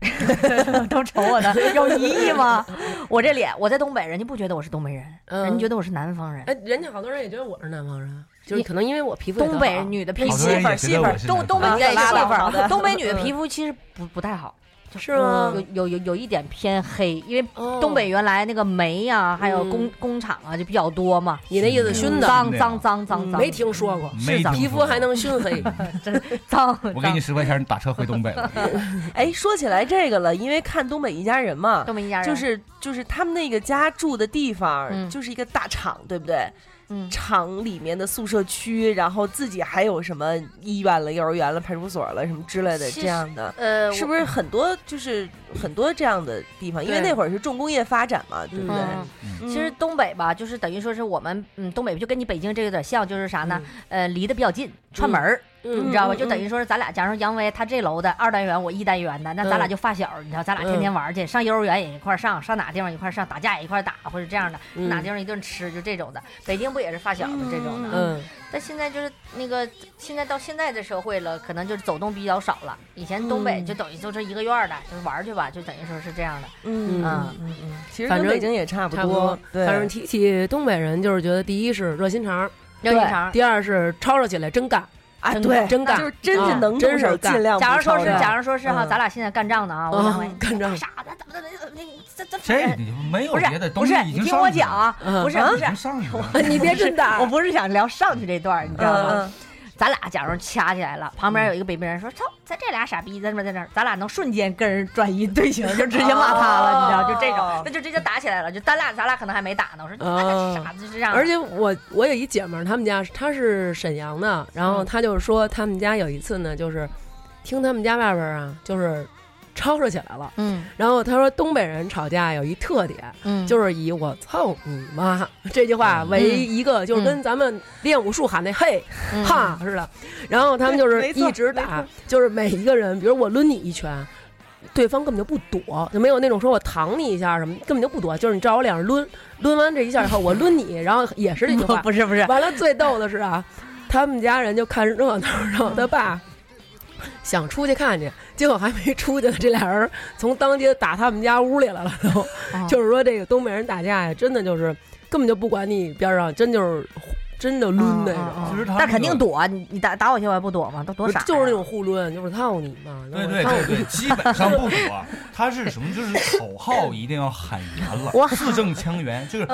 E: 都瞅我呢，有疑义吗？我这脸，我在东北，人家不觉得我是东北人，
H: 嗯
E: 人家觉得我是南方人。
H: 哎，人家好多人也觉得我是南方人，啊就是可能因为我皮肤也
E: 东
H: 特
E: 北
H: 好
E: 女的皮肤
H: 好多人也觉得
E: 媳妇
H: 我
E: 儿，
H: 是
E: 东
H: 南
E: 东北
H: 方
E: 女的
H: 人
E: 媳妇
H: 嗯
E: 儿，东北女的皮肤其实不不太好。
H: 是吗嗯
E: 有有有有一点偏黑，因为
H: 哦
E: 东北原来那个煤呀、还有工、工厂啊就比较多嘛。
H: 你那意思嗯熏的
E: 脏脏脏脏
H: 嗯
E: 脏，
H: 没听说过，是
I: 没听
H: 脏皮
I: 说
H: 肤还能熏黑，
E: 真脏。
I: 我给你十块钱，你打车回东北了。
A: 哎，说起来这个了，因为看《东北一家人》 嘛，《
E: 东北一家人
A: 就是就是他们那个家住的地方
E: 嗯
A: 就是一个大厂，对不对？
E: 嗯，
A: 厂里面的宿舍区，然后自己还有什么医院了、幼儿园了、派出所了什么之类的
E: 其
A: 这
E: 实
A: 样的，
E: 呃
A: 是
E: 我
A: 不是很多就是很多这样的地方？因为
E: 对
A: 那会儿是重工业发展嘛，对不对？嗯
E: 其实东北吧，就是等于说是我们，嗯，东北就跟你北京这个有点像，就是啥呢？呃，离得比较近，串门儿，
H: 嗯
E: 你知道吧？
H: 嗯
E: 就等于说是咱俩，假如说杨威他这楼的二单元，我一单元的，那咱俩
H: 嗯
E: 就发小，你知道，咱俩天天玩儿去，上幼儿园也一块儿上，上哪地方一块儿上，打架也一块儿打，或者这样的，
H: 嗯
E: 哪地方一顿吃，就这种的。北京不也是发小的这种的？
H: 嗯。
E: 但现在就是那个，现在到现在的社会了，可能就是走动比较少了。以前东北
H: 嗯
E: 就等于就是一个院儿的，就是玩儿去吧，就等于说是这样的。
A: 嗯
E: 嗯
A: 嗯嗯，其实
H: 反
A: 跟
H: 正
A: 北京也差不
H: 嗯差不多。
A: 对，
H: 反正提起东北人，就是觉得第一是热心肠儿，
E: 热心肠儿
H: 第二是吵吵起来真干
A: 啊
H: 真
A: 对
H: 干真干，
A: 就是真是
H: 啊
A: 能动
H: 真
A: 手
H: 是干
A: 尽量
E: 假如说是，
A: 不吵架
E: 假如说是哈，
A: 嗯
E: 咱俩现在干仗呢 啊，我
H: 嗯
E: 认为
H: 干仗
E: 傻子怎么怎么怎么 这这
I: 这你没有
E: 哎不是
I: 别的东
E: 不
I: 西
E: 是，
I: 已
E: 你
I: 经
E: 听
I: 上
E: 我
I: 去
E: 讲啊，
I: 了
E: 不是
I: 嗯
E: 不
I: 已经
E: 是，
I: 上去了
H: 啊 你别真打
E: 我不是想聊上去这段儿，你知道
H: 嗯
E: 吗
H: 嗯？
E: 咱俩假如掐起来了，旁边有一个北边人说：“操，咱这俩傻逼在那边在那儿，咱俩能瞬间跟人转移队形，就直接骂他了，你知道？就这种，那就直接打起来了。就咱俩，咱俩可能还没打呢。我说你嗯他妈傻子就这样。
H: 而且我我有一姐们儿，他们家她是沈阳的，然
E: 嗯
H: 后她就是说他们家有一次呢，就是听他们家外边儿啊，就是吵吵起来了。
E: 嗯，
H: 然后她说东北人吵架有一特点，
E: 嗯
H: 就是以我操你妈 这句
A: 嗯
H: 话为一个，就是跟咱们练武术喊那嘿、哈似的。然后他们就是
A: 嗯对没错
H: 一直打，就是每一个人，比如我抡你一拳。对方根本就不躲，就没有那种说我躺你一下什么，根本就不躲，就是你照我脸上抡，抡完这一下以后我抡你，然后也是这句话，
E: 不是不 是。
H: 完了最逗的是啊，他们家人就看热闹，然后他爸想出去看去，结果还没出去呢，这俩人从当街打他们家屋里来了都，
E: 嗯
H: 就是说这个东北人打架呀，真的就是根本就不管你边上，真就是。真的抡
E: 嗯
I: 嗯
H: 那
C: 哦
H: 种，
E: 但肯定躲，你你打打我一下我还不躲吗？都多傻呀，
H: 就是那种互抡，就是操你嘛，
I: 对对对对，基本上不躲。他是什么？就是口号一定要喊圆了，字正腔圆。就是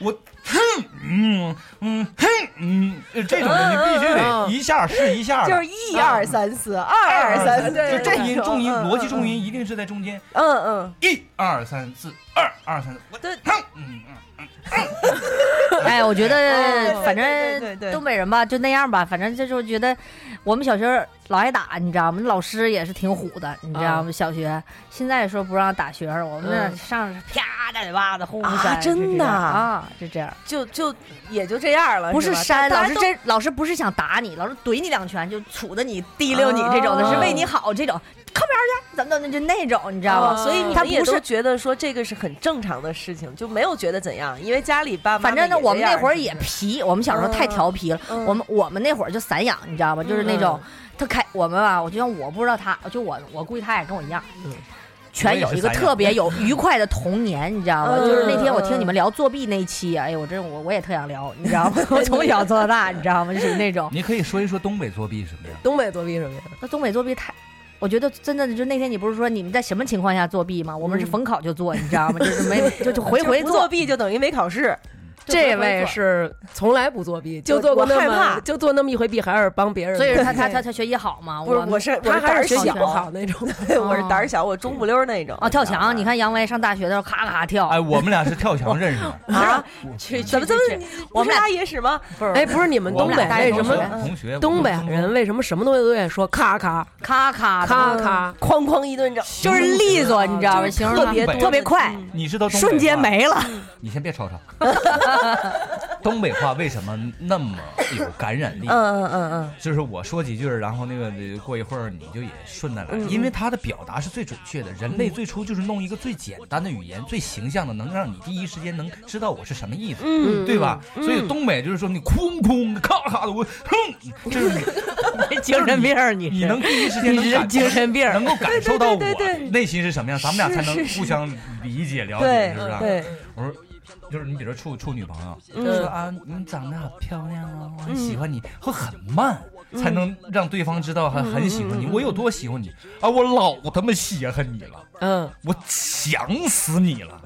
I: 我哼嗯嗯哼嗯，这种人你必须
E: 嗯
I: 得一下是一下，
A: 就是一二三四，二二三四，
I: 就重音重音
E: 嗯
I: 逻辑重音一定是在中间。
A: 嗯嗯，
I: 一二三四，二二三四，我哼嗯嗯嗯。
E: 哎，我觉
A: 哎
E: 得
A: 对
E: 反
A: 对对对
E: 正东北人吧，就那样吧。反正这就是觉得我们小学儿老挨打，你知道吗？老师也是挺虎的，你知道吗？小学现在说不让打学生，我们那
A: 嗯
E: 上啪大嘴巴子，呼呼
A: 啊
E: 扇，
A: 真
E: 是这
A: 的
E: 样啊，是这
I: 嗯
E: 啊样。
A: 就就也就这样了，
E: 不
A: 是
E: 是扇，
A: 吧
E: 老
A: 大
E: 师
A: 家都
E: 真老师不是想打你，老师怼你两拳就杵着你提溜你这种的，
A: 哦
E: 是为你好这种，靠边儿去，怎么怎么就那种，你知道吗？
A: 所以你
E: 啊嗯他
A: 们也
E: 不
A: 都
E: 是
A: 觉得说这个是很正常的事情，就没有觉得怎样，因为家里爸妈
E: 反正呢，
A: 也这
E: 我们那
A: 样
E: 会儿也皮，我们小时候太调皮了。
A: 嗯
E: 我们我们那会儿就散养，你知道吗？就是那种他开我们啊，我就像我不知道他，就我我估计他也跟我一样，全有一个特别有愉快的童年，你知道吗？
A: 嗯
E: 就是那天我听你们聊作弊那一期，哎呦，我真我我也特想聊，你知道吗？我从小做到大，你知道吗？就是那种
I: 你可以说一说东北作弊什么样？
H: 东北作弊什么呀？
E: 那东北作弊太。我觉得真的，就那天你不是说你们在什么情况下作弊吗？我们是逢考就做，你知道吗？就是没就就回回
A: 不
E: 做
A: 作，弊就等于没考试。 就
H: 这
A: 回回
H: 位
A: 做
H: 是从来不作弊，就
A: 我
H: 做过
A: 我
H: 那
A: 害
H: 么
A: 怕
H: 就做那么一回弊，还是帮别人做。
E: 所以 他他他他学习好吗？
A: 不是
E: 们
A: 我是我
H: 他
A: 胆
H: 还
A: 儿
H: 是学习
A: 小
H: 不好那种。
A: 对，我是胆儿小，我中不溜儿那种。
E: 啊，哦跳墙！你看杨威上大学的时候，咔咔跳。
I: 哎，我们俩是跳墙认 识的。
E: 啊，
A: 去怎么怎么，我
E: 我们
A: 们
E: 俩
A: 俩野史吗？
E: 不是
H: 哎，不是你们
I: 我
H: 东
I: 们
H: 北
I: 俩大学
H: 为什么
I: 同学同学
H: 东北人为什么什么东西都愿意说咔咔
E: 咔咔
H: 咔咔？
A: 哐哐一顿整，
E: 啊就是利索，你知道吗？形容
A: 特别嗯
I: 东北
E: 特别快，
I: 你知道东北话
E: 瞬间没了。
I: 你先别吵吵。东北话为什么那么有感染力？
A: 嗯嗯嗯嗯，
I: 就是我说几句儿，然后那个呃过一会儿你就也顺着来，因为它的表达是最准确的。人类最初就是弄一个最简单的语言，最形象的，能让你第一时间能知道我是什么意思，对吧？所以东北就是说你哐哐咔咔的，我哼，就是你
E: 精神病儿
I: 就是
E: 你
I: 你
E: 是
I: 你能第一时间能感
E: 精神病儿
I: 能够感受到
A: 对对对对
I: 我内心是什么样，咱们俩才能
A: 是是
I: 互相理解了
A: 对
I: 解，是不是？啊
A: 对，
I: 我说，就是你比如说处处女朋友，
A: 嗯
I: 说啊，你长得好漂亮啊，我很喜欢你，会很慢，
A: 嗯
I: 才能让对方知道很很喜欢你，我有多喜欢你啊，我老他妈稀罕你了，
H: 嗯，
I: 我想死你了。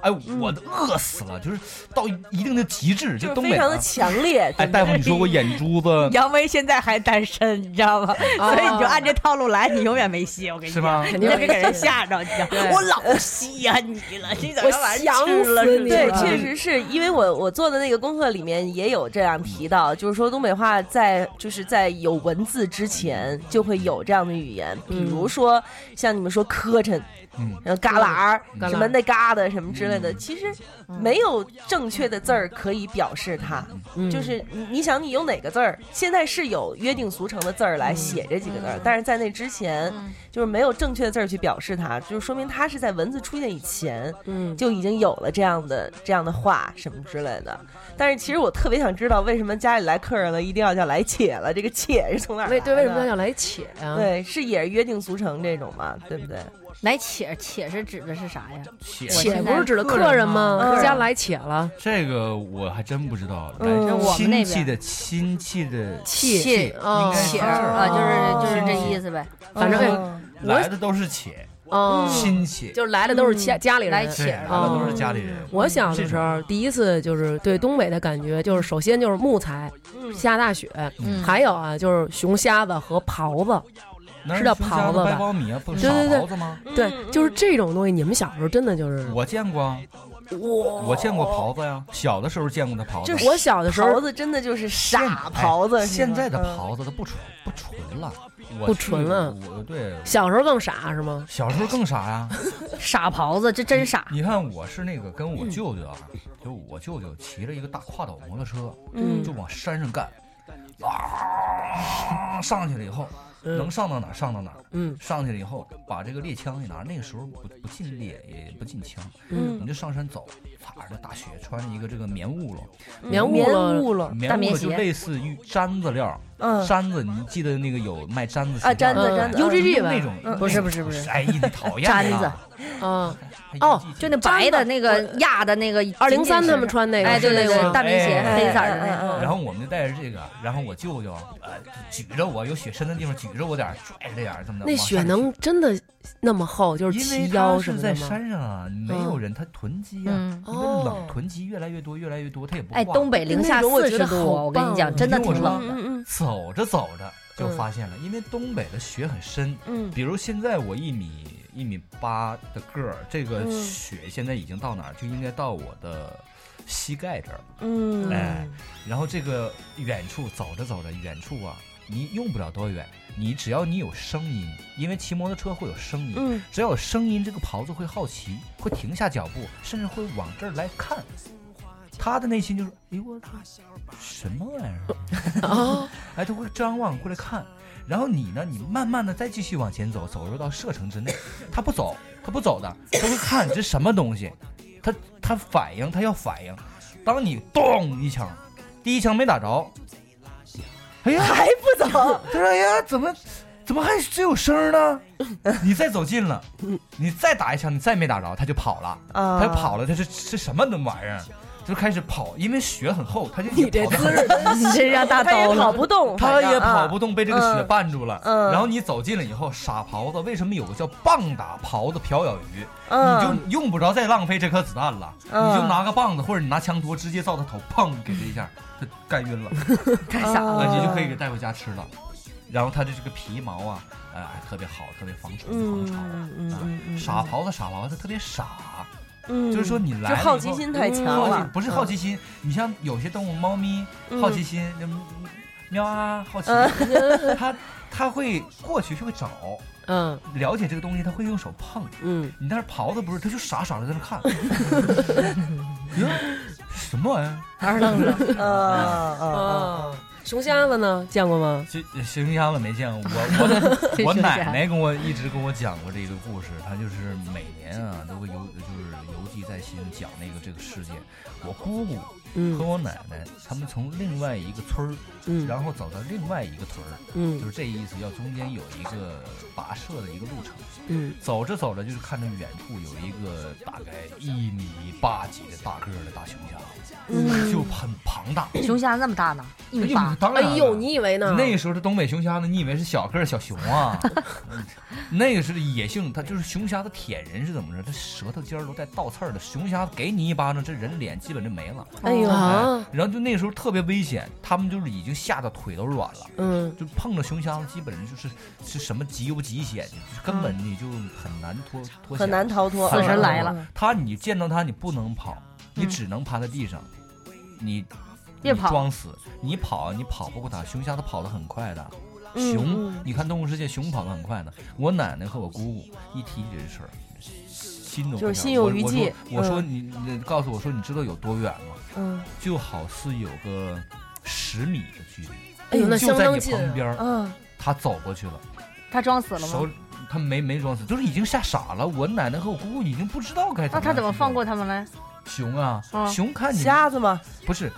I: 哎，我都饿死了，就是到一定的极致，
A: 嗯就是
I: 东
A: 非
I: 北
A: 常
I: 人
A: 的。强烈。
I: 哎，大夫，你说我眼珠子
E: 杨威现在还单身，你知道吗？所以你就按这套路来，你永远没戏。我跟你
I: 是
E: 讲，
I: 吗？
E: 你别给人吓着，你知道吗？我老稀罕你了，你怎么把人
H: 我想
E: 吃了
H: 死
E: 是不
H: 你
E: 是？
A: 对，
H: 了
A: 确实是因为我我做的那个功课里面也有这样提到，就是说东北话在就是在有文字之前就会有这样的语言，比如说像你们说磕碜，
I: 嗯
A: 然后旮旯儿
H: 旮旯儿
A: 什么那嗯嘎达什么之类的，其实没有正确的字儿可以表示它，
H: 嗯
A: 就是你你想你用哪个字儿，现在是有约定俗成的字儿
I: 嗯
A: 来写这几个字
H: 嗯
A: 儿，但是在那之前就是没有正确的字儿去表示它，就是说明它是在文字出现以前。
H: 嗯，
A: 就已经有了这样的这样的话什么之类的。但是其实我特别想知道，为什么家里来客人了，一定要叫来且了？这个且是从哪儿来
H: 为
A: 的？
H: 对为什么要叫来且呀？，
A: 对，是也是约定俗成这种嘛，对不对？
E: 来且且是指的是啥呀？
I: 切
H: 且不是指的客人吗？
A: 嗯
H: 回家来且了，
I: 这个我还真不知道。
A: 嗯
I: 来
E: 我们那边
I: 亲戚的亲戚的
H: 气
E: 切
H: 哦
E: 且啊，就是就是这意思呗。
H: 反正哎
A: 嗯
I: 来的都是且
H: 哦，
I: 亲戚，
H: 就是嗯来的都是家家里人
E: 来且
I: 对，来的都是家里人。
H: 我小的时候，第一次就是对东北的感觉，就是首先就是木材，下大雪，
E: 嗯
H: 还有啊就是熊瞎子和狍子，
I: 那
H: 吃点
I: 熊
H: 狍
I: 瞎
H: 子
I: 掰
H: 吧
I: 苞米啊，不是
H: 对对对
I: 狍子吗？
H: 对，就是这种东西。你们小时候真的就是
I: 我见过啊，我见过狍子呀，小的时候见过的狍子。
H: 我小的时候
A: 狍子真的就是傻
I: 哎
A: 狍子是吗，
I: 现在的
A: 嗯
I: 狍子都不纯不纯了，
H: 嗯
I: 我
H: 不
I: 去
H: 纯了
I: 我对，
H: 小时候更傻是吗？
I: 小时候更傻呀。
E: 傻狍子，这真傻。
I: 你看，我是那个跟
H: 嗯
I: 我舅舅啊，就我舅舅骑着一个大跨斗
H: 嗯
I: 嗯摩托车，就往山上干，啊，上去了以后，能上到哪儿上到哪儿。
H: 嗯，
I: 上去了以后，把这个猎枪一拿，那个时候不不进猎也不进枪，
H: 嗯
I: 你就上山走，啪着大雪，穿着一个这个棉雾喽，
H: 棉雾喽棉雾喽
I: 棉
H: 大
I: 雾
H: 棉
I: 就
H: 鞋
I: 类似于毡子料，
H: 嗯
I: 毡子，你记得那个有卖毡子
H: 啊
I: 鞋带儿
H: 毡子
I: 的
H: 毡子 UGG 吧
I: 那种
H: 嗯，不是不是不是
I: 哎呀，哎你讨厌
E: 毡子
I: 啊，
H: 啊，
E: 哦，就那白的那个压的那个
H: 203他们穿那个
E: 哎，对对
H: 是那
E: 对，
H: 个
E: 大棉鞋，
I: 哎
E: 黑色儿的那
I: 哎
E: 个。
I: 然后我们就带着这个，然后我舅舅呃举着我，有雪深的地方举着我点儿，拽着点儿，怎么的？
H: 那
I: 往
H: 雪
I: 山
H: 能真的那么厚，就是
I: 因为
H: 齐
I: 他
H: 腰什
I: 是
H: 么
I: 在
H: 的吗？
I: 山上啊，没有人，他囤积啊，
H: 嗯
I: 因为冷囤积越来越多，越来越多，他也不
E: 哎，
I: 化
E: 东北零下
I: 那种我
E: 四
I: 觉
E: 十
I: 得
E: 度，
I: 好
E: 我跟你讲，
I: 棒
E: 真的
I: 听我
E: 挺
I: 说嗯
E: 冷的。
I: 走着走着就
H: 嗯
I: 发现了，因为东北的雪很深，
E: 嗯
I: 比如现在我一米一米八的个儿，这个
A: 嗯
I: 雪现在已经到哪儿？就应该到我的膝盖这儿，
A: 嗯
I: 哎，然后这个远处走着走着，远处啊，你用不了多远，你只要你有声音，因为骑摩托车会有声音，
A: 嗯
I: 只要有声音，这个狍子会好奇，会停下脚步，甚至会往这儿来看。他的内心就是，哎呦我操，什么玩意儿啊？ 哎，他会张望过来看。然后你呢？你慢慢的再继续往前走，走入到射程之内。他不走，他不走的，他会看这什么东西，他他反应，他要反应。当你咚一枪，第一枪没打着，哎呀，还不 走？他说：“哎呀，怎么怎么还只有声儿 呢？”你再走近了，你再打一枪，你再没打着，他就跑了。
A: 啊
I: 他就跑了，他是是什么那玩意儿？就开始跑，因为雪很厚，他就
A: 你这
I: 跑得
A: 姿势
I: 很
A: 真让大刀了他也跑不动
I: 他
A: 反正
I: 也
A: 啊
I: 跑不动，被这个雪
A: 嗯
I: 绊住了。
A: 嗯
I: 然后你走近了以后，傻狍子为什么有个叫棒打狍子瓢舀鱼？
A: 嗯
I: 你就用不着再浪费这颗子弹了，
A: 嗯
I: 你就拿个棒子或者你拿枪托直接照他头，砰给他一下，他干晕了，
E: 太傻了
I: 那你就可
A: 嗯
I: 以给带回家吃了。然后它的这个皮毛啊，哎、特别好，特别防虫子、防潮。
A: 嗯嗯嗯嗯，
I: 傻狍子，傻狍子特别傻，
A: 嗯
I: 就是说你来了以后
A: 就好奇心太强了
I: 嗯好奇不是好奇心，你像有些动物，猫咪
A: 嗯
I: 好奇心，那么喵啊，好奇
A: 嗯，
I: 它它会过去就会找。
H: 嗯，
I: 了解这个东西，它会用手碰。
H: 嗯，
I: 你但是狍子不是，它就傻傻的在 那看， 什么玩意儿？
H: 还是 愣着。
A: 嗯
H: 嗯，熊瞎子呢？见过吗？
I: 这熊瞎子没见过， 我我我奶奶跟我一直跟我讲过这个故事，她就是每年啊都会游就是犹记在心讲那个这个事件。我姑姑和我奶奶他们从另外一个村儿，
H: 嗯
I: 然后走到另外一个村儿，
H: 嗯
I: 就是这意思，要中间有一个跋涉的一个路程，
H: 嗯
I: 走着走着就是看着远处有一个大概一米八几的大个儿的大熊瞎子，
E: 嗯
I: 就很庞大，
E: 熊瞎那么大呢，
I: 哎
E: 一米八。哎
I: 当然了
H: 哎你以为
I: 嗯那时候的东北熊瞎子，你以为是小个儿小熊啊？ 那个是野性，它就是熊瞎子舔人是怎么着？它舌头尖儿都带倒刺儿的，熊瞎子给你一巴掌，这人脸基本就没了。
H: 哎呦啊
I: 然后就那时候特别危险，他们就是已经吓得腿都软了。
H: 嗯，
I: 就碰着熊瞎子，基本上就是是什么极有极险，就是根本你就很难脱脱险，
A: 很难逃脱
I: 很
A: 死
I: 难
A: 神
I: 逃脱
A: 来了。
I: 他你见到他，你不能跑，你
A: 嗯
I: 只能趴在地上，你
E: 别
I: 你
E: 跑
I: 装死，你跑啊你跑不过他，熊瞎子跑得很快的。
E: 嗯
I: 熊
E: 嗯，
I: 你看《动物世界》，熊跑得很快的。我奶奶和我姑姑一提起这事儿，心都
A: 就是
I: 不
A: 心
I: 跳
A: 有余悸
I: 我我说我说
A: 嗯
I: 你，你告诉我说你知道有多远吗？
A: 嗯，
I: 就好似有个十米的距离。
E: 哎呦那
I: 嗯就
E: 相
I: 在
E: 当
I: 你
E: 近
I: 旁边儿。
E: 嗯，
I: 他走过去了，
E: 他装死了
I: 手
E: 吗？
I: 他没没装死，就是已经吓傻了。我奶奶和我姑姑已经不知道该怎
E: 那
I: 么。
E: 他怎么放过他们嘞？
I: 熊啊
E: 嗯？
I: 熊看你
A: 瞎子吗？
I: 不是，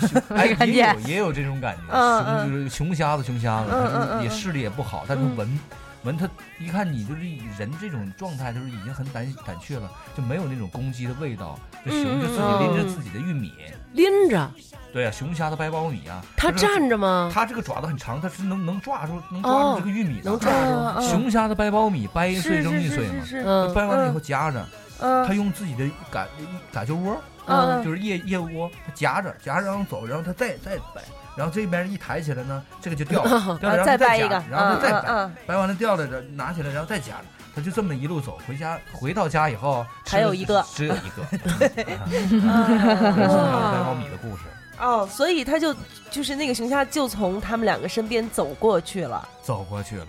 I: 熊哎，
E: 没看
I: 也有
E: 见
I: 也有这种感
A: 嗯
I: 觉，熊就是熊瞎子，熊瞎子，
A: 嗯嗯
I: 他就是
A: 嗯
I: 也
A: 嗯
I: 视力也不好，但是
A: 嗯
I: 闻闻他一看你就是人这种状态，就是已经很胆胆怯了，就没有那种攻击的味道。这
A: 嗯
I: 熊就自己拎着自己的玉米，
H: 拎着
I: 对啊，熊瞎子掰苞米啊。
H: 他
I: 就是
H: 站着吗？
I: 它这个爪子很长，它是能能抓住能抓
H: 哦
I: 住这个玉米的，
H: 能抓住
I: 嗯
H: 嗯
I: 熊瞎子掰苞米，掰一穗
A: 是
I: 扔一
A: 是
I: 穗
A: 是
I: 嘛
A: 是，
H: 嗯
I: 掰完了以后夹着，
A: 嗯
I: 它用自己的嘎嘎阄窝，
H: 啊
A: 嗯
I: 就是腋腋窝，它夹着夹着然后走，然后它再再掰，然后这边一抬起来呢，这个就掉了，掉了然后
A: 嗯啊再
I: 再
A: 掰
I: 夹
A: 一个
I: 然后它再
A: 嗯嗯
I: 掰，掰完了掉了，然后拿起来然后再夹着。它就这么一路走回家，回到家以后吃
A: 还有
I: 的
A: 一个
I: 只有一 个，嗯这是熊瞎子掰苞
A: 嗯
I: 米的故事。
A: 哦，所以他就就是那个熊瞎就从他们两个身边走过去了。
I: 走过去了。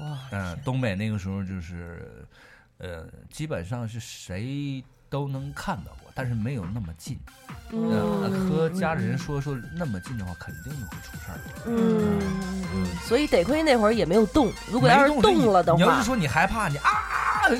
A: 哇！
I: 嗯，东北那个时候就是，呃，基本上是谁都能看到过，但是没有那么近。
A: 嗯
I: 呃和家里人说说那么近的话，肯定就会出事儿。
A: 嗯，
I: 嗯，
A: 所以得亏那会儿也没有动，如果要是
I: 没
A: 动了的
I: 你要
A: 话
I: 是，说你害怕，你啊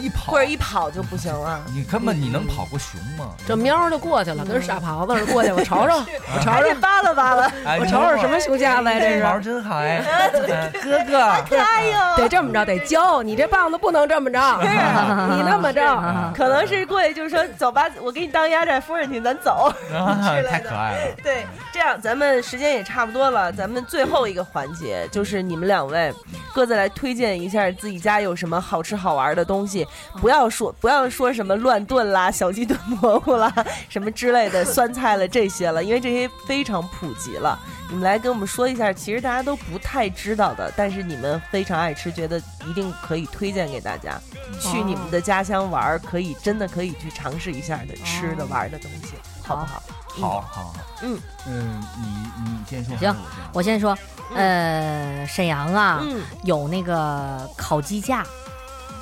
I: 一跑，
A: 或者一跑就不行了。
I: 你根本你能跑过熊吗？
H: 这喵就过去了，跟傻狍子似的过去。我瞅瞅，我瞅瞅，
A: 扒拉扒 拉
I: 哎
H: 我瞅瞅什么熊架子呀？这是
I: 毛真好哎，哎哥哥，
A: 可爱哟！
H: 得这么着，得教你这棒子不能这么着，你那么着，
A: 可能是过去就是说走吧，我给你当压寨夫人去，咱走。
I: 啊太可爱了。
A: 对，这样咱们时间也差不多了，咱们最后一个环节就是你们两位各自来推荐一下自己家有什么好吃好玩的东西，不要说不要说什么乱炖啦、小鸡炖蘑菇啦、什么之类的酸菜了这些了，因为这些非常普及了。你们来跟我们说一下，其实大家都不太知道的，但是你们非常爱吃，觉得一定可以推荐给大家，去你们的家乡玩儿，可以真的可以去尝试一下的吃的玩儿的东西，好不好？
I: 好好好，
A: 嗯
I: 嗯，你你先说，
E: 行
I: 还是我先说
E: 我先说，呃，沈阳啊，
A: 嗯
E: 有那个烤鸡架，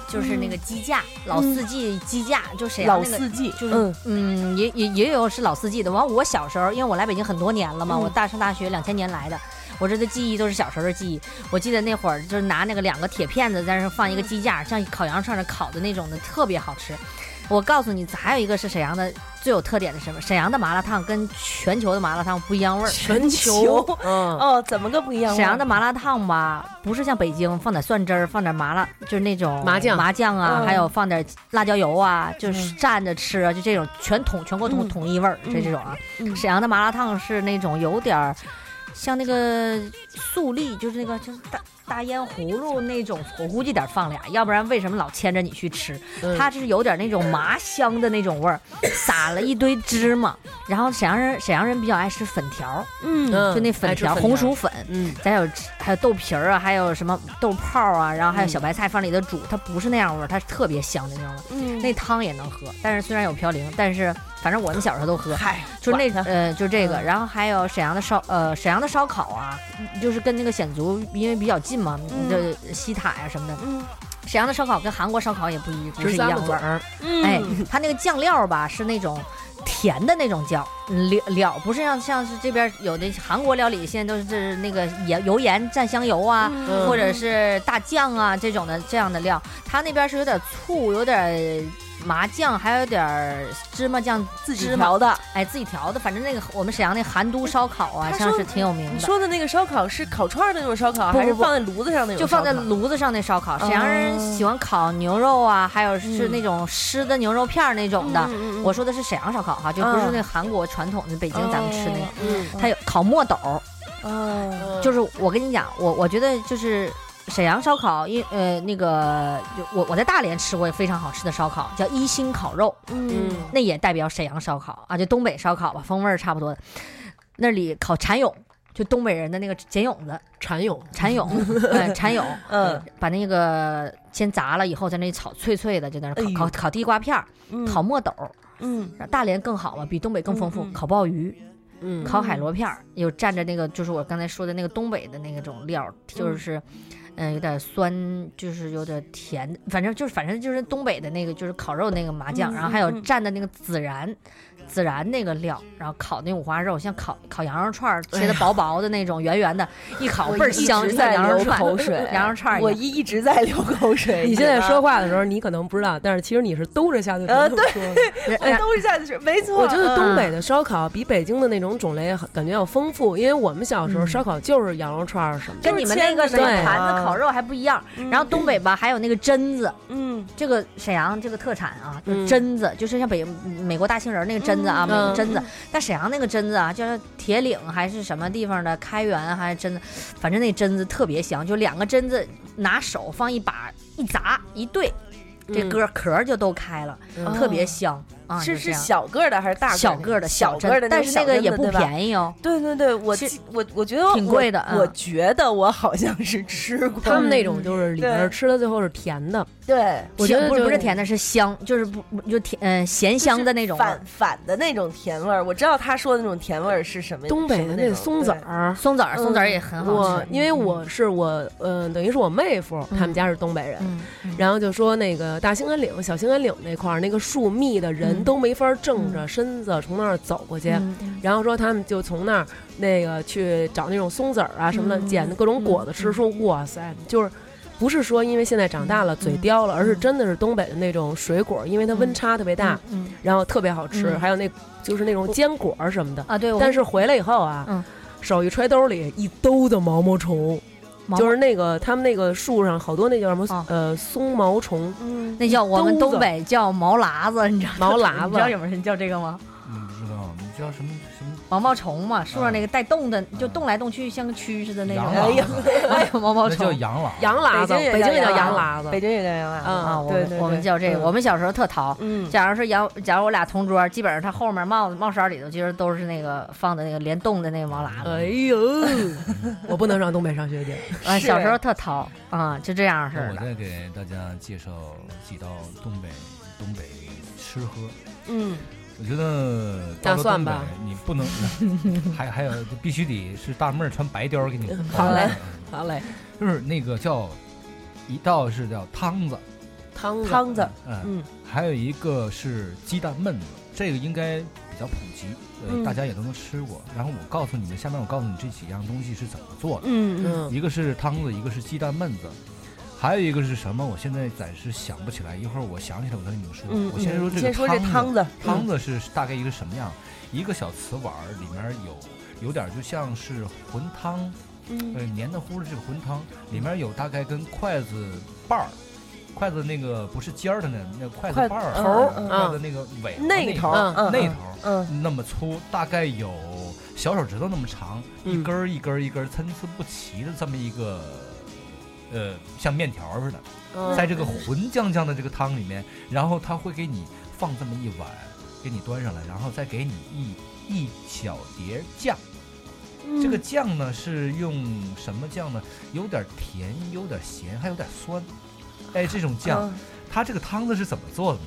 E: 就是那个鸡架，老四季鸡架，就沈阳
A: 老
E: 那个
A: 四季
E: 就是嗯，也也也有是老四季的。完，我小时候，因为我来北京很多年了嘛，
A: 嗯
E: 我大上大学两千年来的，我这的记忆都是小时候的记忆。我记得那会儿就是拿那个两个铁片子在那放一个鸡架，像烤羊串儿烤的那种的，特别好吃。我告诉你，还有一个是沈阳的最有特点的是什么？沈阳的麻辣烫跟全球的麻辣烫不一样味儿，
H: 全球，嗯，
A: 哦，怎么个不一样？
E: 沈阳的麻辣烫吧，不是像北京放点蒜汁儿，放点麻辣，就是那种
H: 麻酱
E: 麻酱啊，
H: 嗯
E: 还有放点辣椒油啊，就是蘸着吃啊，就这种全统全国统、
A: 嗯
E: 统一味儿，这这种啊。沈阳的麻辣烫是那种有点儿像那个粟粒，就是那个就是大大烟葫芦那种，我估计得放俩，要不然为什么老牵着你去吃？
H: 嗯
E: 它就是有点那种麻香的那种味儿，撒了一堆芝麻。然后沈阳人沈阳人比较爱吃粉条儿，
A: 嗯
E: 就那粉条儿红薯粉，
H: 嗯，
E: 咱有吃还有豆皮儿啊，还有什么豆泡儿啊，然后还有小白菜放里头煮，它不是那样味儿，它是特别香的那种味儿。
A: 嗯
E: 那汤也能喝，但是虽然有嘌呤，但是反正我们小时候都喝。
A: 嗨，
E: 就是那
A: 管它嗯
E: 呃，就这个，然后还有沈阳的烧呃，沈阳的烧烤啊，就是跟那个显族因为比较近嘛，
A: 嗯
E: 就西塔呀、什么的。
A: 嗯
E: 沈阳的烧烤跟韩国烧烤也不一不是
H: 直
E: 一
H: 咂巴
E: 样
H: 嘴
E: 味儿，
H: 儿，
A: 嗯
E: 哎，它那个酱料吧是那种甜的那种酱料料，不是像像是这边有的韩国料理现在都是这那个盐油盐蘸香油啊，
A: 嗯
E: 或者是大酱啊这种的这样的料，它那边是有点醋，有点麻酱，还有点儿芝麻酱
A: 自己
E: 芝麻
A: 调的。
E: 哎自己调的，反正那个我们沈阳那韩都烧烤啊，
A: 他
E: 像
A: 说
E: 是挺有名
A: 你
E: 的。
A: 说的那个烧烤是烤串儿的那种烧烤，
E: 不
A: 还是
E: 不不
A: 放在炉子上那种
E: 就
A: 烧烤？
E: 放在炉子上那烧烤，沈阳人
A: 哦
E: 喜欢烤牛肉啊，还有是
A: 嗯
E: 那种湿的牛肉片儿那种的。
A: 嗯嗯嗯
E: 我说的是沈阳烧烤哈，就不是那韩国传统的北京咱们吃那个，
A: 嗯
E: 它有烤墨斗儿，
A: 哦，
E: 就是我跟你讲，我我觉得就是沈阳烧烤，因呃那个就我我在大连吃过非常好吃的烧烤，叫一星烤肉，
A: 嗯
E: 那也代表沈阳烧烤啊，就东北烧烤吧，风味儿差不多的。那里烤蚕蛹，就东北人的那个茧蛹子，
H: 蚕蛹，
E: 蚕蛹，呃，蚕蛹，
A: 嗯，
E: 把那个先砸了以后，在那里炒脆脆的，就在那
A: 哎
E: 儿
A: 呦
E: 烤烤烤地瓜片儿，
A: 嗯
E: 烤墨斗儿，
A: 嗯
E: 大连更好嘛，比东北更丰富，
A: 嗯嗯
E: 烤鲍鱼，
H: 嗯，
E: 烤海螺片儿，有蘸着那个就是我刚才说的那个东北的那种料儿，就是，嗯、有点酸，就是有点甜，反正就是反正就是东北的那个就是烤肉那个麻酱，
A: 嗯
E: 然后还有
A: 嗯嗯
E: 蘸的那个孜然，孜然那个料，然后烤那五花肉，像烤烤羊肉串儿
A: 哎
E: 切的薄薄的那种，圆圆的，一烤倍儿香，像
A: 在
E: 羊肉
A: 流
E: 串
A: 口水，
E: 羊肉串儿一
A: 我
E: 样。
A: 一一直在流口水。
H: 你现在
A: 知道
H: 说
A: 吧，
H: 话的时候，你可能不知道，但是其实你是兜着下嘴
A: 呃
H: 这么说的。
E: 哎
H: 哎
A: 我都是下的水，没错。
H: 我觉得
A: 嗯
H: 东北的烧烤比北京的那种种类很感觉要丰富，因为我们小时候烧烤就是羊肉串儿什么的。
E: 跟你们那个
A: 就是
E: 什
A: 签
E: 么
H: 字对
E: 盘子烤肉还不一样，然后东北吧还有那个榛子，
A: 嗯
E: 这个沈阳这个特产啊，就
H: 嗯
E: 是榛子，就是像北美国大杏仁那个榛子啊，
H: 嗯
E: 美国榛子。但沈阳那个榛子啊，就是铁岭还是什么地方的开元还是榛子，反正那榛子特别香，就两个榛子拿手放一把一砸一对，这
H: 嗯哦
E: 歌壳儿就都开了，特别香啊！
A: 是
E: 就是这样
A: 小个儿的还是大个儿
E: 小个儿的
A: 小个
E: 榛
A: 儿
E: 子
A: 的，，
E: 但是那个也不
A: 宜。
E: 便宜哦。
A: 对对对，我
E: 是
A: 记我我觉得
E: 挺
A: 我
E: 贵的
A: 我
E: 嗯
A: 觉得我好像是吃过。
H: 他们那种就是里
A: 对
H: 边吃的最后是甜的，
A: 对
H: 我觉得
E: 不是
H: 就
E: 不是
H: 是
E: 甜的，是香，就是不不就甜嗯咸
A: 就是
E: 香的那种味儿
A: 反反的那种甜味儿，我知道他说的那种甜味儿是什么。
H: 东北
A: 什么
H: 的
A: 那
H: 那
A: 种
H: 松子，儿。
E: 松子儿，松子儿
A: 嗯
E: 也很好
H: 我
E: 吃。嗯
H: 因为我是我，嗯，等于是我妹夫，他们家是东北人，
E: 嗯，嗯
H: 然后就说那个大兴安岭、小兴安岭那块儿那个树密的人人
E: 嗯
H: 都没法正着身子从那儿走过去，然后说他们就从那儿那个去找那种松子儿啊什么的，
A: 嗯
H: 捡各种果子吃，说哇塞，就是。不是说因为现在长大了嘴刁了，而是真的是东北的那种水果，因为它温差特别大，
E: 嗯嗯
H: 然后特别好吃，
E: 嗯
H: 还有那就是那种坚果儿什么的
E: 啊对我
H: 但是回来以后啊，手一揣兜里一兜的毛毛虫，
E: 毛毛
H: 就是那个他们那个树上好多那叫什么、呃松毛虫，
E: 那叫我们
H: 兜子
E: 东北叫毛剌子，你知道吗
H: 毛剌子
E: 你知道有人叫这个吗？
I: 嗯，不知道，你叫什么什么？
E: 毛毛虫嘛，树上那个带动的，就动来动去，像个蛆似的那种。
I: 羊 剌子
E: 哎呦，毛毛虫
I: 那叫羊剌子
H: 羊剌子北京也叫羊剌子
A: 北京也叫羊剌子
E: 啊，我
A: 对对
E: 们
A: 对
E: 我们叫这个，
A: 嗯
E: 我们小时候特淘。假如是羊，假如我俩同桌，基本上他后面帽子帽衫里头其实都是那个放的那个联动的那个毛剌子。
I: 嗯
H: 哎呦，我不能上东北上学去。
E: 啊，小时候特淘啊，就这样式
I: 那我
E: 的。
I: 再给大家介绍几道东北东北吃喝。
E: 嗯，
I: 我觉得
H: 大蒜吧
I: 到了东北你不能， 还还有必须得是大妹儿穿白貂儿给 你。
H: 好嘞，好嘞，
I: 就是那个叫一道是叫汤子，
H: 汤子
A: 汤子，
I: 嗯，还有一个是鸡蛋焖子，这个应该比较普及，呃，
A: 嗯
I: 大家也都能吃过。然后我告诉你们，下面我告诉你这几样东西是怎么做的。
A: 嗯嗯
I: 一个是汤子，一个是鸡蛋焖子，还有一个是什么？我现在暂时想不起来，一会儿我想起来我再跟你们说。
A: 嗯
I: 我先
A: 嗯
I: 说这个
A: 先说这
I: 汤
A: 汤子
I: 汤子是大概一个什么样？一个小瓷碗儿里面有有点就像是混汤，
A: 嗯
I: 呃，黏的糊的这个混汤，里面有大概跟筷子把儿。筷子那个不是尖儿的那那筷子
A: 筷
I: 把儿，
A: 头儿
I: 呃
A: 嗯
I: 筷子那个尾巴
A: 内
I: 那
A: 头
I: 头
A: 儿嗯
I: 那
A: 嗯
I: 头儿那么粗，大概有小手指头那么长，
A: 嗯
I: 一根儿一根儿一根儿参差不齐的这么一个，呃，像面条儿似
H: 嗯
I: 的，在这个浑酱酱的这个汤里面，然后他会给你放这么一碗，给你端上来，然后再给你一一小碟酱。
K: 嗯
I: 这个酱呢是用什么酱呢？有点甜，有点咸，还有点酸。哎，这种酱，
K: 嗯
I: 它这个汤子是怎么做的呢？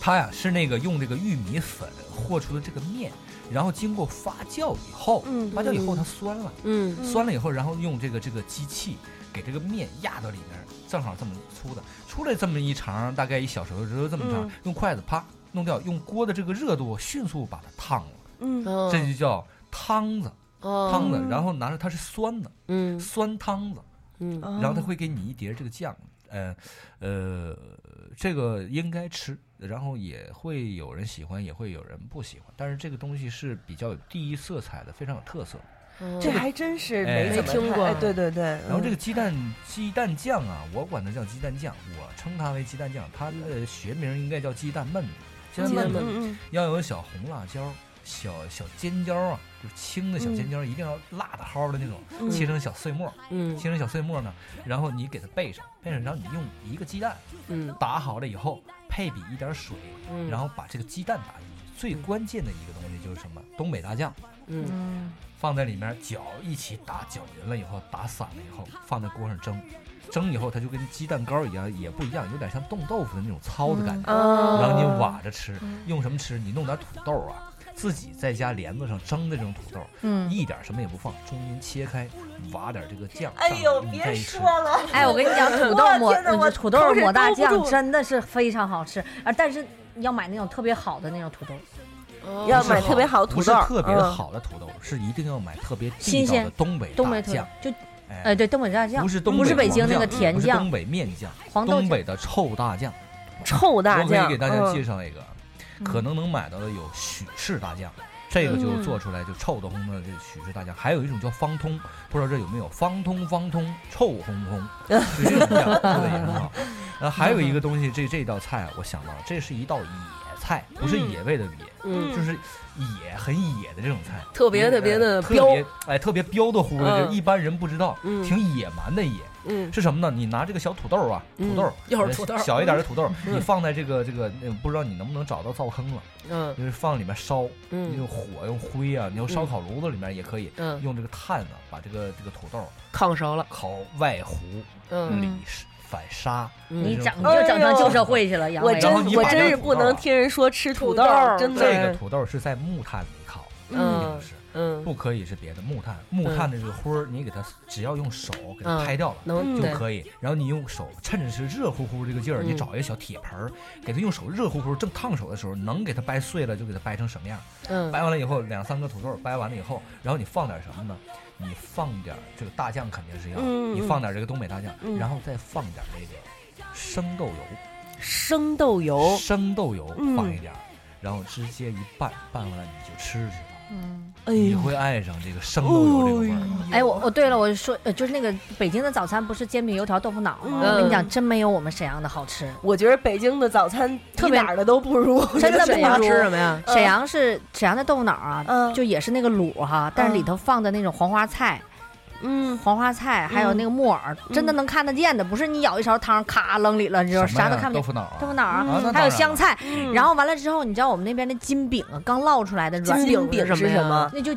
I: 它呀是那个用这个玉米粉和出的这个面，然后经过发酵以后，
K: 嗯
I: 发酵以后
K: 嗯
I: 它酸了，
K: 嗯
I: 酸了以后，然后用这个这个机器给这个面压到里面，正好这么粗的，出来这么一长，大概一小手指头这么长，
K: 嗯
I: 用筷子啪弄掉，用锅的这个热度迅速把它烫了。
A: 嗯
H: 哦
I: 这就叫汤子，
A: 哦
I: 汤子
A: 嗯。
I: 然后拿着它是酸的，
H: 嗯，
I: 酸汤子，
H: 嗯
I: 然后他会给你一碟这个酱，呃，呃，这个应该吃，然后也会有人喜欢，也会有人不喜欢，但是这个东西是比较有地域色彩的，非常有特色。
H: 嗯
A: 这
I: 个
A: 还真是
I: 哎
A: 没怎么看哎对对对。
I: 然后这个
A: 嗯
I: 鸡蛋鸡蛋酱啊，我管它叫鸡蛋酱，我称它为鸡蛋酱，它的学名应该叫鸡蛋焖子。鸡蛋
K: 鸡蛋
I: 焖
K: 焖子
I: 子
K: 嗯
I: 要有小红辣椒、小小尖椒啊，就是青的小尖椒，一定要辣的蒿的那种，
K: 嗯
I: 切成小碎末。
H: 嗯
I: 切成小碎末呢，然后你给它备上，备上，然后你用一个鸡蛋，
H: 嗯，
I: 打好了以后，配比一点水，
H: 嗯
I: 然后把这个鸡蛋打进去。最关键的一个东西就是什么？东北大酱。
H: 嗯，
I: 放在里面搅一起打搅匀了以后，打散了以后放在锅上蒸，蒸以后它就跟鸡蛋糕一样，也不一样，有点像冻豆腐的那种糙的感觉。
K: 嗯哦
I: 然后你挖着吃，
E: 嗯
I: 用什么吃？你弄点土豆啊，自己在家帘子上蒸的这种土豆，
E: 嗯
I: 一点什么也不放，中间切开，挖点这个酱。
E: 哎呦
I: 上面你
E: 别
I: 再一吃
E: 说了 哎我跟你讲土豆抹我土豆抹大酱真的是非常好吃啊！但是要买那种特别好的那种土豆，
H: 嗯
A: 要买特别好的
I: 不
A: 土
I: 是
A: 豆，
I: 特别
A: 嗯
I: 好的土豆，是一定要买特别地
E: 新
I: 道的
E: 鲜
I: 东北
E: 东
I: 大
E: 北土豆
I: 酱。
E: 就，
I: 哎
E: 哎对东北大酱
I: 不是东
E: 不是北
I: 黄
E: 京那个
I: 酱嗯
E: 甜
I: 不是
E: 酱
I: 东北面酱，
E: 黄豆
I: 东
E: 酱
I: 北的臭大酱，
A: 臭大
I: 我
A: 酱
I: 可以给大家
A: 嗯
I: 介绍一个，
A: 嗯
I: 可能能买到的有许氏大酱，这个就
A: 嗯
I: 做出来就臭的烘的这许氏大酱，还有一种叫方通，不知道这有没有方通方通臭烘烘， 就这种酱做的也很好。然后还有一个东西，这这道菜啊我想到了，这是一道野菜，不是野味的野，
H: 嗯
I: 就是野很野的这种菜，
H: 特别
I: 嗯
H: 特别地
I: 哎
H: 彪
I: 特别哎特别彪的乎的，
H: 嗯
I: 就一般人不知道，
H: 嗯
I: 挺野蛮的野。
H: 嗯
I: 是什么呢？你拿这个小土豆啊，
H: 嗯
I: 土豆，
H: 又是土豆
I: 小一点的土豆，
H: 嗯
I: 你放在这个这个，呃不知道你能不能找到灶坑了，
H: 嗯
I: 就是放里面烧，
H: 嗯
I: 用火用灰啊，你用烧烤炉子里面也可以，
H: 嗯
I: 用这个炭啊把这个这个土豆
H: 烫熟了，
I: 烤外糊，
H: 嗯
I: 里反沙，
H: 嗯
E: 你
I: 这
E: 整
I: 种
E: 你就整成旧社会去了，杨
A: 哎我
E: 伟
A: 真
I: 然后你
A: 我
I: 把这
A: 真
I: 个
A: 是
I: 土
A: 不
I: 豆
A: 能
I: 啊
A: 听人说吃土豆，真
I: 这个
A: 的。
I: 土豆是在木炭里烤，
A: 嗯
I: 一定是
H: 嗯，
I: 不可以是别的木炭，木炭的这个灰儿，你给它只要用手给它
H: 嗯
I: 拍掉了，
H: 能
I: 就
H: 对
I: 可以。然后你用手趁着是热乎乎这个劲儿，你
H: 嗯
I: 找一个小铁盆儿，给它用手热乎乎正烫手的时候，能给它掰碎了就给它掰成什么样。
H: 嗯
I: 掰完了以后，两三个土豆掰完了以后，然后你放点什么呢？你放点这个大酱肯定是要的，
A: 嗯
I: 你放点这个东北大酱，
A: 嗯
I: 然后再放点这个生豆油。
A: 生豆
E: 哦
A: 油，
I: 生豆油
A: 嗯
I: 放一点儿，然后直接一拌，拌完了你就吃去吧，
E: 嗯，
I: 你会爱上这个生豆油这个味儿。
E: 哎，我哦，对了，我说，呃，就是那个北京的早餐不是煎饼、油条、豆腐脑吗？
A: 嗯
E: 我跟你讲，真没有我们沈阳的好吃。
A: 我觉得北京的早餐特别哪儿的都不如，
E: 真的不
A: 好
E: 如
A: 嗯
E: 沈阳是沈阳的豆腐脑啊，就也是那个卤哈，但是里头放的那种黄花菜，
A: 嗯，
E: 黄花菜还有那个木耳，真的能看得见的，不是你舀一勺汤咔扔里了，你就
I: 什么
E: 啥都
I: 呀
E: 看不见。
I: 豆腐脑啊
E: 豆腐脑
I: 嗯啊嗯那
E: 啊，
I: 当
E: 还有
I: 然
E: 香
I: 了
E: 菜，然后完了之后，你知道我们那边的金饼啊，刚烙出来的软
A: 金饼
E: 饼
A: 是
E: 呀
A: 什么
E: 那就。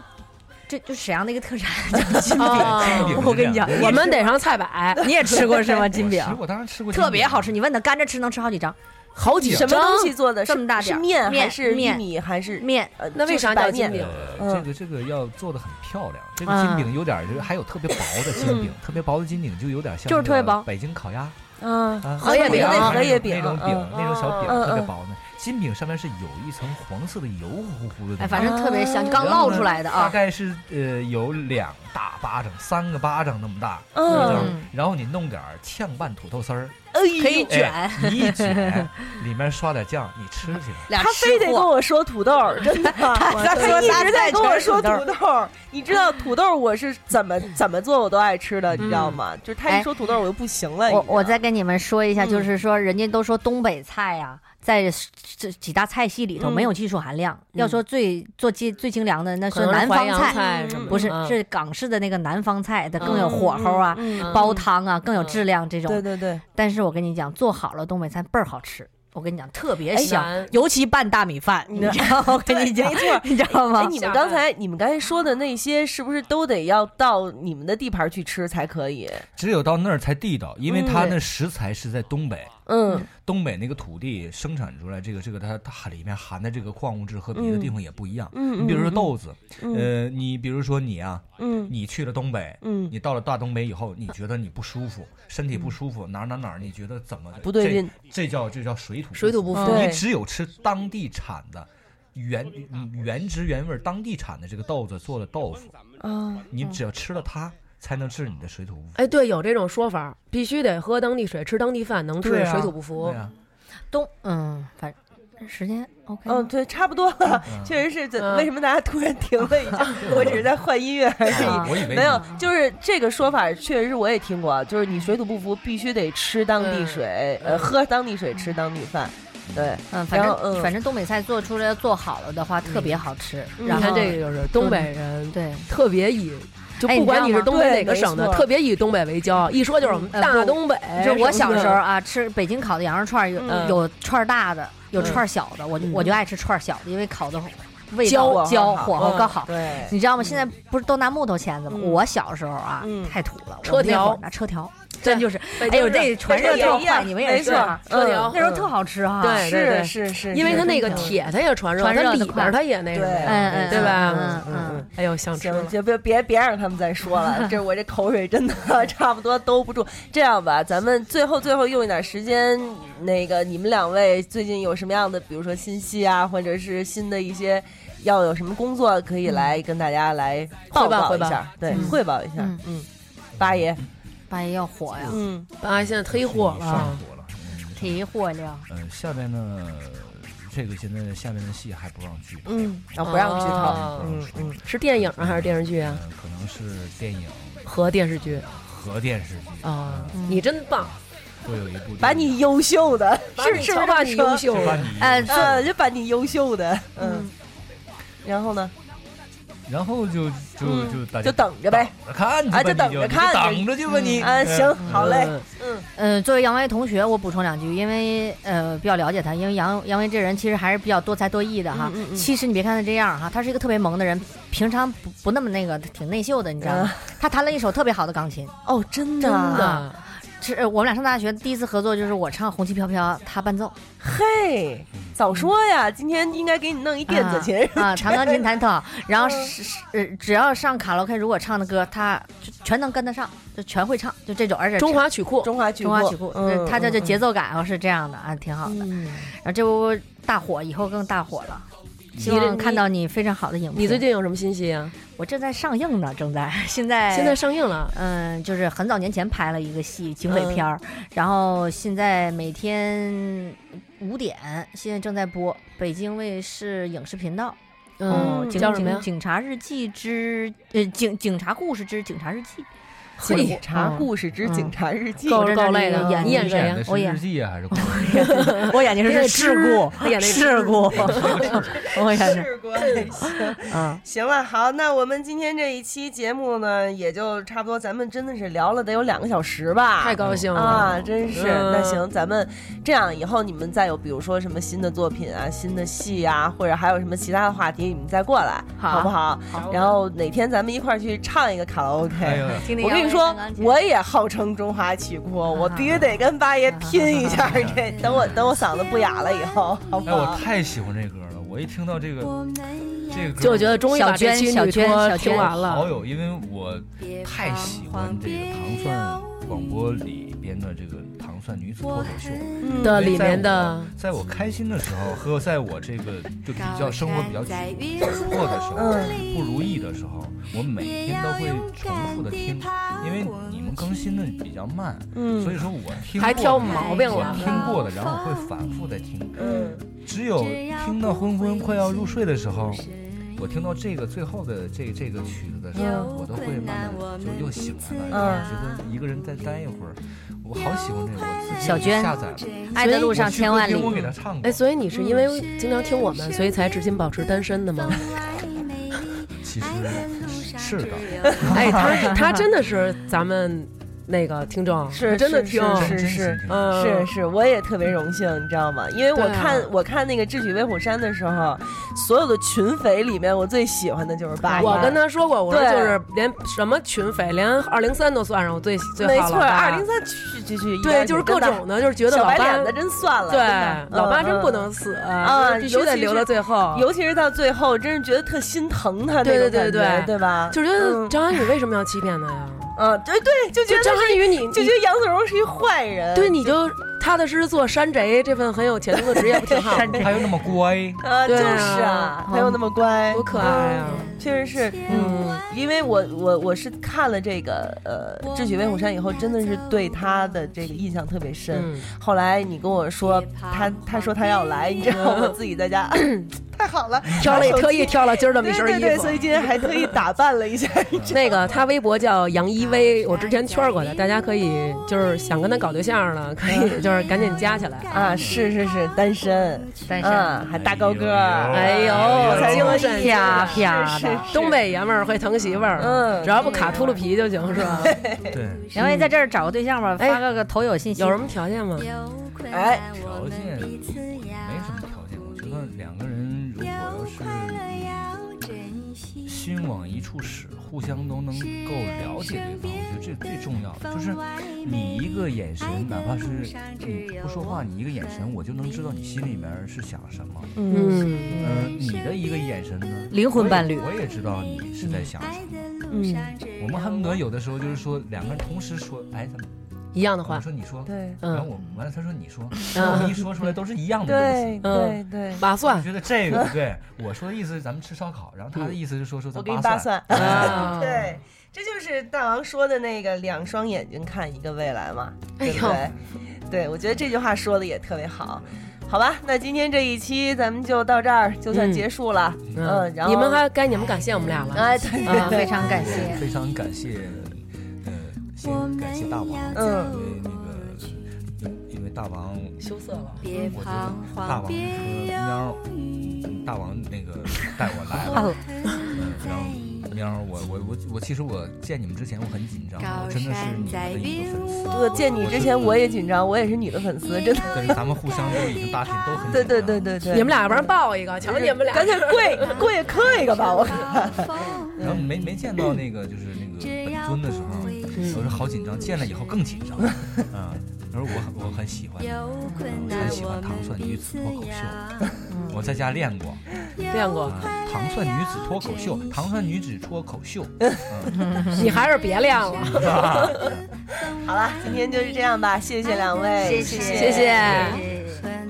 E: 这就沈阳的一个特产叫 金饼
H: 哦金饼，是
E: 我跟你
H: 这
E: 讲
H: 样的，我们得上菜
E: 百你也吃过是吗？金饼
I: 我吃过当然吃过金饼啊
E: 特别好吃。你问他干着吃能吃好几张，
A: 好
E: 几
A: 什么
E: 张
A: 东西做的？
E: 这
A: 是
E: 么大
A: 是
E: 点儿
A: 面还
E: 面
A: 是玉
E: 面嗯
A: 米还是
E: 面
A: 呃
E: 那
A: 就
E: 为
A: 是
E: 啥叫
A: 白
E: 金
A: 面
E: 饼
I: 呃，这个
E: 嗯
I: 这个要做的很漂亮，这个金饼有点儿，就是还有特别薄的金饼，特别薄的金饼就有点像
E: 嗯就是特别
I: 那个
E: 薄
I: 北京烤鸭，
A: 嗯
I: 啊
A: 荷叶饼
I: 烤鸭
A: 荷叶饼
I: 那种饼
A: 嗯，
I: 那种小饼
A: 嗯嗯
I: 特别薄呢。金饼上面是有一层黄色的油乎乎的东西，
E: 哎反正特别香
I: 啊
E: 刚烙出来的啊
I: 大概是呃有两大巴掌、三个巴掌那么大，
E: 嗯
I: 那个就是然后你弄点儿炝拌土豆丝儿，
E: 可以卷
I: 哎，你一卷，里面刷点酱，你吃去
A: 他
I: 吧。
A: 非得跟我说土豆儿，真的，他
E: 说
A: 一
E: 仨
A: 直在
E: 菜
A: 跟我
E: 全是
A: 说
E: 土豆
A: 土
E: 儿嗯
A: 豆儿。你知 道土豆儿我是怎么怎么做我都爱吃的，你知道吗？就是他一
E: 哎
A: 说土豆儿我就不行了。
E: 我
A: 已经
E: 我再跟你们说一下，
A: 嗯
E: 就是说人家都说东北菜呀、在这几大菜系里头
H: 嗯
E: 没有技术含量。要说最做精最精良的，那
H: 可能是
E: 南方
H: 淮扬菜什么的
E: 不是
H: 嗯
E: 是港式的那个南方菜，它
H: 嗯
E: 更有火候啊
H: 嗯嗯，
E: 煲汤啊更有质量这种。
A: 嗯对对对。
E: 但是我跟你讲，做好了东北菜倍儿好吃。我跟你讲，特别香
A: 哎难，
E: 尤其拌大米饭，你知道吗？我跟你讲，
A: 没错，
E: 你知道吗？
A: 哎，你们刚才你们刚才说的那些，是不是都得要到你们的地盘去吃才可以？
I: 只有到那儿才地道，因为
A: 嗯
I: 它
A: 对
I: 那食材是在东北，
A: 嗯，
I: 东北那个土地生产出来这个这个它它里面含的这个矿物质和别的地方也不一样。
A: 嗯嗯
I: 你比如说豆子，
A: 嗯
I: 呃，你比如说你啊，
A: 嗯
I: 你去了东北，
A: 嗯
I: 你到了大东北以后，你觉得你不舒服，身体不舒服，哪儿哪儿哪儿，你觉得怎么
A: 不对
I: 这
A: 劲？
I: 这叫这叫水土
A: 水土不服
I: 你
A: 对
I: 只有吃当地产的。原嗯原汁原味儿当地产的这个豆子做的豆腐，
A: 嗯哦
H: 啊
I: 你只要吃了它，才能治你的水土不服。
H: 哎，对，有这种说法，必须得喝当地水，吃当地饭，能
I: 对
H: 治
I: 啊
H: 水土不服
I: 对啊。
E: 东嗯，反正时间 OK。
A: 嗯，对，差不多了，
I: 嗯
A: 确实是。怎
E: 嗯
A: 为什么大家突然停了一下？我只是在换音乐而
I: 啊我以
A: 已，
I: 为
A: 没有
I: 你，
A: 就是这个说法，确实是我也听过，啊就是你水土不服，必须得吃当地水，呃，喝当地水，吃当地饭，对，
E: 嗯，反
A: 然
E: 正
A: 后嗯
E: 反正东北菜做出来做好了的话，特别好吃。
H: 嗯你
E: 然后
H: 看这个就是东北人，
E: 对，
H: 特别以就
E: 哎
H: 不管
E: 你
H: 你
E: 知道吗
H: 是东北
E: 对
H: 哪个
E: 没
H: 省的，
E: 错
H: 特别以东北为骄傲，一说就是我们
E: 呃
H: 大
E: 不
H: 东北。
E: 就是我
H: 什
E: 小
H: 么的
E: 时候，啊，吃北京烤的羊肉串儿有、
H: 嗯
E: 有串儿大的，有
H: 嗯
E: 串儿小的，我就、我就爱吃串儿小的，因为烤的味
H: 焦
E: 道焦
H: 火候
E: 火候
H: 好
E: 刚好。
H: 对
E: 你知道吗？现在不是都拿木头钳子吗？
H: 嗯
E: 我小时候啊，太土了，
H: 车条
E: 我那会儿拿车条。真就是，
H: 北
E: 哎
H: 京
E: 呦，
H: 是
E: 这传热
H: 北京
E: 特
H: 也一样
E: 快，你们也是啊
H: 没错
A: 嗯
H: 车条
E: 那时候特好吃哈。
H: 对对对因为它那个铁它也传热，
E: 传
H: 它
E: 热
H: 里
E: 得
H: 边儿
E: 快
H: 它也那什么呀，
E: 嗯嗯
H: 对吧？
E: 嗯嗯嗯，
H: 哎呦，想吃了
A: 行，。就别别别让他们再说了，这我这口水真的差不多兜不住。这样吧，咱们最后最后用一点时间，那个你们两位最近有什么样的，比如说新戏啊，或者是新的一些要有什么工作，可以来跟大家来报
H: 汇报
A: 告
H: 汇
A: 一
H: 报
A: 下，对，
H: 嗯
A: 汇报一下。嗯，八爷，
E: 八爷要火呀，
A: 嗯，
H: 八哎爷现在忒火
E: 嗯
H: 了，啊
E: 忒火了。
I: 呃，下边呢，这个现在下边的戏还不让剧，
H: 嗯
A: 啊不让剧透
H: 哦
I: 嗯
H: 嗯，是电影啊还是电视剧啊？
I: 可能是电影
H: 和电视剧
I: 和电视剧嗯
H: 啊，你真棒，
I: 会有一部
A: 把
I: 电影。
A: 你优秀的，
H: 把
A: 是
H: 你
A: 是不是
H: 瞧把
A: 这
H: 你
A: 么说
H: 优秀嗯
I: 是嗯把你
A: 呃，
I: 优秀
A: 呃就把你优秀的，嗯，然后呢？
I: 然后就就就大家
A: 就等着呗，
I: 看去吧
A: 啊，
I: 你就
A: 等着看，
I: 你就等着去吧你
A: 啊，
I: 嗯
A: 行，好嘞，嗯，
E: 呃，作为杨威同学，我补充两句，因为呃比较了解他，因为杨杨威这人其实还是比较多才多艺的哈。
A: 嗯嗯嗯
E: 其实你别看他这样哈，他是一个特别萌的人，平常不不
A: 嗯
E: 那么那个，挺内秀的，你知道吗？他弹了一首特别好的钢琴，
H: 啊
A: 哦，真
E: 真
A: 的
E: 的。是呃我们俩上大学第一次合作，就是我唱《红旗飘飘》，他伴奏。
A: 嘿，早说呀！今天应该给你弄一电子琴
E: 嗯
A: 嗯
E: 啊， 啊弹钢琴弹特好。然后是是呃，只要上卡拉 OK，如果唱的歌，他就全能跟得上，就全会唱，就这种。而且
H: 中华曲库，
A: 中华曲
E: 嗯中华曲库，
A: 嗯
E: 呃他这就
A: 嗯
E: 节奏感啊是这样的啊，挺好的。
H: 嗯
E: 然后这不大火，以后更大火了。
I: 嗯
E: 希
H: 你
E: 望看到你非常好的影片。
H: 你最近有什么信息啊？
E: 我正在上映呢，正在现在
H: 现在上映了。
E: 嗯，就是很早年前拍了一个戏警匪片儿，
H: 嗯
E: 然后现在每天五点现在正在播北京卫视影视频道。
H: 嗯
E: 哦警
H: 叫什么呀
E: 警警察日记之呃警警察故事之警察日记。
A: 嘿警察故事之警察日记
E: 嗯够
A: 够
E: 够
A: 够
E: 累
A: 累
E: 的
A: 的，
E: 演
H: 啊
A: 你演谁
E: 呀
A: 呀？
E: 我演
P: 日记啊，还是公
E: 我眼睛是事故，
A: 他演那个
E: 事 故，我眼睛
A: 试过一下。
E: 嗯
A: 行了，好，那我们今天这一期节目呢，也就差不多，咱们真的是聊了得有两个小时吧，
H: 太高兴了
A: 啊，真是。
H: 嗯
A: 那行，咱们这样以后你们再有比如说什么新的作品啊、新的戏啊，或者还有什么其他的话题，你们再过来，
E: 好
A: 不好？
E: 好
A: 然后哪天咱们一块儿去唱一个卡拉 OK，、
E: 哎呦听听
A: 我跟你
E: 杨
A: 说
E: 威弹钢，琴
A: 我也号称中华曲 库，我必须得跟八爷拼一下这。等我等我嗓子不哑了以后，好不
I: 哎，
A: 好
I: 我？太喜欢这歌了！我一听到这个这个歌，
H: 就觉得终于把这期
E: 小
H: 女
E: 娟小
H: 托
E: 娟
H: 听完了。
I: 好友，因为我太喜欢这个糖蒜广播里边的这个糖蒜女子脱口秀
H: 嗯的里面的
I: 因为在我在我开心的时候和在我这个就比较生活比较紧迫的时候、
H: 嗯
I: 不如意的时候，我每天都会重复的听，因为你们更新的比较慢，
H: 嗯
I: 所以说我听
H: 还
I: 过
H: 挑
I: 的
H: 毛病
I: 我
H: 了嗯
I: 听过的，然后我会反复的听，只有听到昏昏快要入睡的时候。我听到这个最后的这这个曲子的时候，
A: 嗯
I: 我都会慢慢就又醒来了，
A: 嗯
I: 然后觉得一个人再待一会儿，我好喜欢这个。我自己
E: 小娟
I: 下载了，
E: 爱的路上千万里
I: 我去歌厅我给他唱过
H: 哎，，所以你是因为经常听我们，所以才至今保持单身的吗？
I: 其实是的。
H: 哎，他他真的是咱们那个听众，
A: 是
H: 真的
A: 是
H: 听，
A: 是是是
H: 嗯，
A: 是是，我也特别荣幸，你知道吗？因为我
H: 对啊
A: 看我看那个《智取威虎山》的时候，所有的群肥里面，我最喜欢的就是八爷。
H: 我跟他说过，我说
A: 对
H: 就是连什么群匪，连二零三都算上，我最最
A: 没
H: 好
A: 错，
H: 老
A: 二
H: 八
A: 零三去去去，
H: 对，就是各种的，就是觉得
A: 小
H: 老
A: 白
H: 八
A: 脸的真算了，真的
H: 对，老八
A: 嗯
H: 真不
A: 嗯
H: 能死
A: 啊，
H: 就是必须得留到最后。
A: 尤其是到最后，真是觉得特心疼他那
H: 对
A: 种
H: 对
A: 感觉，
H: 对对
A: 对吧？
H: 就觉得张涵予为什么要欺骗他呀？
A: 嗯，对对，嗯就觉得
H: 就张
A: 他是
H: 涵予你
A: 就觉得杨子荣是一坏人，
H: 对，你就踏踏实实做山贼这份很有前途的职业不挺 好吗？
I: 还有那么乖，
A: 啊，就
H: 对
A: 是
H: 啊
A: 啊，他又那么乖，
H: 多可爱啊！
A: 确实是，嗯，因为我我我是看了这个呃《智取威虎山》以后，真的是对他的这个印象特别深。
H: 嗯
A: 后来你跟我说他他说他要来，你知道我自己在家。太好了，
H: 挑了
A: 拿手机
H: 特意挑了今儿这么一身
A: 对对
H: 衣
A: 对，
H: 服
A: 所以今天还特意打扮了一下。
H: 那个他微博叫杨一威，我之前圈过他，大家可以就是想跟他搞对象了，可
A: 嗯
H: 以就是赶紧加起来。
A: 啊，是是是，单身，
E: 单身
A: 啊，还大高个儿，
H: 哎
A: 才
H: 呦，精神啊
E: 啪啪
A: 是
E: 的。
H: 东北爷们儿会疼媳妇儿，
A: 嗯
H: 只要不卡秃噜皮就行，是吧？
I: 对，
E: 杨威在这儿找个对象吧，发个个投友信息。
H: 有什么条件吗？
A: 哎，
I: 条件没什么条件，我觉得两个人如果要是心往一处使，互相都能够了解对方，我觉得这最重要的就是你一个眼神，哪怕是你不说话，你一个眼神，我就能知道你心里面是想什么。
H: 嗯
I: 呃，你的一个眼神呢，
E: 灵魂伴侣
I: 我也我也知道你是在想什么。
H: 嗯，
I: 我们恨不得有的时候就是说两个人同时说，哎，咱们
H: 一样的话嗯
I: 我，说你说，
A: 对
I: 然后我完了他说你说，然后我们一说出来都是一样的东
A: 对
I: 西。
A: 对对，
H: 马
I: 我
H: 蒜
I: 觉得这 个对我说的意思是咱们吃烧烤，然后他的意思是说说咱
A: 嗯我给你
I: 扒
A: 扒蒜。
H: 啊，
A: 对，这就是大王说的那个“两双眼睛看一个未来”嘛，对
H: 哎呦
A: 不对？对，我觉得这句话说的也特别好。好吧，那今天这一期咱们就到这儿，就算
H: 嗯
A: 结束了。嗯，然后
H: 你们还该你们感谢我们俩了。
A: 哎，对
H: 啊
A: 对
E: 非
A: 对，
E: 常感
A: 嗯
E: 谢。
I: 非常感谢，呃，先感谢大王，
A: 嗯
I: 因为那个因因为大王，嗯
H: 羞涩了，
I: 我觉得大王和喵儿，嗯大王那个带我来 了。嗯，然后喵儿，我我我我，其实我见你们之前我很紧张，我真的是你们的一个粉丝。
A: 我见你之前我也紧张，我也是你的粉丝，真的。
I: 但是咱们互相都已经大体都很紧张
A: 对对对对对，
H: 你们俩要不然抱一个，瞧你们俩，
A: 赶紧跪跪磕一个吧，我看。
I: 然后没没见到那个就是那个本尊的时候，我说好紧张，见了以后更紧张。嗯，我说我很我很喜欢你，我很喜欢糖蒜女子脱口秀，我在家练过，
H: 练过
I: 啊糖蒜女子脱口秀，糖蒜女子脱口秀。嗯
H: 你还是别练了。
A: 好了，今天就是这样吧，谢谢两位，
H: 谢
A: 谢
H: 谢谢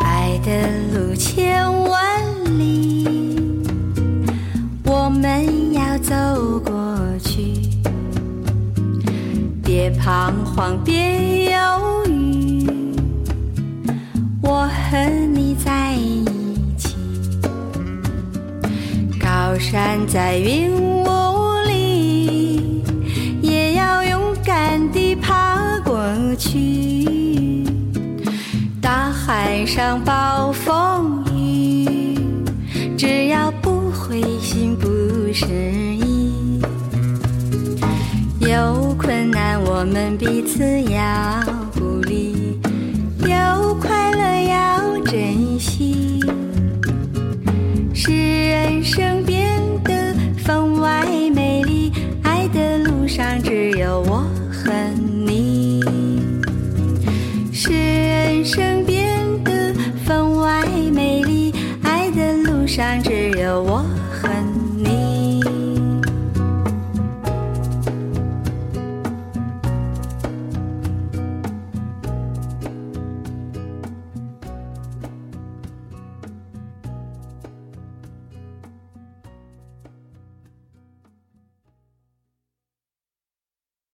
C: 爱的路千万里，我们要走过去。别彷徨，别犹豫，我和你在一起。高山在云雾里，也要勇敢地爬过去。大海上暴风雨，只要不灰心不失意，有困难我们彼此要鼓励，有快乐要珍惜，使人生变得分外美丽。爱的路上只有我和你。使人生变得分外美丽。爱的路上只